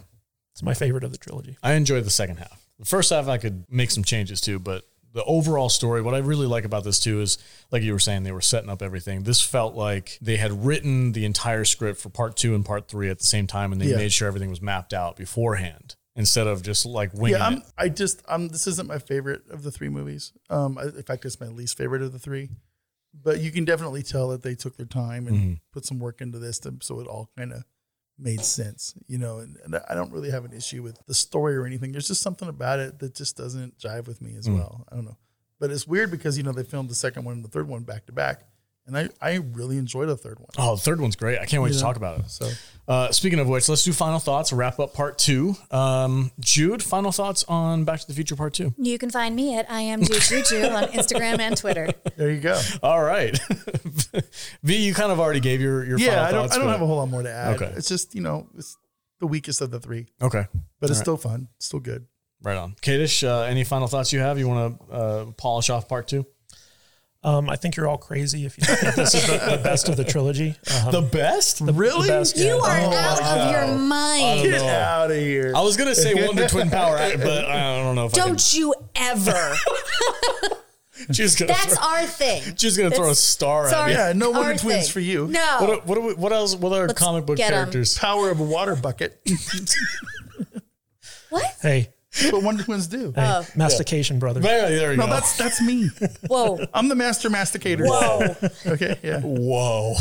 Speaker 4: It's my favorite of the trilogy.
Speaker 2: I enjoyed the second half. The first half I could make some changes to, but the overall story, what I really like about this too is like you were saying, they were setting up everything. This felt like they had written the entire script for part two and part three at the same time and they
Speaker 1: Yeah.
Speaker 2: made sure everything was mapped out beforehand instead of just like winging
Speaker 1: Yeah,
Speaker 2: it.
Speaker 1: I'm, I just um, this isn't my favorite of the three movies. Um, I- in fact, it's my least favorite of the three. But you can definitely tell that they took their time and
Speaker 2: Mm-hmm.
Speaker 1: put some work into this, to, so it all kind of made sense, you know. And, and I don't really have an issue with the story or anything. There's just something about it that just doesn't jive with me as
Speaker 2: Mm.
Speaker 1: well. I don't know, but it's weird because you know they filmed the second one and the third one back to back, and I I really enjoy the third one.
Speaker 2: Oh, the third one's great. I can't wait to
Speaker 1: Yeah.
Speaker 2: talk about it.
Speaker 1: So
Speaker 2: Uh, speaking of which, let's do final thoughts, wrap up part two. Um, Jude, final thoughts on Back to the Future part two.
Speaker 5: You can find me at I am Juju on Instagram and Twitter.
Speaker 1: there you go.
Speaker 2: All right. V, you kind of already gave your, your
Speaker 1: Yeah,
Speaker 2: final
Speaker 1: I don't
Speaker 2: thoughts.
Speaker 1: I don't
Speaker 2: but-
Speaker 1: have a whole lot more to add.
Speaker 2: Okay.
Speaker 1: It's just you know it's the weakest of the three.
Speaker 2: Okay.
Speaker 1: but it's still fun, it's still good.
Speaker 2: Right on. Kadish, uh, any final thoughts you have? You want to uh, polish off part two?
Speaker 4: Um, I think you're all crazy if you think this is the, the best of the trilogy. Um,
Speaker 2: The best?
Speaker 1: Really?
Speaker 4: best, yeah.
Speaker 5: You are
Speaker 1: Oh,
Speaker 5: out of your mind.
Speaker 1: Get out of here!
Speaker 2: I was going to say Wonder Twin Power, I- but I don't know if I
Speaker 5: Don't you ever.
Speaker 2: can. She's going to
Speaker 5: That's
Speaker 2: throw,
Speaker 5: our thing.
Speaker 2: she's gonna throw a star at
Speaker 5: Sorry.
Speaker 2: me.
Speaker 1: yeah, no Wonder
Speaker 5: Our
Speaker 1: Twins
Speaker 5: thing.
Speaker 1: for you.
Speaker 5: No.
Speaker 2: What, what, are we, what else? What other
Speaker 5: Let's
Speaker 2: comic book
Speaker 5: get 'em.
Speaker 2: characters?
Speaker 1: Power of a water bucket.
Speaker 5: what?
Speaker 4: hey,
Speaker 1: That's what Wonder Twins do.
Speaker 4: hey mastication, brother.
Speaker 2: There, there you
Speaker 1: No,
Speaker 2: go.
Speaker 1: that's that's me.
Speaker 5: Whoa.
Speaker 1: I'm the master masticator.
Speaker 5: Whoa.
Speaker 1: Okay, yeah.
Speaker 2: Whoa.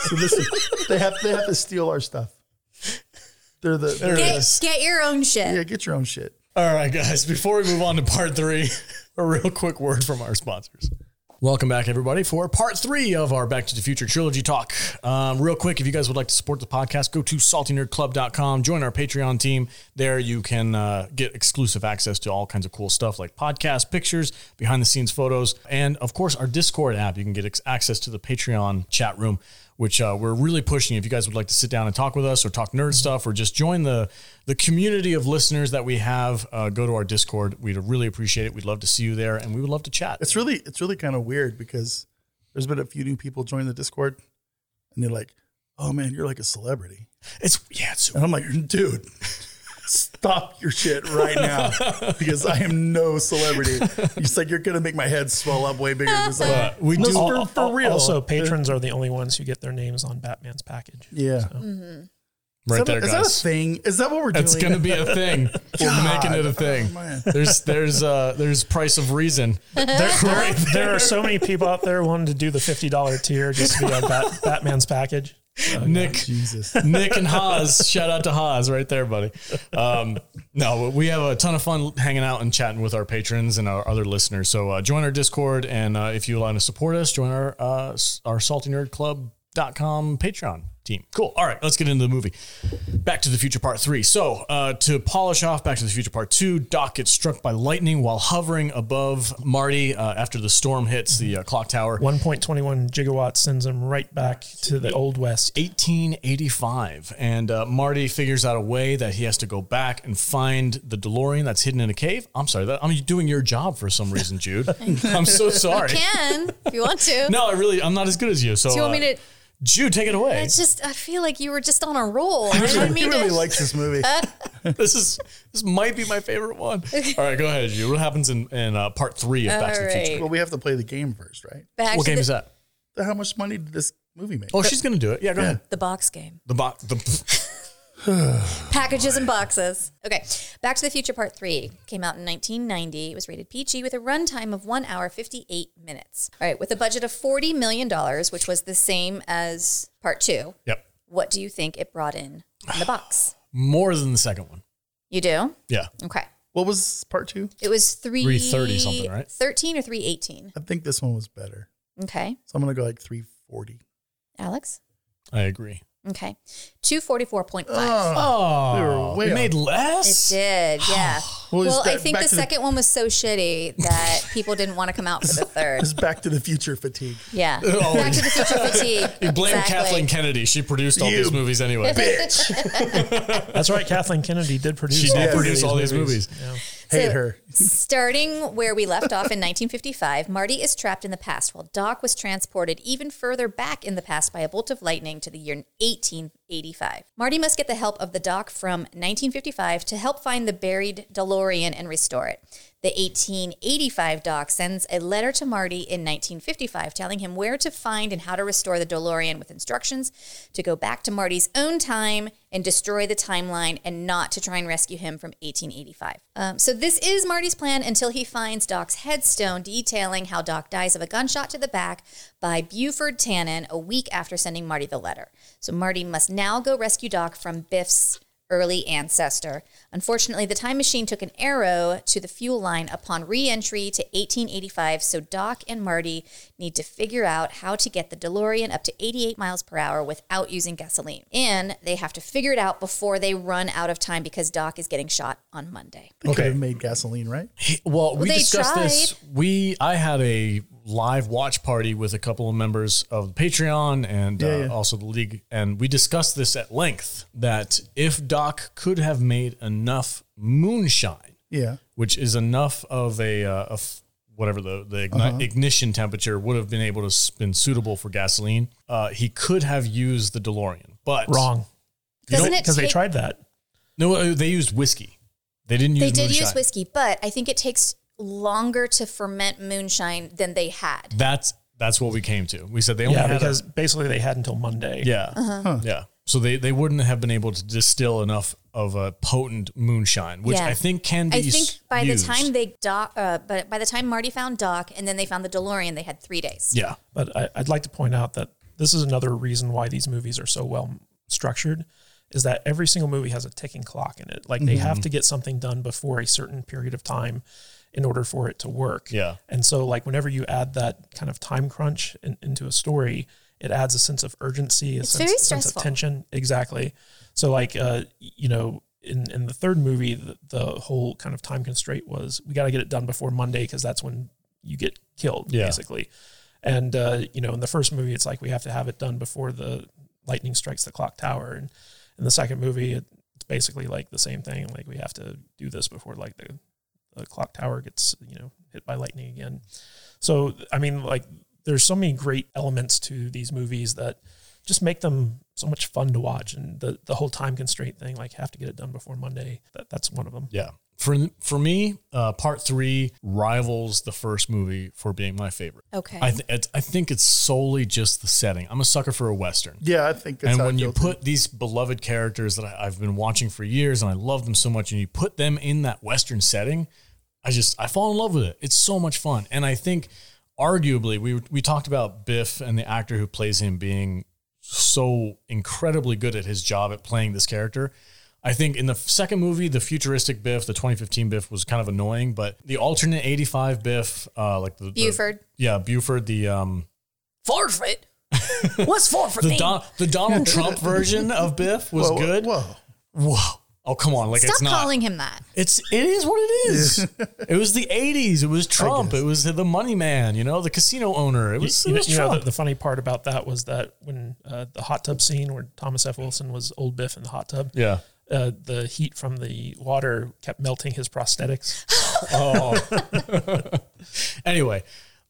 Speaker 1: So listen, they have they have to steal our stuff. They're the
Speaker 2: There it
Speaker 5: Get,
Speaker 2: is.
Speaker 5: get your own shit.
Speaker 1: yeah. Get your own shit.
Speaker 2: All right, guys, before we move on to part three, a real quick word from our sponsors. Welcome back, everybody, for part three of our Back to the Future trilogy talk. Um, real quick, if you guys would like to support the podcast, go to saltynerdclub.com, join our Patreon team. There you can uh, get exclusive access to all kinds of cool stuff like podcasts, pictures, behind the scenes photos, and of course, our Discord app. You can get ex- access to the Patreon chat room which uh, we're really pushing. If you guys would like to sit down and talk with us, or talk nerd stuff, or just join the the community of listeners that we have, uh, go to our Discord. We'd really appreciate it. We'd love to see you there, and we would love to chat.
Speaker 1: It's really it's really kind of weird because there's been a few new people join the Discord, and they're like, "Oh man, you're like a celebrity,"
Speaker 2: It's yeah, it's
Speaker 1: and I'm like, "Dude." Stop your shit right now because I am no celebrity. It's like you're gonna make my head swell up way bigger. Just like,
Speaker 2: uh, we
Speaker 1: No,
Speaker 2: do.
Speaker 1: it's
Speaker 4: Al-
Speaker 1: for- for
Speaker 4: al-
Speaker 1: real.
Speaker 4: Also, patrons are the only ones who get their names on Batman's package.
Speaker 1: yeah,
Speaker 2: right
Speaker 1: Is that a-
Speaker 2: there,
Speaker 1: is that a
Speaker 2: guys.
Speaker 1: thing? Is that what we're
Speaker 2: It's
Speaker 1: doing? Oh,
Speaker 2: gonna be a thing. We're making it a thing.
Speaker 1: man.
Speaker 2: There's there's uh there's price of reason.
Speaker 4: There, there are so many people out there wanting to do the fifty dollar tier just to be on Bat, Batman's package.
Speaker 2: Nick
Speaker 1: Jesus.
Speaker 2: Nick and Haas. Shout out to Haas right there, buddy. Um, no, we have a ton of fun hanging out and chatting with our patrons and our other listeners. So uh, join our Discord, and uh, if you want to support us, join our uh, s- our Salty Nerd Club. Dot com Patreon team. Cool. All right, let's get into the movie. Back to the Future Part 3. So, uh, to polish off Back to the Future Part 2, Doc gets struck by lightning while hovering above Marty uh, after the storm hits the uh, clock tower.
Speaker 4: One point twenty one gigawatts sends him right back to the old west.
Speaker 2: 1885, and uh, Marty figures out a way that he has to go back and find the DeLorean that's hidden in a cave. I'm sorry, that, I'm doing your job for some reason, Jude. I'm so sorry.
Speaker 5: Can, if you want to.
Speaker 2: No, I really, I'm not as good as you. So,
Speaker 5: Do you want me
Speaker 2: uh,
Speaker 5: to?
Speaker 2: Jude, take it away.
Speaker 5: It's just, I feel like you were just on a roll. I didn't
Speaker 1: He
Speaker 5: mean
Speaker 1: really
Speaker 5: to-
Speaker 1: likes this movie.
Speaker 2: this is this might be my favorite one. All right, go ahead, Jude. What happens in, in uh, part three of Back to the
Speaker 5: All
Speaker 2: Future?
Speaker 5: right.
Speaker 1: well, we have to play the game first, right?
Speaker 5: Back
Speaker 2: What
Speaker 5: to
Speaker 2: game
Speaker 5: the,
Speaker 2: is that?
Speaker 1: So How much money did this movie make?
Speaker 2: Oh, she's gonna do it. Yeah, go ahead.
Speaker 5: The box game.
Speaker 2: The box. The
Speaker 5: packages and boxes. Okay, Back to the Future Part 3 came out in 1990. It was rated PG with a runtime of 1 hour 58 minutes. All right, with a budget of $40 million, which was the same as Part 2,
Speaker 2: yep.
Speaker 5: what do you think it brought in in the box?
Speaker 2: More than the second one.
Speaker 5: You do?
Speaker 2: Yeah.
Speaker 5: Okay.
Speaker 1: What was part two?
Speaker 5: It was 3
Speaker 2: 330 something, right?
Speaker 5: 13 or 318.
Speaker 1: I think this one was better.
Speaker 5: Okay.
Speaker 1: So I'm gonna go like 340.
Speaker 5: Alex?
Speaker 2: I agree.
Speaker 5: Okay. 244.5.
Speaker 1: They
Speaker 2: Oh,
Speaker 1: were way
Speaker 2: it
Speaker 1: off.
Speaker 2: made
Speaker 5: It
Speaker 2: less.
Speaker 5: did, yeah.
Speaker 1: Well,
Speaker 5: well,
Speaker 1: it's
Speaker 5: I
Speaker 1: back-
Speaker 5: think
Speaker 1: back
Speaker 5: the
Speaker 1: to the-
Speaker 5: second one was so shitty that people didn't want to come out for the third.
Speaker 1: It's Back to the Future fatigue.
Speaker 5: Yeah. Back to the future fatigue.
Speaker 2: You blame
Speaker 5: Exactly.
Speaker 2: Kathleen Kennedy. She produced all
Speaker 1: You
Speaker 2: these movies anyway.
Speaker 4: That's right. Kathleen Kennedy did produce.
Speaker 2: She did
Speaker 4: of
Speaker 2: produce all these movies.
Speaker 4: Yeah.
Speaker 1: Hate
Speaker 5: So-
Speaker 1: her.
Speaker 5: Starting where we left off in 1955, Marty is trapped in the past while Doc was transported even further back in the past by a bolt of lightning to the year 1885. Marty must get the help of the Doc from 1955 to help find the buried DeLorean and restore it. The 1885 Doc sends a letter to Marty in 1955 telling him where to find and how to restore the DeLorean with instructions to go back to Marty's own time and destroy the timeline and not to try and rescue him from 1885. Um, so, this is Marty's plan until he finds Doc's headstone detailing how Doc dies of a gunshot to the back by Buford Tannen a week after sending Marty the letter. So, Marty must now go rescue Doc from Biff's early ancestor. Unfortunately, the time machine took an arrow to the fuel line upon re-entry to 1885, so Doc and Marty need to figure out how to get the DeLorean up to 88 miles per hour without using gasoline. And they have to figure it out before they run out of time because Doc is getting shot on Monday.
Speaker 1: They could
Speaker 2: Okay.
Speaker 1: have made gasoline, right?
Speaker 2: Well, we
Speaker 5: they
Speaker 2: discussed this. We I had a live watch party with a couple of members of Patreon and uh,
Speaker 1: yeah.
Speaker 2: also the league, and we discussed this at length. That if Doc could have made enough moonshine,
Speaker 1: Yeah.
Speaker 2: which is enough of a, uh, a f- whatever the the igni- ignition temperature would have been able to s- been suitable for gasoline, uh, he could have used the DeLorean. But
Speaker 4: Wrong.
Speaker 5: Doesn't it
Speaker 4: Because they
Speaker 5: take-
Speaker 4: tried that.
Speaker 2: No, uh, they used whiskey. They didn't use.
Speaker 5: They did
Speaker 2: moonshine.
Speaker 5: use whiskey, but I think it takes longer to ferment moonshine than they had.
Speaker 2: That's that's what we came to. We said they only
Speaker 4: Yeah,
Speaker 2: had a-
Speaker 4: because basically they had until Monday.
Speaker 2: Yeah.
Speaker 5: Uh-huh.
Speaker 2: Yeah. So they, they wouldn't have been able to distill enough of a potent moonshine, which
Speaker 5: Yeah.
Speaker 2: I think can be
Speaker 5: I think by
Speaker 2: used.
Speaker 5: the time they doc, uh, but by the time Marty found Doc, and then they found the DeLorean, they had three days.
Speaker 2: Yeah.
Speaker 4: But I, I'd like to point out that this is another reason why these movies are so well structured is that every single movie has a ticking clock in it. Like they have to get something done before a certain period of time in order for it to work.
Speaker 2: Yeah.
Speaker 4: And so like whenever you add that kind of time crunch in, into a story, it adds a sense of urgency, a
Speaker 5: It's
Speaker 4: sense,
Speaker 5: very
Speaker 4: sense of
Speaker 5: stressful.
Speaker 4: tension. Exactly. So like uh you know in, in the third movie the, the whole kind of time constraint was we got to get it done before Monday because that's when you get killed
Speaker 2: Yeah.
Speaker 4: basically. And uh, you know, in the first movie, it's like we have to have it done before the lightning strikes the clock tower, and in the second movie, it, it's basically like the same thing. Like we have to do this before like the, the clock tower gets you know hit by lightning again. So I mean, like there's so many great elements to these movies that just make them so much fun to watch, and the the whole time constraint thing, like have to get it done before Monday. That, that's one of them.
Speaker 2: Yeah. For for me, uh, part three rivals the first movie for being my favorite.
Speaker 5: Okay.
Speaker 2: I th- it's, I think it's solely just the setting. I'm a sucker for a western.
Speaker 1: Yeah, I think that's
Speaker 2: and
Speaker 1: how
Speaker 2: when
Speaker 1: it
Speaker 2: you
Speaker 1: feels.
Speaker 2: put these beloved characters that I, I've been watching for years and I love them so much, and you put them in that Western setting, I just I fall in love with it. It's so much fun, and I think arguably we we talked about Biff and the actor who plays him being so incredibly good at his job at playing this character. I think in the second movie, the futuristic Biff, the 2015 Biff was kind of annoying, but the alternate 85 Biff, uh, like the the-
Speaker 5: Buford.
Speaker 2: yeah, Buford, the um,
Speaker 5: Forfeit. What's forfeit?
Speaker 2: the
Speaker 5: mean?
Speaker 2: Don, the Donald Trump version of Biff was
Speaker 1: Whoa, whoa,
Speaker 2: good.
Speaker 1: Whoa.
Speaker 2: Whoa. Oh, come on. Like,
Speaker 5: Stop
Speaker 2: it's not.
Speaker 5: calling him that.
Speaker 2: It's, it is what it is. it was the 80s. It was Trump. It was the money man, you know, the casino owner. It
Speaker 4: You,
Speaker 2: was,
Speaker 4: you
Speaker 2: it
Speaker 4: know,
Speaker 2: was
Speaker 4: you know,
Speaker 2: Trump.
Speaker 4: the, the funny part about that was that when uh, the hot tub scene where Thomas F. Wilson was old Biff in the hot tub,
Speaker 2: yeah.
Speaker 4: uh, the heat from the water kept melting his prosthetics.
Speaker 2: Anyway,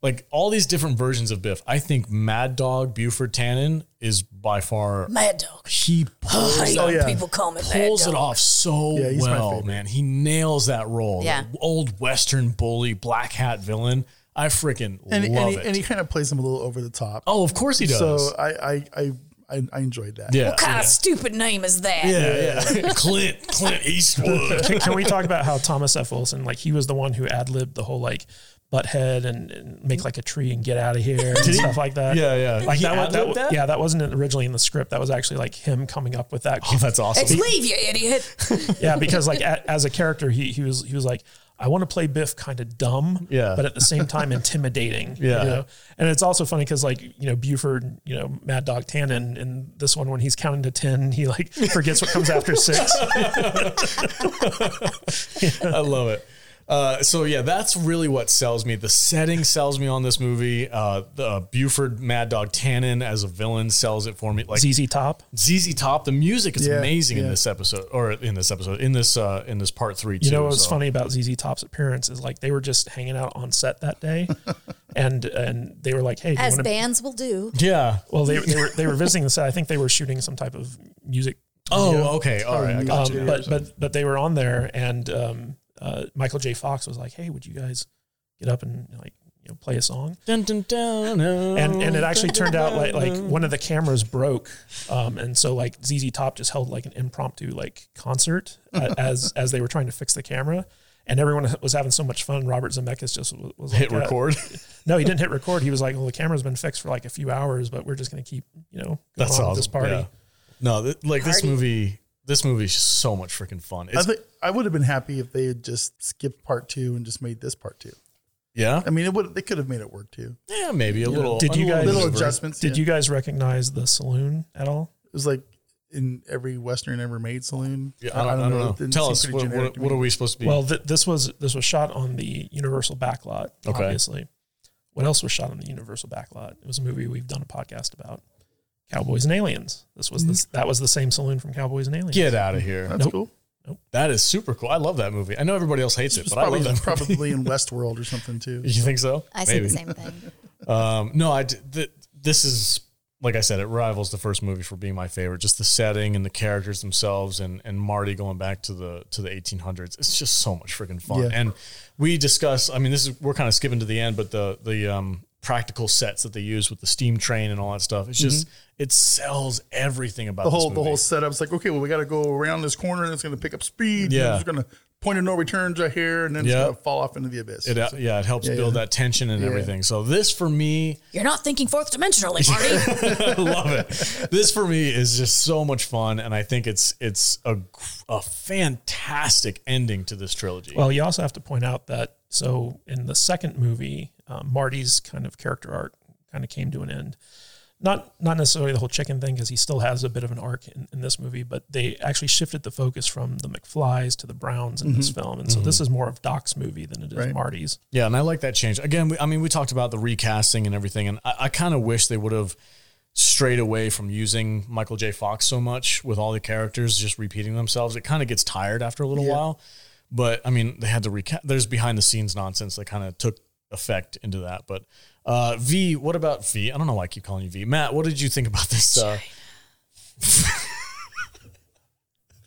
Speaker 2: like all these different versions of Biff, I think Mad Dog Buford Tannen is by far.
Speaker 6: Mad Dog.
Speaker 2: He pulls,
Speaker 1: Oh, yeah.
Speaker 6: People call me Mad
Speaker 2: pulls it
Speaker 6: Dog.
Speaker 2: off so
Speaker 1: Yeah, he's my
Speaker 2: well,
Speaker 1: favorite.
Speaker 2: man. He nails that role.
Speaker 5: Yeah.
Speaker 2: The old Western bully, black hat villain. I freaking
Speaker 1: And,
Speaker 2: love
Speaker 1: and, he,
Speaker 2: it.
Speaker 1: and he kind of plays him a little over the top.
Speaker 2: oh, of course he does.
Speaker 1: so I, I, I, I, I enjoyed that.
Speaker 2: yeah.
Speaker 6: What kind of stupid name is that?
Speaker 2: Yeah, yeah. Clint, Clint Eastwood.
Speaker 4: can, can we talk about how Thomas F. Wilson, like he was the one who ad libbed the whole like butt head and, and make like a tree and get out of here and stuff like that?
Speaker 2: Yeah, yeah.
Speaker 4: Like
Speaker 2: He
Speaker 4: that, was, that,
Speaker 2: ad-libbed
Speaker 4: was-
Speaker 2: that?
Speaker 4: yeah, that wasn't originally in the script. That was actually like him coming up with that.
Speaker 2: Oh, that's awesome.
Speaker 6: Leave you idiot.
Speaker 4: yeah, because like a, as a character, he he was he was like, I want to play Biff kind of dumb,
Speaker 2: Yeah.
Speaker 4: but at the same time intimidating.
Speaker 2: Yeah.
Speaker 4: you know? and it's also funny because like you know Buford, you know Mad Dog Tannen, in this one when he's counting to ten, he like forgets what comes after six.
Speaker 2: I love it. Uh, so yeah, that's really what sells me. The setting sells me on this movie. Uh, the uh, Buford Mad Dog Tannen as a villain sells it for me. Like
Speaker 4: ZZ Top.
Speaker 2: ZZ Top, the music is
Speaker 1: Yeah,
Speaker 2: amazing in
Speaker 1: yeah.
Speaker 2: this episode, or in this episode, in this uh, in this part three.
Speaker 4: You
Speaker 2: too,
Speaker 4: know what was
Speaker 2: so.
Speaker 4: funny about ZZ Top's appearance is like they were just hanging out on set that day, and and they were like, hey, do you
Speaker 5: as
Speaker 4: wanna-
Speaker 5: bands will do.
Speaker 2: Yeah.
Speaker 4: well they, they were they were visiting the set. I think they were shooting some type of music
Speaker 2: Oh,
Speaker 4: video.
Speaker 2: okay. All right. I got
Speaker 4: um, but but but they were on there, and um, uh, Michael J. Fox was like, "Hey, would you guys get up and like you know play a song?"
Speaker 2: dun, dun, dun,
Speaker 4: And and it actually turned out like like one of the cameras broke, um, and so like ZZ Top just held like an impromptu like concert uh, as as they were trying to fix the camera. And everyone was having so much fun. Robert Zemeckis just was, was like,
Speaker 2: hit
Speaker 4: uh,
Speaker 2: record.
Speaker 4: No, he didn't hit record. He was like, "Well, the camera's been fixed for like a few hours, but we're just going to keep, you know, going
Speaker 2: That's
Speaker 4: on
Speaker 2: awesome.
Speaker 4: with Oh, this party."
Speaker 2: Yeah. No, th- like this movie. This movie is just so much freaking fun.
Speaker 1: I
Speaker 2: It's,
Speaker 1: think I would have been happy if they had just skipped part two and just made this part two.
Speaker 2: yeah.
Speaker 1: I mean, it would they could have made it work too.
Speaker 2: Yeah. Maybe a
Speaker 4: know,
Speaker 2: little.
Speaker 4: did
Speaker 2: a
Speaker 4: you guys-
Speaker 1: Little
Speaker 2: maneuver.
Speaker 1: adjustments.
Speaker 4: Did you guys recognize the saloon at all?
Speaker 1: It was like in every Western ever made saloon.
Speaker 2: Yeah, I don't, I don't know.
Speaker 1: It didn't
Speaker 2: Tell
Speaker 1: seem
Speaker 2: us
Speaker 1: pretty
Speaker 2: what,
Speaker 1: generic
Speaker 2: what,
Speaker 1: to
Speaker 2: what
Speaker 1: me.
Speaker 2: are we supposed to be?
Speaker 4: Well, th- this was this was shot on the Universal backlot,
Speaker 2: Okay.
Speaker 4: obviously. What else was shot on the Universal backlot? It was a movie we've done a podcast about, Cowboys and Aliens. This was this that was the same saloon from Cowboys and Aliens.
Speaker 2: get out of here.
Speaker 1: That's
Speaker 4: Nope.
Speaker 1: cool.
Speaker 2: That is super cool. I love that movie. I know everybody else hates it,
Speaker 1: It's
Speaker 2: but I
Speaker 1: probably
Speaker 2: love that. Probably.
Speaker 1: probably in Westworld or something too.
Speaker 2: You think so?
Speaker 5: I say
Speaker 2: Maybe.
Speaker 5: the same thing.
Speaker 2: Um, no, I. d- Th- this is like I said, it rivals the first movie for being my favorite. Just the setting and the characters themselves, and and Marty going back to the to the 1800s. It's just so much freaking fun.
Speaker 1: Yeah.
Speaker 2: And we discuss. I mean, this is we're kind of skipping to the end, but the the um, practical sets that they use with the steam train and all that stuff. It's just it sells everything about
Speaker 1: Mm-hmm. The
Speaker 2: this
Speaker 1: whole the
Speaker 2: movie.
Speaker 1: whole setup's like, okay, well, we got to go around this corner and it's going to pick up speed.
Speaker 2: Yeah.
Speaker 1: it's going to point of no returns right here, and then
Speaker 2: Yeah.
Speaker 1: it's going to fall off into the abyss.
Speaker 2: It, uh, yeah, it helps build that tension and everything. So this for me,
Speaker 6: You're not thinking fourth dimensionally, Marty.
Speaker 2: I love it. This for me is just so much fun, and I think it's it's a gr- a fantastic ending to this trilogy.
Speaker 4: Well, you also have to point out that so in the second movie, um, Marty's kind of character arc kind of came to an end. Not not necessarily the whole chicken thing because he still has a bit of an arc in, in this movie, but they actually shifted the focus from the McFlys to the Browns in this film, and so this is more of Doc's movie than it is Marty's.
Speaker 2: yeah, and I like that change. Again, we, I mean, we talked about the recasting and everything, and I, I kind of wish they would have strayed away from using Michael J. Fox so much with all the characters just repeating themselves. It kind of gets tired after a little while. But I mean, they had to recast. There's behind the scenes nonsense that kind of took effect into that. But uh, V, what about V? I don't know why I keep calling you V. Matt, what did you think about this? Uh,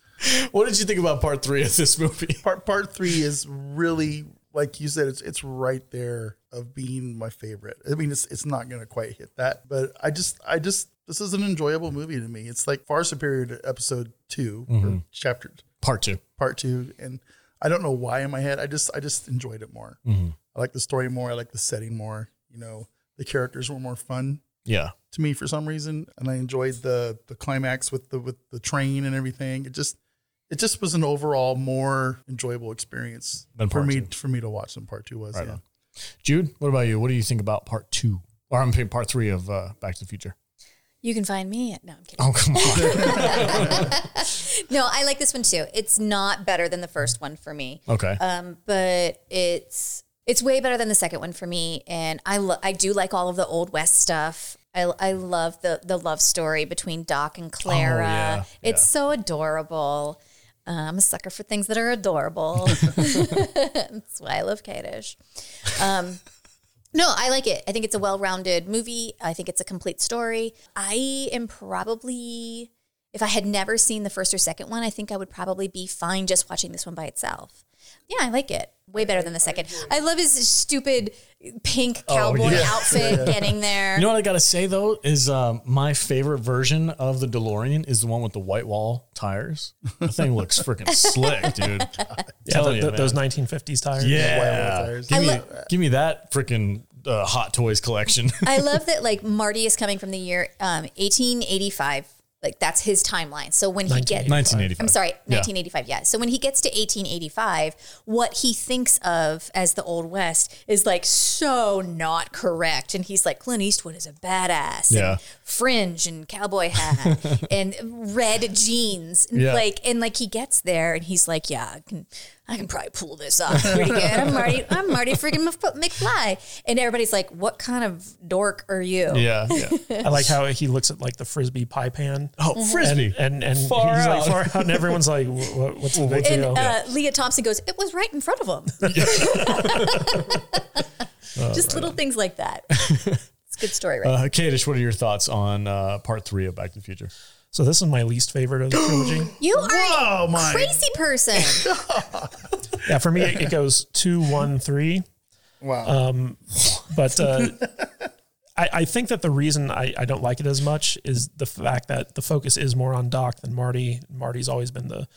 Speaker 2: what did you think about part three of this movie?
Speaker 1: part part three is really like you said it's it's right there of being my favorite i mean it's it's not gonna quite hit that but i just i just this is an enjoyable movie to me it's like far superior to episode 2 or chapter
Speaker 2: Part two.
Speaker 1: part two and i don't know why in my head i just i just enjoyed it more i like the story more i like the setting more you know the characters were more fun
Speaker 2: Yeah.
Speaker 1: to me for some reason, and I enjoyed the the climax with the with the train and everything. It just it just was an overall more enjoyable experience
Speaker 2: Than
Speaker 1: for
Speaker 2: part
Speaker 1: me
Speaker 2: two.
Speaker 1: for me to watch than part two was.
Speaker 2: Right
Speaker 1: yeah.
Speaker 2: on. Jude, what about you? What do you think about part two? Or I'm thinking part three of uh, Back to the Future.
Speaker 5: You can find me at no, I'm kidding.
Speaker 2: Oh, come on.
Speaker 5: No, I like this one too. It's not better than the first one for me.
Speaker 2: okay.
Speaker 5: Um, but it's it's way better than the second one for me, and I lo- I do like all of the old west stuff. I, I love the the love story between Doc and Clara.
Speaker 2: Oh, yeah,
Speaker 5: It's
Speaker 2: yeah.
Speaker 5: so adorable. Uh, I'm a sucker for things that are adorable. That's why I love Kadish. Um, no, I like it. I think it's a well rounded movie. I think it's a complete story. I am probably, if I had never seen the first or second one, I think I would probably be fine just watching this one by itself. Yeah, I like it. Way better than the second. I love his stupid pink cowboy
Speaker 2: Oh, yeah.
Speaker 5: outfit getting there.
Speaker 2: you know what I got to say, though, is um, my favorite version of the DeLorean is the one with the white wall tires. The thing looks freaking slick, dude.
Speaker 4: Yeah,
Speaker 2: Telling
Speaker 4: th-
Speaker 2: you,
Speaker 4: th- those
Speaker 2: man.
Speaker 4: 1950s tires.
Speaker 1: wall
Speaker 2: Yeah.
Speaker 1: tires.
Speaker 2: Give
Speaker 5: I
Speaker 2: me,
Speaker 5: lo-
Speaker 2: give me that freaking uh, Hot Toys collection.
Speaker 5: I love that like Marty is coming from the year um, 1885. Like that's his timeline. So when he gets
Speaker 2: 1985.
Speaker 5: I'm sorry,
Speaker 2: Yeah.
Speaker 5: 1985. Yeah. So when he gets to 1885, what he thinks of as the Old West is like so not correct, and he's like Clint Eastwood is a badass. and
Speaker 2: Yeah.
Speaker 5: fringe and cowboy hat and red jeans. And
Speaker 2: Yeah.
Speaker 5: Like and like he gets there and he's like, yeah, I can, I can probably pull this off pretty good. I'm Marty. I'm Marty freaking Mc- McFly. And everybody's like, what kind of dork are you?
Speaker 2: Yeah, yeah.
Speaker 4: I like how he looks at like the frisbee pie pan.
Speaker 2: Oh,
Speaker 5: Mhm.
Speaker 2: frisbee.
Speaker 4: and and
Speaker 2: Far
Speaker 4: he's
Speaker 2: out.
Speaker 4: like far out, and everyone's like, "Wha- wha- "What's the big
Speaker 5: And
Speaker 4: deal?"
Speaker 5: uh, Leah Thompson goes, it was right in front of him. Just little things like that. It's a good story, right?
Speaker 2: Uh, Kadish, what are your thoughts on uh, part three of Back to the Future?
Speaker 4: So this is my least favorite of the trilogy.
Speaker 5: you are
Speaker 1: Oh,
Speaker 5: a
Speaker 1: my.
Speaker 5: crazy person.
Speaker 4: yeah, for me it, it goes two, one, three.
Speaker 1: Wow.
Speaker 4: But uh, I, I think that the reason I, I don't like it as much is the fact that the focus is more on Doc than Marty. Marty's always been the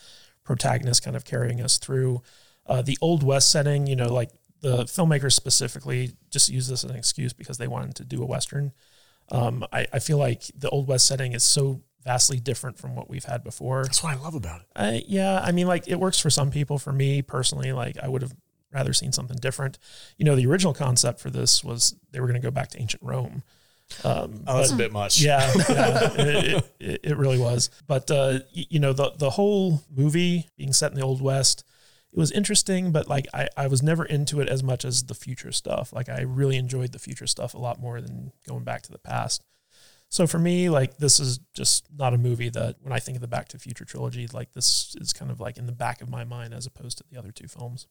Speaker 4: protagonist, kind of carrying us through uh, the Old West setting. You know, like the filmmakers specifically just use this as an excuse because they wanted to do a Western. Um, I, I feel like the Old West setting is so vastly different from what we've had before.
Speaker 2: That's what I love about it.
Speaker 4: I, Uh, yeah, I mean, like it works for some people. For me personally, like I would have rather seen something different. You know, the original concept for this was they were going to go back to ancient Rome.
Speaker 2: Oh,
Speaker 5: Um,
Speaker 2: that's a bit much.
Speaker 4: Yeah, yeah, it, it, it really was. But uh, y- you know, the the whole movie being set in the old west, it was interesting. But like, I I was never into it as much as the future stuff. Like, I really enjoyed the future stuff a lot more than going back to the past. So for me, like this is just not a movie that when I think of the Back to the Future trilogy, like this is kind of like in the back of my mind as opposed to the other two films.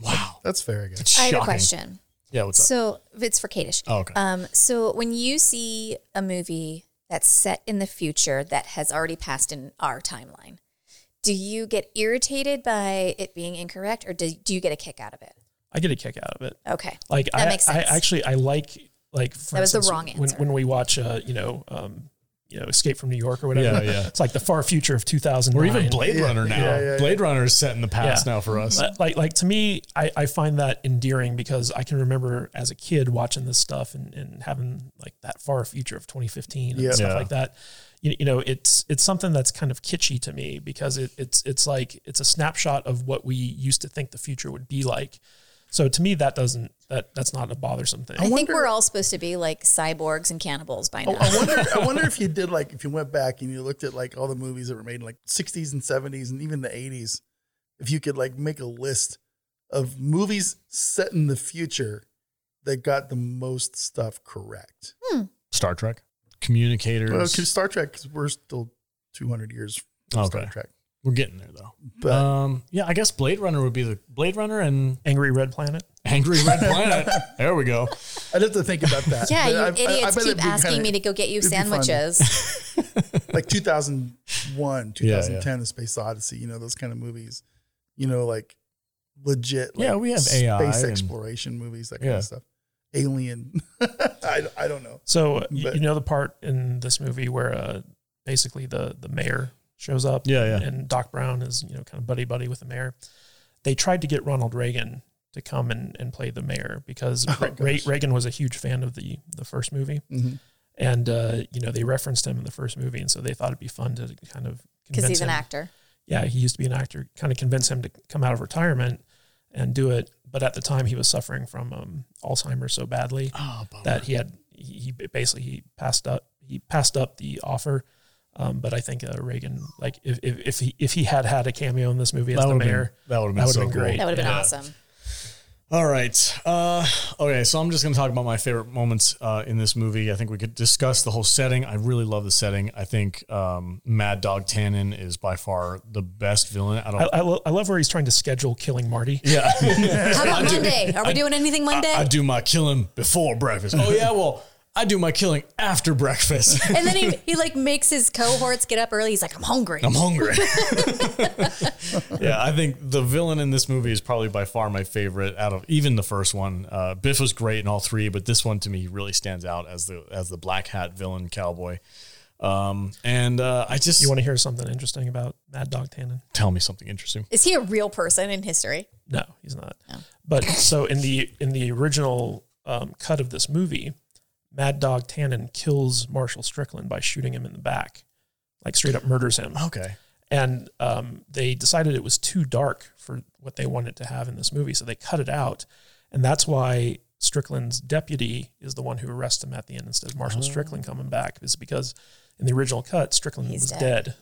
Speaker 2: Wow.
Speaker 1: That's very good.
Speaker 2: That's
Speaker 5: I have a
Speaker 2: shocking.
Speaker 5: question.
Speaker 2: Yeah, what's up?
Speaker 5: So it's for Kadish.
Speaker 2: Oh, okay.
Speaker 5: Um, so when you see a movie that's set in the future that has already passed in our timeline, do you get irritated by it being incorrect, or do, do you get a kick out of it?
Speaker 4: I get a kick out of it.
Speaker 5: Okay,
Speaker 4: Like
Speaker 5: that
Speaker 4: I,
Speaker 5: makes sense.
Speaker 4: I actually I like like for
Speaker 5: That was the wrong
Speaker 4: when,
Speaker 5: answer.
Speaker 4: when we watch uh you know um you know Escape from New York or whatever.
Speaker 2: Yeah, yeah.
Speaker 4: It's like the far future of 2000
Speaker 2: Or even Blade
Speaker 1: Yeah,
Speaker 2: Runner now.
Speaker 1: yeah, yeah, yeah.
Speaker 2: Blade Runner is set in the past
Speaker 4: Yeah.
Speaker 2: now for us.
Speaker 4: Like like to me, I, I find that endearing because I can remember as a kid watching this stuff and, and having like that far future of 2015 and
Speaker 1: Yeah.
Speaker 4: stuff
Speaker 2: Yeah.
Speaker 4: like that. You, you know, it's it's something that's kind of kitschy to me because it, it's it's like it's a snapshot of what we used to think the future would be like. So to me, that doesn't that that's not a bothersome thing.
Speaker 5: I, think we're all supposed to be like cyborgs and cannibals by now.
Speaker 1: I I wonder. I wonder if you did like if you went back and you looked at like all the movies that were made in like '60s and '70s and even the '80s, if you could like make a list of movies set in the future that got the most stuff correct.
Speaker 2: Star Trek, Communicators.
Speaker 1: Well, 'cause Star Trek, because we're still 200 years from Star
Speaker 2: Okay.
Speaker 1: Trek.
Speaker 2: We're getting there though.
Speaker 1: But
Speaker 2: um, yeah, I guess Blade Runner would be the Blade Runner and
Speaker 4: Angry Red Planet.
Speaker 2: Angry Red Planet. there we go.
Speaker 1: I'd have to think about that.
Speaker 5: yeah,
Speaker 1: But
Speaker 5: you
Speaker 1: I- I- I bet
Speaker 5: idiots
Speaker 1: it'd
Speaker 5: keep
Speaker 1: be
Speaker 5: asking
Speaker 1: kinda-
Speaker 5: me to go get you
Speaker 1: it'd be fun.
Speaker 5: sandwiches.
Speaker 1: like 2001,
Speaker 2: Yeah, yeah.
Speaker 1: 2010, The Space Odyssey, you know, those kind of movies, you know, like legit. Like
Speaker 2: Yeah, we have
Speaker 1: space
Speaker 2: AI and-
Speaker 1: exploration movies, that kind
Speaker 2: Yeah.
Speaker 1: of stuff. Alien. I, I don't know.
Speaker 4: So uh, y-
Speaker 1: But-
Speaker 4: you know the part in this movie where uh, basically the the mayor shows up.
Speaker 2: Yeah, yeah.
Speaker 4: And Doc Brown is you know kind of buddy buddy with the mayor. They tried to get Ronald Reagan to come and, and play the mayor because
Speaker 2: Oh,
Speaker 4: Re- Re- Reagan was a huge fan of the the first movie,
Speaker 2: Mm-hmm.
Speaker 4: and uh, you know they referenced him in the first movie, and so they thought it'd be fun to kind of
Speaker 5: Because
Speaker 4: convince
Speaker 5: he's an
Speaker 4: him-
Speaker 5: actor.
Speaker 4: yeah, he used to be an actor, kind of convince him to come out of retirement and do it. But at the time, he was suffering from um, Alzheimer's so badly
Speaker 2: Oh,
Speaker 4: that he had he, he basically he passed up he passed up the offer. Um, but I think uh, Reagan, like if, if, if he if he had had a cameo in this movie as
Speaker 2: That
Speaker 4: the
Speaker 2: would've been-
Speaker 4: mayor,
Speaker 2: that would've been
Speaker 4: would've
Speaker 2: so cool.
Speaker 4: great.
Speaker 5: That would have been
Speaker 4: Yeah.
Speaker 5: awesome.
Speaker 2: All right. Uh, okay, so I'm just going to talk about my favorite moments uh, in this movie. I think we could discuss the whole setting. I really love the setting. I think um, Mad Dog Tannen is by far the best villain. I don't.
Speaker 4: I, I, lo- I love where he's trying to schedule killing Marty.
Speaker 2: yeah.
Speaker 5: How about Monday? Are we doing anything Monday?
Speaker 2: I do my killing before breakfast. Oh yeah, well, I do my killing after breakfast.
Speaker 5: and then he, he like makes his cohorts get up early. He's like, I'm hungry.
Speaker 2: I'm hungry. yeah, I think the villain in this movie is probably by far my favorite out of even the first one. Uh, Biff was great in all three, but this one to me really stands out as the as the black hat villain cowboy. Um, and uh, I just
Speaker 4: You want to hear something interesting about Mad Dog Tannen?
Speaker 2: tell me something interesting.
Speaker 5: Is he a real person in history?
Speaker 4: No, he's not. But so in the in the original um, cut of this movie, Mad Dog Tannen kills Marshall Strickland by shooting him in the back like straight up murders him.
Speaker 2: Okay.
Speaker 4: And um, they decided it was too dark for what they wanted to have in this movie, so they cut it out, and that's why Strickland's deputy is the one who arrests him at the end instead of Marshall Strickland coming back, is because in the original cut Strickland
Speaker 5: He's
Speaker 4: was
Speaker 5: dead.
Speaker 4: dead.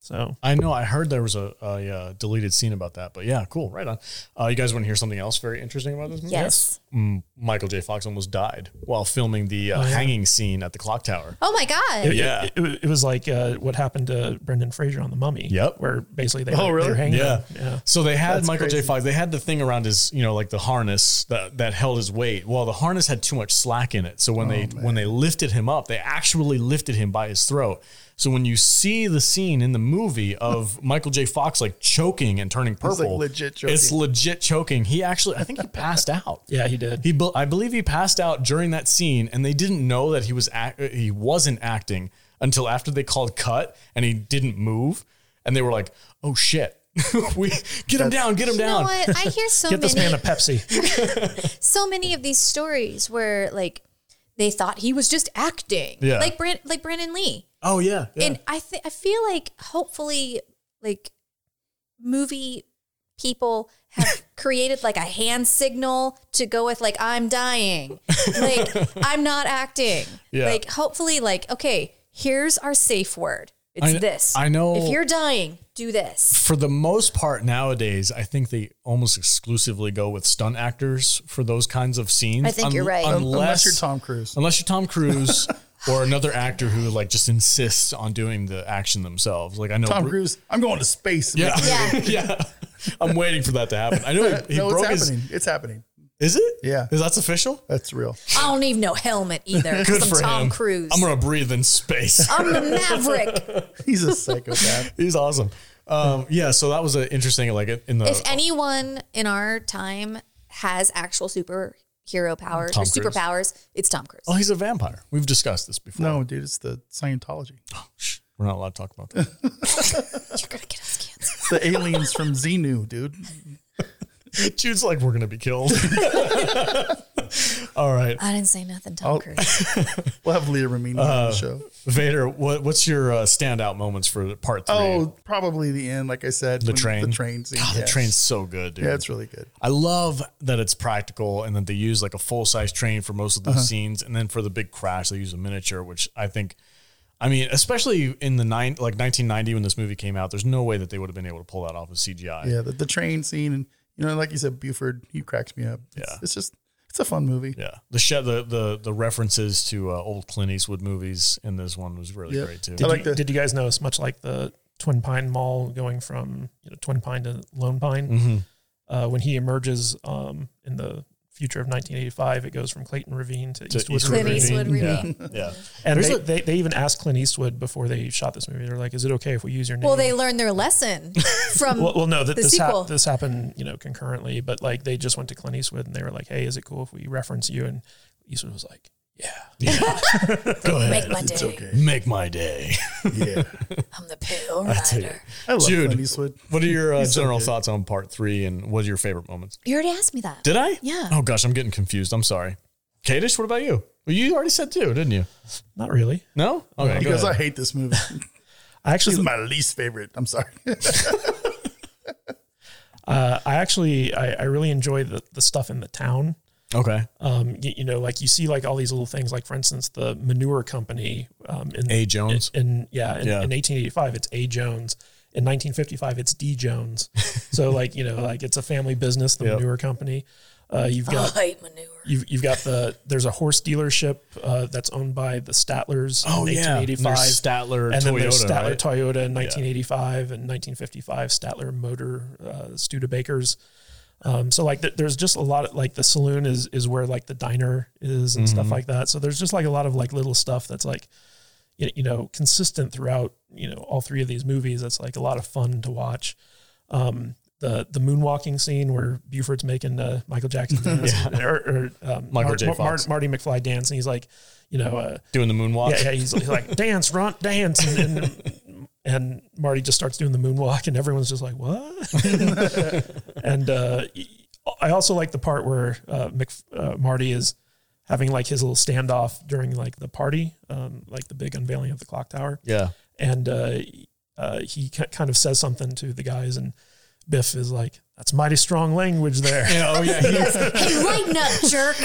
Speaker 4: So
Speaker 2: I know. I heard there was a, a uh, deleted scene about that, but yeah, cool. Right on. Uh, you guys want to hear something else very interesting about this? movie?
Speaker 5: Yes.
Speaker 2: Mm, Michael J. Fox almost died while filming the uh, hanging scene at the clock tower.
Speaker 5: Oh my God.
Speaker 4: it,
Speaker 2: Yeah.
Speaker 4: it, it, it was like uh, what happened to Brendan Fraser on The Mummy.
Speaker 2: Yep.
Speaker 4: where basically they
Speaker 1: Oh,
Speaker 4: were,
Speaker 1: really?
Speaker 4: they were hanging.
Speaker 2: Yeah.
Speaker 4: him. yeah.
Speaker 2: So they had
Speaker 1: That's
Speaker 2: Michael J.
Speaker 1: crazy.
Speaker 2: Fox. They had the thing around his, you know, like the harness that, that held his weight. Well, the harness had too much slack in it. So when they
Speaker 1: Oh,
Speaker 2: when they lifted him up, they actually lifted him by his throat. So when you see the scene in the movie of Michael J. Fox like choking and turning
Speaker 1: like,
Speaker 2: purple,
Speaker 1: legit
Speaker 2: It's
Speaker 1: choking.
Speaker 2: legit choking. He actually, I think he passed out.
Speaker 4: Yeah, he did.
Speaker 2: He, be- I believe he passed out during that scene, and they didn't know that he was act- he wasn't acting until after they called cut, and he didn't move, and they were like, "Oh shit, we get him down, get him
Speaker 5: You know
Speaker 2: down."
Speaker 5: what? I hear so
Speaker 4: Get this man
Speaker 5: many
Speaker 4: a Pepsi.
Speaker 5: so many of these stories where like they thought he was just acting.
Speaker 2: Yeah.
Speaker 5: Like Brand like Brandon Lee.
Speaker 2: Oh yeah, yeah.
Speaker 5: And I think I feel like hopefully like movie people have created like a hand signal to go with like I'm dying. Like I'm not acting.
Speaker 2: Yeah.
Speaker 5: Like hopefully like okay, here's our safe word. It's
Speaker 2: I-
Speaker 5: this.
Speaker 2: I know-
Speaker 5: If you're dying, do this.
Speaker 2: for the most part nowadays, I think they almost exclusively go with stunt actors for those kinds of scenes.
Speaker 5: I think you're right.
Speaker 2: Unless,
Speaker 5: Un-
Speaker 1: Unless you're Tom Cruise.
Speaker 2: unless you're Tom Cruise. Or another actor who like just insists on doing the action themselves. Like I know
Speaker 1: Tom
Speaker 2: Bru-
Speaker 1: Cruise, I'm going to space.
Speaker 2: Yeah.
Speaker 5: Yeah.
Speaker 2: yeah. I'm waiting for that to happen. I know he, he
Speaker 1: no, it's
Speaker 2: broke his.
Speaker 1: happening. It's happening.
Speaker 2: Is it?
Speaker 1: Yeah.
Speaker 2: Is that's official?
Speaker 1: That's real.
Speaker 5: I don't need no helmet either.
Speaker 2: Good
Speaker 5: I'm
Speaker 2: for
Speaker 5: Tom
Speaker 2: him.
Speaker 5: Cruise.
Speaker 2: I'm gonna breathe in space.
Speaker 5: I'm the maverick.
Speaker 1: He's a psychopath.
Speaker 2: He's awesome. Um, yeah. So that was an interesting like in the
Speaker 5: if anyone in our time has actual superhero powers
Speaker 2: Tom
Speaker 5: or
Speaker 2: Cruise.
Speaker 5: superpowers, it's Tom Cruise.
Speaker 2: oh he's a vampire. We've discussed this before.
Speaker 1: no, dude, it's the Scientology.
Speaker 2: Shh, we're not allowed to talk about that.
Speaker 5: You're gonna get us canceled.
Speaker 1: It's the aliens from Xenu, dude.
Speaker 2: Jude's like we're gonna be killed. All right,
Speaker 5: I didn't say nothing, Tom
Speaker 2: Oh.
Speaker 1: I'll-
Speaker 5: Cruise.
Speaker 1: We'll have Leah Ramini
Speaker 2: Uh,
Speaker 1: on the show.
Speaker 2: Vader. What, what's your uh, standout moments for part three?
Speaker 1: Oh, probably the end, like I said.
Speaker 2: the
Speaker 1: when-
Speaker 2: train.
Speaker 1: The train scene.
Speaker 2: God,
Speaker 1: yeah.
Speaker 2: the train's so good, dude.
Speaker 1: Yeah, it's really good.
Speaker 2: I love that it's practical and that they use like a full size train for most of the
Speaker 1: Uh-huh.
Speaker 2: scenes, and then for the big crash they use a miniature, which I think, I mean, especially in the nine like 1990 when this movie came out, there's no way that they would have been able to pull that off with CGI.
Speaker 1: Yeah, the, the train scene. And, you know, like you said, Buford, he cracks me up. It's,
Speaker 2: Yeah.
Speaker 1: It's just, it's a fun movie.
Speaker 2: Yeah. the sh- the the the references to uh, old Clint Eastwood movies in this one was really
Speaker 1: Yeah.
Speaker 2: great too.
Speaker 1: I
Speaker 4: Did,
Speaker 1: like
Speaker 4: you,
Speaker 1: the-
Speaker 4: did you guys notice much like the Twin Pine Mall going from you know, Twin Pine to Lone Pine?
Speaker 2: Mm-hmm.
Speaker 4: Uh, when he emerges um, in the future of 1985, it goes from Clayton Ravine to,
Speaker 2: To
Speaker 4: Eastwood,
Speaker 2: Eastwood
Speaker 4: Ravine.
Speaker 5: Clint Eastwood
Speaker 2: Ravine.
Speaker 5: Ravine.
Speaker 2: Yeah, yeah.
Speaker 4: And
Speaker 2: There's
Speaker 4: they,
Speaker 2: a-
Speaker 4: they, they even asked Clint Eastwood before they shot this movie. They're like, "Is it okay if we use your name?"
Speaker 5: Well, they learned their lesson from
Speaker 4: well, well, no, that
Speaker 5: Um, the
Speaker 4: this hap-
Speaker 5: sequel.
Speaker 4: this happened, you know, concurrently. But like, they just went to Clint Eastwood and they were like, "Hey, is it cool if we reference you?" And Eastwood was like,
Speaker 2: Go ahead,
Speaker 6: Make my day.
Speaker 2: make my day,
Speaker 1: Yeah.
Speaker 6: I'm the pill
Speaker 2: tell you.
Speaker 6: rider.
Speaker 1: I love
Speaker 2: Jude.
Speaker 1: Clint Eastwood.
Speaker 2: What are your uh,
Speaker 1: He's so
Speaker 2: general
Speaker 1: good.
Speaker 2: thoughts on part three, and what are your favorite moments?
Speaker 5: You already asked me that.
Speaker 2: Did I?
Speaker 5: Yeah.
Speaker 2: Oh gosh, I'm getting confused. I'm sorry. Kadish, what about you? Well, you already said two, didn't you?
Speaker 4: "Not really."
Speaker 2: No. Okay.
Speaker 1: He
Speaker 2: go
Speaker 1: goes, I
Speaker 2: ahead.
Speaker 1: hate this movie.
Speaker 4: I
Speaker 1: She's
Speaker 4: actually
Speaker 1: my least favorite. I'm sorry.
Speaker 4: Uh, I actually, I, I really enjoy the, the stuff in the town.
Speaker 2: okay.
Speaker 4: Um, you, you know, like you see like all these little things, like for instance, the manure company, um, in
Speaker 2: A. Jones.
Speaker 4: in, in- yeah, in,
Speaker 2: Yeah.
Speaker 4: in 1885, it's A Jones. In 1955, it's D Jones. So like, you know, like it's a family business, the
Speaker 2: Yep.
Speaker 4: manure company. Uh, you've got,
Speaker 2: Oh.
Speaker 6: I hate manure.
Speaker 4: you've, you've got the, there's a horse dealership, uh, that's owned by the Statlers
Speaker 2: Oh,
Speaker 4: in
Speaker 2: yeah. And there's
Speaker 4: 1885.
Speaker 2: Statler
Speaker 4: and then there's
Speaker 2: Toyota,
Speaker 4: Statler
Speaker 2: right?
Speaker 4: Toyota in 1985 and 1955 Statler Motor uh, Studebakers. Um, so like th- there's just a lot of like the saloon is is where like the diner is and
Speaker 2: Mm-hmm.
Speaker 4: stuff like that. So there's just like a lot of like little stuff that's like you you know consistent throughout you know all three of these movies. That's like a lot of fun to watch. Um, the the moonwalking scene where Buford's making uh, Michael Jackson dance or, or um,
Speaker 2: Michael J.
Speaker 4: Mar- Mar-
Speaker 2: Fox.
Speaker 4: Marty McFly dance and he's like you know. Uh,
Speaker 2: Doing the moonwalk.
Speaker 4: yeah, yeah. He's, he's like, dance, runt, dance. And, and, and Marty just starts doing the moonwalk, and everyone's just like, what? and uh, I also like the part where uh, Mc, uh, Marty is having like his little standoff during like the party, um, like the big unveiling of the clock tower.
Speaker 2: Yeah.
Speaker 4: and uh, uh, he ki- kind of says something to the guys, and Biff is like, "That's mighty strong language there."
Speaker 2: oh yeah, he,
Speaker 3: Hey, lighten up, jerk.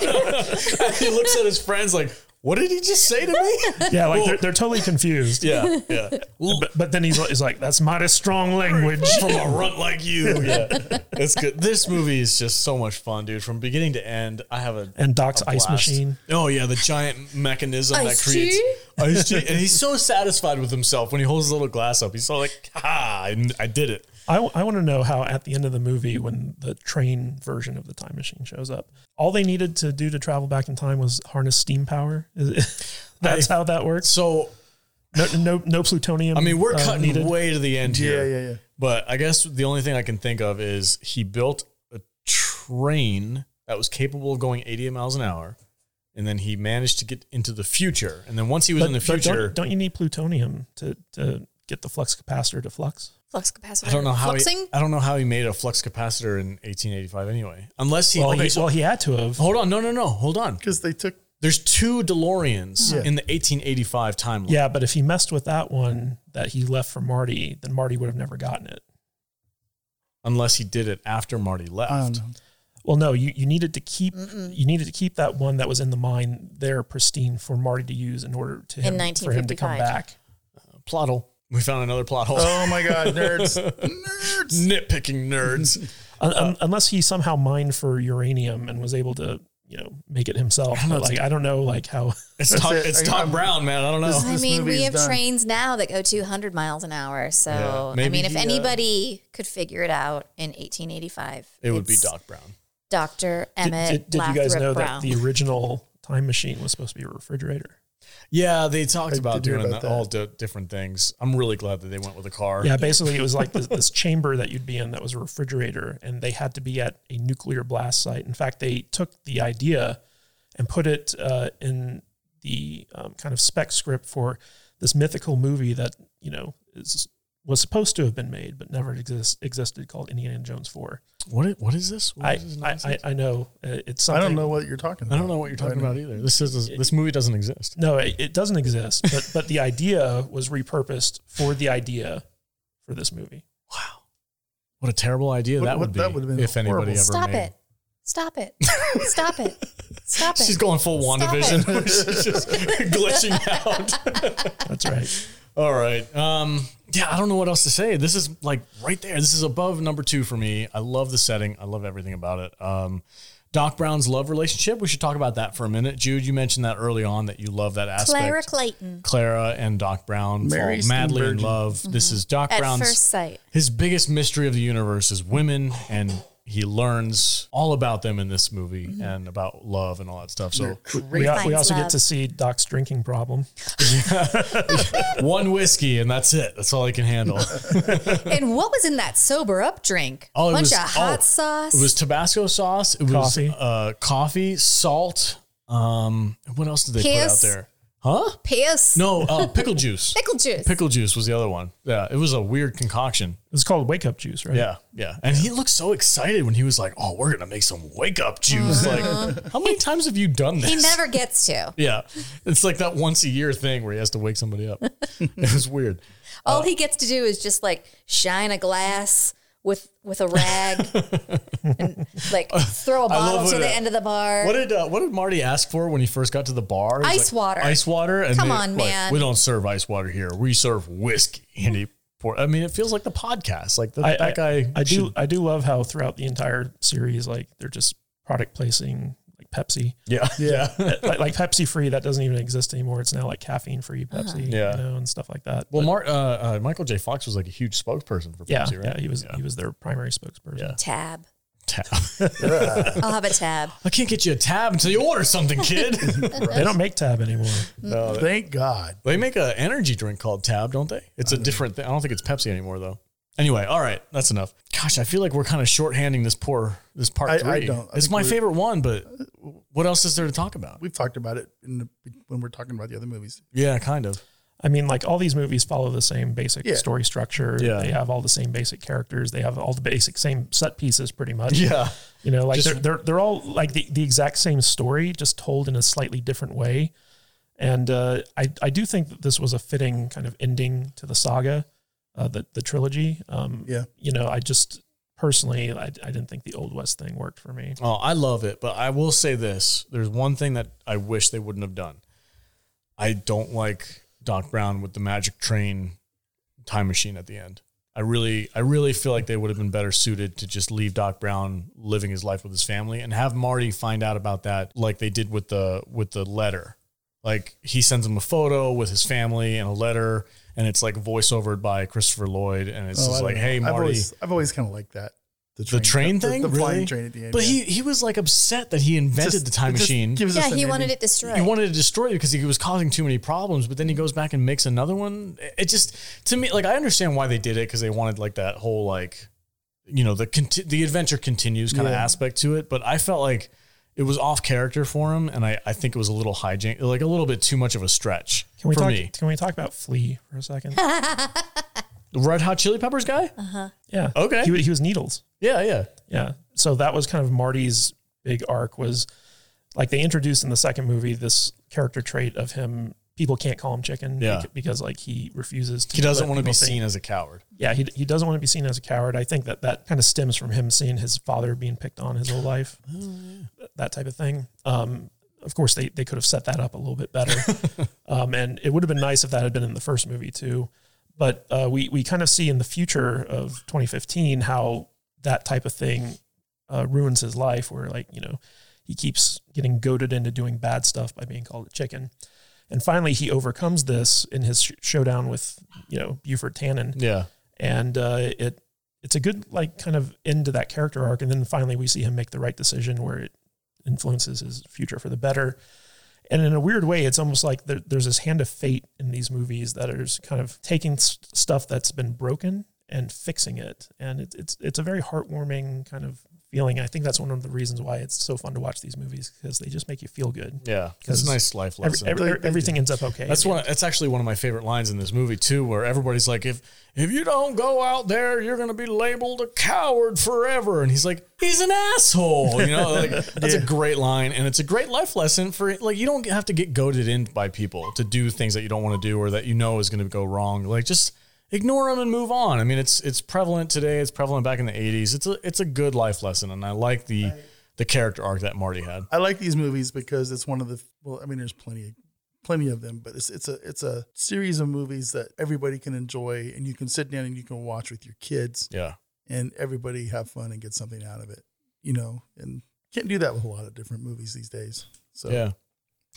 Speaker 2: he looks at his friends like, "What did he just say to me?"
Speaker 4: yeah, like they're, they're totally confused.
Speaker 2: yeah, yeah.
Speaker 4: But, but then he's, he's like, "That's mighty strong language."
Speaker 2: from a runt like you. Yeah, it's good. This movie is just so much fun, dude. From beginning to end, I have a
Speaker 4: And Doc's
Speaker 2: a
Speaker 4: ice
Speaker 2: blast.
Speaker 4: machine.
Speaker 2: Oh yeah, the giant mechanism that
Speaker 3: Ice
Speaker 2: creates
Speaker 3: tea?
Speaker 2: ice tea. And he's so satisfied with himself when he holds his little glass up. He's so like, "Ha! I, kn- I did it."
Speaker 4: I, want to know how at the end of the movie, when the train version of the time machine shows up, all they needed to do to travel back in time was harness steam power. That's how that works.
Speaker 2: So
Speaker 4: No, no, no plutonium.
Speaker 2: I mean, we're
Speaker 4: uh,
Speaker 2: cutting
Speaker 4: needed.
Speaker 2: way to the end here.
Speaker 1: Yeah, yeah, yeah.
Speaker 2: But I guess the only thing I can think of is he built a train that was capable of going 80 miles an hour. And then he managed to get into the future. And then once he was in the
Speaker 4: But- but don't-
Speaker 2: future,
Speaker 4: Don't, you need plutonium to, to get the flux capacitor to flux?
Speaker 3: Flux capacitor.
Speaker 2: I don't know how he,
Speaker 3: Fluxing?
Speaker 2: I don't know how he made a flux capacitor in 1885 anyway. Unless he,
Speaker 4: Well,
Speaker 2: okay,
Speaker 4: he,
Speaker 2: so-
Speaker 4: well, he had to have.
Speaker 2: hold on, no, no, no, hold on.
Speaker 1: Because they took
Speaker 2: There's two DeLoreans
Speaker 1: Yeah.
Speaker 2: in the 1885 timeline.
Speaker 4: Yeah, but if he messed with that one that he left for Marty, then Marty would have never gotten it.
Speaker 2: Unless he did it after Marty left.
Speaker 1: I don't know.
Speaker 4: Well, no, you, you needed to keep you needed to keep that one that was in the mine there pristine for Marty to use in order to him,
Speaker 5: In
Speaker 4: for him to come
Speaker 5: 1955.
Speaker 4: back.
Speaker 2: Plot hole. We found another plot hole.
Speaker 1: Oh my god, nerds, nerds.
Speaker 2: Nitpicking nerds.
Speaker 4: Un- un- unless he somehow mined for uranium and was able to, you know, make it himself. But, like I don't know, like how.
Speaker 2: It's Todd,
Speaker 1: it.
Speaker 2: it's
Speaker 1: I-
Speaker 2: Todd
Speaker 1: I'm-
Speaker 2: Brown, man. I don't know.
Speaker 1: This
Speaker 5: I mean,
Speaker 1: movie
Speaker 5: we
Speaker 1: is
Speaker 5: have
Speaker 1: done.
Speaker 5: trains now that go 200 miles an hour. So,
Speaker 2: Yeah,
Speaker 5: I
Speaker 2: maybe
Speaker 5: mean, if
Speaker 2: he, uh,
Speaker 5: anybody could figure it out in 1885,
Speaker 2: It would be
Speaker 5: it's
Speaker 2: Doc Brown.
Speaker 5: Dr.
Speaker 4: Did,
Speaker 5: Emmett
Speaker 4: did- did you guys
Speaker 5: Lathrop
Speaker 4: know
Speaker 5: Brown.
Speaker 4: that the original time machine was supposed to be a refrigerator?
Speaker 2: Yeah, they talked
Speaker 1: I
Speaker 2: about
Speaker 1: did hear
Speaker 2: doing
Speaker 1: about
Speaker 2: that-
Speaker 1: that.
Speaker 2: all di- different things. I'm really glad that they went with a car.
Speaker 4: Yeah, basically it was like this, this chamber that you'd be in that was a refrigerator, and they had to be at a nuclear blast site. In fact, they took the idea and put it uh, in the um, kind of spec script for this mythical movie that you know is, was supposed to have been made but never exist, existed called Indiana Jones Four.
Speaker 2: What? i- What is this? What
Speaker 4: I,
Speaker 2: is this
Speaker 4: I, I
Speaker 2: nonsense?
Speaker 4: I know uh, it's
Speaker 1: I don't
Speaker 4: something.
Speaker 1: know what you're talking. about.
Speaker 2: I don't know what you're talking about either. This is this movie doesn't exist.
Speaker 4: No, it, it doesn't exist. But but the idea was repurposed for the idea for this movie.
Speaker 2: Wow, what a terrible idea
Speaker 1: What-
Speaker 2: that
Speaker 1: what-
Speaker 2: would be.
Speaker 1: that would've been
Speaker 2: if anybody
Speaker 1: horrible.
Speaker 2: ever
Speaker 5: Stop
Speaker 2: made-
Speaker 5: it. Stop it. Stop it. Stop it.
Speaker 2: She's going full
Speaker 5: Stop
Speaker 2: WandaVision. She's just glitching out.
Speaker 4: That's right.
Speaker 2: All right. Um, yeah, I don't know what else to say. This is like right there. This is above number two for me. I love the setting. I love everything about it. Um, Doc Brown's love relationship. We should talk about that for a minute. Jude, you mentioned that early on that you love that aspect.
Speaker 5: Clara Clayton.
Speaker 2: Clara and Doc Brown
Speaker 1: Mary
Speaker 2: fall madly in
Speaker 1: Steenburgen.
Speaker 2: love. This is Doc
Speaker 5: Mm-hmm. At
Speaker 2: Brown's
Speaker 5: first sight.
Speaker 2: his biggest mystery of the universe is women and he learns all about them in this movie
Speaker 5: Mm-hmm.
Speaker 2: and about love and all that stuff. So
Speaker 4: We, al- we
Speaker 5: Finds
Speaker 4: also get
Speaker 5: love.
Speaker 4: to see Doc's drinking problem.
Speaker 2: one whiskey and that's it. That's all I can handle.
Speaker 5: And what was in that sober up drink?
Speaker 2: Oh, it
Speaker 5: Bunch
Speaker 2: was-
Speaker 5: of hot
Speaker 2: oh,
Speaker 5: sauce.
Speaker 2: It was Tabasco sauce. It was
Speaker 4: Coffee.
Speaker 2: Uh, coffee, salt. Um, what else did they put out
Speaker 5: Piss.
Speaker 2: there? Huh?
Speaker 5: piss.
Speaker 2: No, uh, pickle juice.
Speaker 5: Pickle juice.
Speaker 2: Pickle juice was the other one. Yeah, it was a weird concoction.
Speaker 4: It's called wake up juice, right?
Speaker 2: Yeah, yeah. And he looked so excited when he was like, "Oh, we're gonna make some wake up juice." Like, how many times have you done this?
Speaker 5: Uh-huh. he never gets to.
Speaker 2: Yeah, it's like that once a year thing where he has to wake somebody up. it was weird. Oh.
Speaker 5: All he gets to do is just like shine a glass with with a rag and like throw a bottle
Speaker 2: love
Speaker 5: to
Speaker 2: it.
Speaker 5: the end of the bar.
Speaker 2: What did uh, what did Marty ask for when he first got to the bar? He was
Speaker 5: Ice water.
Speaker 2: Ice water. And
Speaker 5: Come
Speaker 2: they-
Speaker 5: on, man.
Speaker 2: We don't serve ice water here. We serve whiskey. And he pour. I mean, it feels like the podcast. Like the,
Speaker 4: I,
Speaker 2: that
Speaker 4: I-
Speaker 2: guy.
Speaker 4: I do.
Speaker 2: should-
Speaker 4: I do love how throughout the entire series, like they're just product placing like Pepsi,
Speaker 2: yeah. Yeah.
Speaker 4: like, like Pepsi free. That doesn't even exist anymore. It's now like caffeine free Pepsi,
Speaker 2: Yeah.
Speaker 4: you know, and stuff like that.
Speaker 2: Well, Mark, uh, uh, Michael J. Fox was like a huge spokesperson for
Speaker 4: yeah,
Speaker 2: Pepsi, right?
Speaker 4: yeah, he was he was their primary spokesperson.
Speaker 2: Yeah.
Speaker 5: tab?
Speaker 2: Tab.
Speaker 5: I'll have a tab.
Speaker 2: I can't get you a tab until you order something, kid.
Speaker 4: They don't make Tab anymore.
Speaker 1: Thank God.
Speaker 2: they make an energy drink called Tab, don't they? It's a different thing. I don't think it's Pepsi anymore, though. Anyway, all right, that's enough. Gosh, I feel like we're kind of shorthanding this poor this part
Speaker 1: I- I
Speaker 2: three.
Speaker 1: don't. I
Speaker 2: it's
Speaker 1: think
Speaker 2: my
Speaker 1: we're-
Speaker 2: favorite one, but what else is there to talk about?
Speaker 1: We've talked about it in the, when we're talking about the other movies.
Speaker 2: Yeah, kind of.
Speaker 4: I mean, like all these movies follow the same basic
Speaker 1: Yeah.
Speaker 4: story structure.
Speaker 2: Yeah.
Speaker 4: They have all the same basic characters. They have all the basic same set pieces, pretty much.
Speaker 2: Yeah.
Speaker 4: You know, like
Speaker 2: Just-
Speaker 4: they're, they're they're all like the, the exact same story, just told in a slightly different way. And uh, I, I do think that this was a fitting kind of ending to the saga, uh, the, the trilogy. Um,
Speaker 1: Yeah.
Speaker 4: You know, I just personally, I, I didn't think the Old West thing worked for me.
Speaker 2: Oh, I love it, but I will say this: there's one thing that I wish they wouldn't have done. I don't like Doc Brown with the magic train time machine at the end. I really, I really feel like they would have been better suited to just leave Doc Brown living his life with his family and have Marty find out about that, like they did with the with the letter. Like he sends him a photo with his family and a letter, and it's like voiceovered by Christopher Lloyd, and it's
Speaker 1: Oh, I
Speaker 2: just
Speaker 1: don't
Speaker 2: like,
Speaker 1: know.
Speaker 2: "Hey,
Speaker 1: I've
Speaker 2: Marty."
Speaker 1: always, I've always kind of liked that.
Speaker 2: the train
Speaker 1: the-
Speaker 2: thing,
Speaker 1: the, flying
Speaker 2: Really?
Speaker 1: train at the end.
Speaker 2: But
Speaker 1: yeah.
Speaker 2: he he was like upset that he invented
Speaker 1: Just-
Speaker 2: the time
Speaker 1: it just
Speaker 2: machine.
Speaker 1: gives us
Speaker 5: Yeah,
Speaker 1: an
Speaker 5: he wanted
Speaker 1: ending.
Speaker 5: it destroyed.
Speaker 2: He wanted to destroy it because he was causing too many problems. But then he goes back and makes another one. It- It just to me like I understand why they did it because they wanted like that whole like you know the conti- the adventure continues kind of
Speaker 1: Yeah.
Speaker 2: aspect to it. But I felt like it was off character for him, and I I think it was a little hijink like a little bit too much of a stretch
Speaker 4: Can we
Speaker 2: for
Speaker 4: talk?
Speaker 2: me.
Speaker 4: Can we talk about Flea for a second?
Speaker 2: The Red Hot Chili Peppers guy.
Speaker 4: yeah.
Speaker 2: Okay.
Speaker 4: He, wa- he was Needles.
Speaker 2: Yeah, yeah.
Speaker 4: Yeah. So that was kind of Marty's big arc was like they introduced in the second movie this character trait of him. People can't call him chicken
Speaker 2: Yeah.
Speaker 4: bec- because like he refuses to.
Speaker 2: He doesn't
Speaker 4: let
Speaker 2: want to be
Speaker 4: people think-
Speaker 2: seen as a coward.
Speaker 4: Yeah, he, he doesn't want to be seen as a coward. I think that that kind of stems from him seeing his father being picked on his whole life, Th- that type of thing. Um, of course, they, they could have set that up a little bit better. um, and it would have been nice if that had been in the first movie, too. But uh, we, we kind of see in the future of 2015 how that type of thing uh, ruins his life, where, like, you know, he keeps getting goaded into doing bad stuff by being called a chicken. And finally, he overcomes this in his sh- showdown with, you know, Buford Tannen
Speaker 2: Yeah.
Speaker 4: and uh, it it's a good like kind of end to that character arc and then finally we see him make the right decision where it influences his future for the better and in a weird way it's almost like there, there's this hand of fate in these movies that is kind of taking s- stuff that's been broken and fixing it and it, it's it's a very heartwarming kind of feeling i think that's one of the reasons why it's so fun to watch these movies because they just make you feel good
Speaker 2: Yeah. It's a nice life
Speaker 4: Every-
Speaker 2: lesson.
Speaker 4: every- everything ends up okay
Speaker 2: That's one. That's actually one of my favorite lines in this movie too, where everybody's like, "If if you don't go out there, you're going to be labeled a coward forever." And he's like, "He's an asshole." You know, like that's a great line, and it's a great life lesson for like you don't have to get goaded in by people to do things that you don't want to do or that you know is going to go wrong. Like just ignore them and move on. I mean, it's it's prevalent today. It's prevalent back in the '80s. It's a it's a good life lesson, and I like the the character arc that Marty had.
Speaker 1: I like these movies because it's one of the well, I mean, there's plenty, plenty of them, but it's it's a it's a series of movies that everybody can enjoy, and you can sit down and you can watch with your kids,
Speaker 2: Yeah.
Speaker 1: and everybody have fun and get something out of it, you know, and can't do that with a lot of different movies these days. So
Speaker 2: Yeah.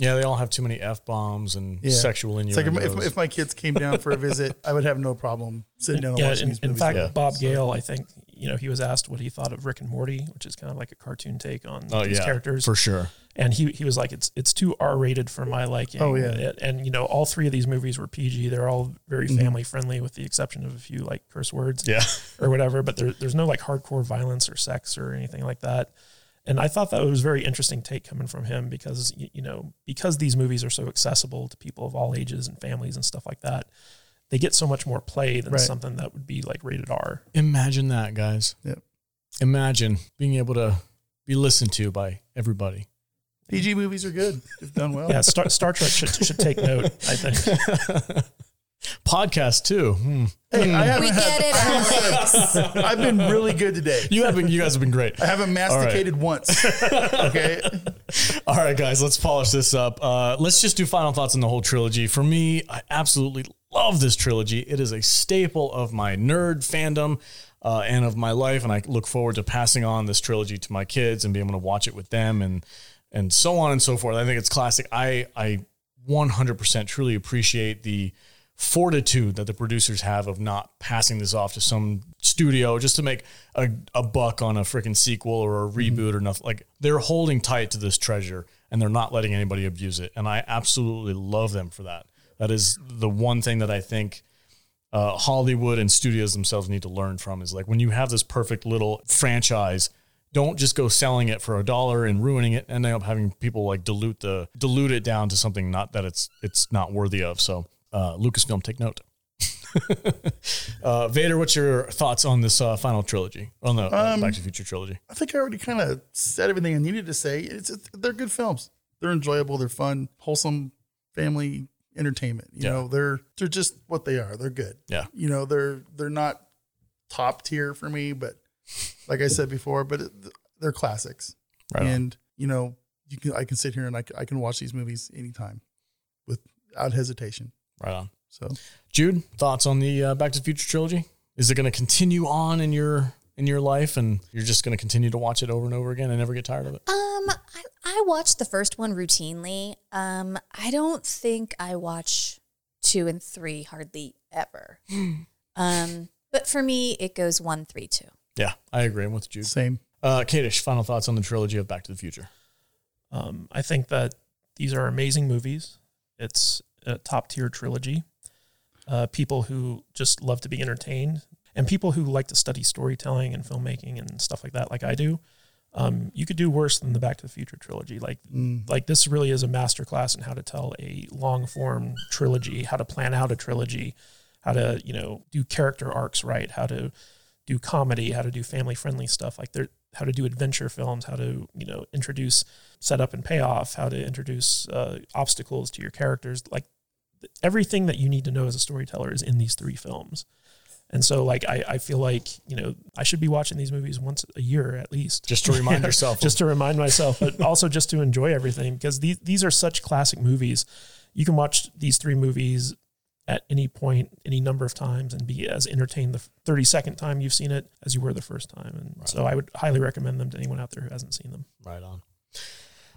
Speaker 2: Yeah, they all have too many f bombs and
Speaker 1: Yeah.
Speaker 2: sexual
Speaker 1: It's like
Speaker 2: innuendos.
Speaker 1: if, if, if my kids came down for a visit, I would have no problem sitting down and
Speaker 4: yeah,
Speaker 1: watching
Speaker 4: in,
Speaker 1: these
Speaker 4: in
Speaker 1: movies.
Speaker 4: fact,
Speaker 2: Yeah.
Speaker 4: Bob Gale, I think, you know, he was asked what he thought of Rick and Morty, which is kind of like a cartoon take on
Speaker 2: oh
Speaker 4: these
Speaker 2: yeah,
Speaker 4: characters.
Speaker 2: for sure.
Speaker 4: And he, he was like, it's it's too R rated for my liking.
Speaker 1: Oh, yeah.
Speaker 4: And- And, you know, all three of these movies were PG. They're all very
Speaker 1: Mm-hmm.
Speaker 4: family friendly, with the exception of a few like curse words
Speaker 2: Yeah,
Speaker 4: or whatever, but there, there's no like hardcore violence or sex or anything like that. And I thought that was a very interesting take coming from him because you, you know because these movies are so accessible to people of all ages and families and stuff like that, they get so much more play than
Speaker 1: Right.
Speaker 4: something that would be like rated R.
Speaker 2: imagine that, guys.
Speaker 1: Yep.
Speaker 2: Imagine being able to be listened to by everybody.
Speaker 1: PG movies are good if done well.
Speaker 4: Yeah, Star, Star Trek should, should take note. I think
Speaker 2: Podcast too. Hmm.
Speaker 1: Hey, I
Speaker 5: we
Speaker 1: haven't
Speaker 5: get
Speaker 1: had,
Speaker 5: it, Alex.
Speaker 1: I've been really good today.
Speaker 2: You have been. You guys have been great.
Speaker 1: I haven't masticated once. Okay.
Speaker 2: All right, guys, let's polish this up. Uh, let's just do final thoughts on the whole trilogy. For me, I absolutely love this trilogy. It is a staple of my nerd fandom uh, and of my life, and I look forward to passing on this trilogy to my kids and being able to watch it with them and and so on and so forth. I think it's classic. I I 100% truly appreciate the fortitude that the producers have of not passing this off to some studio just to make a, a buck on a freaking sequel or a reboot or nothing. Like they're holding tight to this treasure and they're not letting anybody abuse it. And I absolutely love them for that. That is the one thing that I think uh, Hollywood and studios themselves need to learn from is like when you have this perfect little franchise, don't just go selling it for a dollar and ruining it, and end up having people like dilute the dilute it down to something not that it's it's not worthy of. So uh, Lucasfilm, take note. uh, Vader, what's your thoughts on this uh, final trilogy? On the uh, Back to the Future trilogy?
Speaker 1: I think I already kind of said everything I needed to say. It's, it's they're good films. They're enjoyable. They're fun, wholesome, family entertainment. You
Speaker 2: Yeah.
Speaker 1: know, they're they're just what they are. They're good.
Speaker 2: Yeah.
Speaker 1: You know, they're they're not top tier for me, but like I said before, but it, they're classics.
Speaker 2: Right on.
Speaker 1: and you know, you can I can sit here and I, c- I can watch these movies anytime without hesitation.
Speaker 2: Right on.
Speaker 1: So
Speaker 2: Jude, thoughts on the uh, Back to the Future trilogy? Is it going to continue on in your in your life, and you're just going to continue to watch it over and over again and never get tired of it?
Speaker 5: Um, I, I watch the first one routinely. Um, I don't think I watch two and three hardly ever.
Speaker 2: Hmm.
Speaker 5: um, but for me, it goes one, three, two.
Speaker 2: Yeah, I agree. I'm with Jude.
Speaker 1: same.
Speaker 2: Uh, Kadish, final thoughts on the trilogy of Back to the Future?
Speaker 4: Um, I think that these are amazing movies. It's a top tier trilogy. Uh, people who just love to be entertained and people who like to study storytelling and filmmaking and stuff like that, like I do. Um, you could do worse than the Back to the Future trilogy. Like, like this really is a masterclass in how to tell a long form trilogy, how to plan out a trilogy, how to you know do character arcs right, how to do comedy, how to do family friendly stuff, like there, how to do adventure films, how to you know introduce setup and payoff, how to introduce uh, obstacles to your characters, like th- everything that you need to know as a storyteller is in these three films. And so, like, I, I feel like you know I should be watching these movies once a year at least,
Speaker 2: Just to remind yourself of-
Speaker 4: just to remind myself, but also just to enjoy everything because these these are such classic movies. You can watch these three movies at any point, any number of times, and be as entertained the 32nd time you've seen it as you were the first time. And so, I would highly recommend them to anyone out there who hasn't seen them.
Speaker 2: Right on.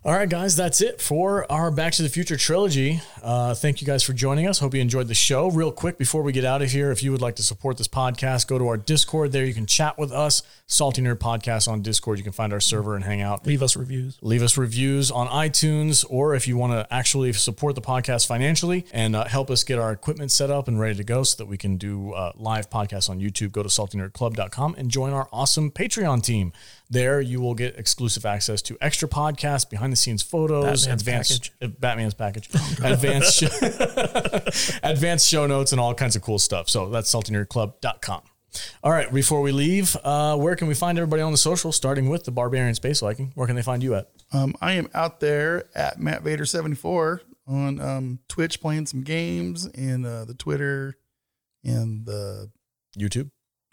Speaker 2: All right, guys, that's it for our Back to the Future trilogy. Uh, thank you guys for joining us. Hope you enjoyed the show. Real quick, before we get out of here, if you would like to support this podcast, go to our Discord. There you can chat with us. Salty Nerd Podcast on Discord. You can find our server and hang out.
Speaker 4: Leave us reviews.
Speaker 2: Leave us reviews on iTunes, or if you want to actually support the podcast financially and uh, help us get our equipment set up and ready to go so that we can do uh, live podcasts on YouTube, go to saltynerdclub.com and join our awesome Patreon team. There, you will get exclusive access to extra podcasts, behind the scenes photos,
Speaker 4: Batman's
Speaker 2: advanced
Speaker 4: package.
Speaker 2: uh, Batman's package, advanced, show, advanced show notes, and all kinds of cool stuff. So that's saltynerdclub.com. All right, before we leave, uh, where can we find everybody on the social, starting with the Barbarian Space Viking? Where can they find you at?
Speaker 1: Um, I am out there at Matt Vader 74 on um, Twitch playing some games and uh, the Twitter and the
Speaker 2: YouTube.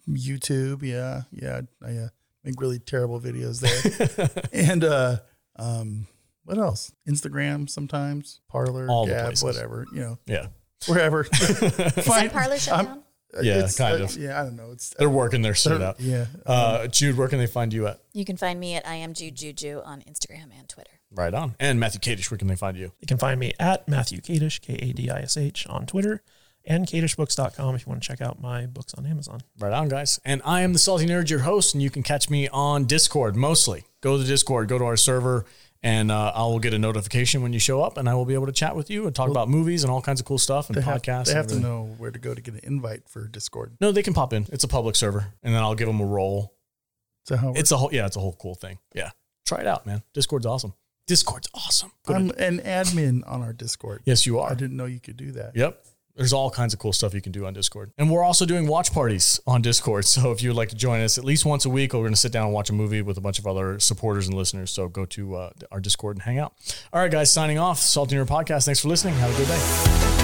Speaker 1: YouTube. Yeah, yeah, I uh, make really terrible videos there. and uh, um, what else? Instagram sometimes, Parlor,
Speaker 2: All the
Speaker 1: Gab,
Speaker 2: places.
Speaker 1: whatever. You know,
Speaker 2: Yeah.
Speaker 1: wherever. Find-
Speaker 5: Is that parlor shut
Speaker 1: I'm-
Speaker 5: down?
Speaker 2: Yeah,
Speaker 1: it's,
Speaker 2: kind
Speaker 1: uh,
Speaker 2: of.
Speaker 1: Yeah, I don't know. It's uh,
Speaker 2: They're working their shit out.
Speaker 1: yeah.
Speaker 2: Uh, Jude, where can they find you at?
Speaker 5: You can find me at I am Jude Juju on Instagram and Twitter.
Speaker 2: Right on. And Matthew Kadish, where can they find you?
Speaker 4: You can find me at Matthew Kadish, K A D I S H, on Twitter and kadishbooks.com if you want to check out my books on Amazon.
Speaker 2: Right on, guys. And I am the Salty Nerd, your host, and you can catch me on Discord mostly. Go to Discord, go to our server, and uh, I will get a notification when you show up, and I will be able to chat with you and talk about movies and all kinds of cool stuff and
Speaker 1: They have,
Speaker 2: podcasts.
Speaker 1: they
Speaker 2: and
Speaker 1: have to
Speaker 2: everything.
Speaker 1: know where to go to get an invite for Discord.
Speaker 2: No, they can pop in. It's a public server, and then I'll give them a role.
Speaker 1: So how it
Speaker 2: It's a whole, yeah, it's a whole cool thing. Yeah, try it out, man. Discord's awesome. Discord's awesome. Go to-
Speaker 1: I'm an admin on our Discord.
Speaker 2: yes, you
Speaker 1: I
Speaker 2: are.
Speaker 1: didn't know you could do that.
Speaker 2: Yep. There's all kinds of cool stuff you can do on Discord. And we're also doing watch parties on Discord. So if you would like to join us at least once a week, we're going to sit down and watch a movie with a bunch of other supporters and listeners. So go to uh, our Discord and hang out. All right, guys, signing off. Salty Nerd Podcast. Thanks for listening. Have a good day.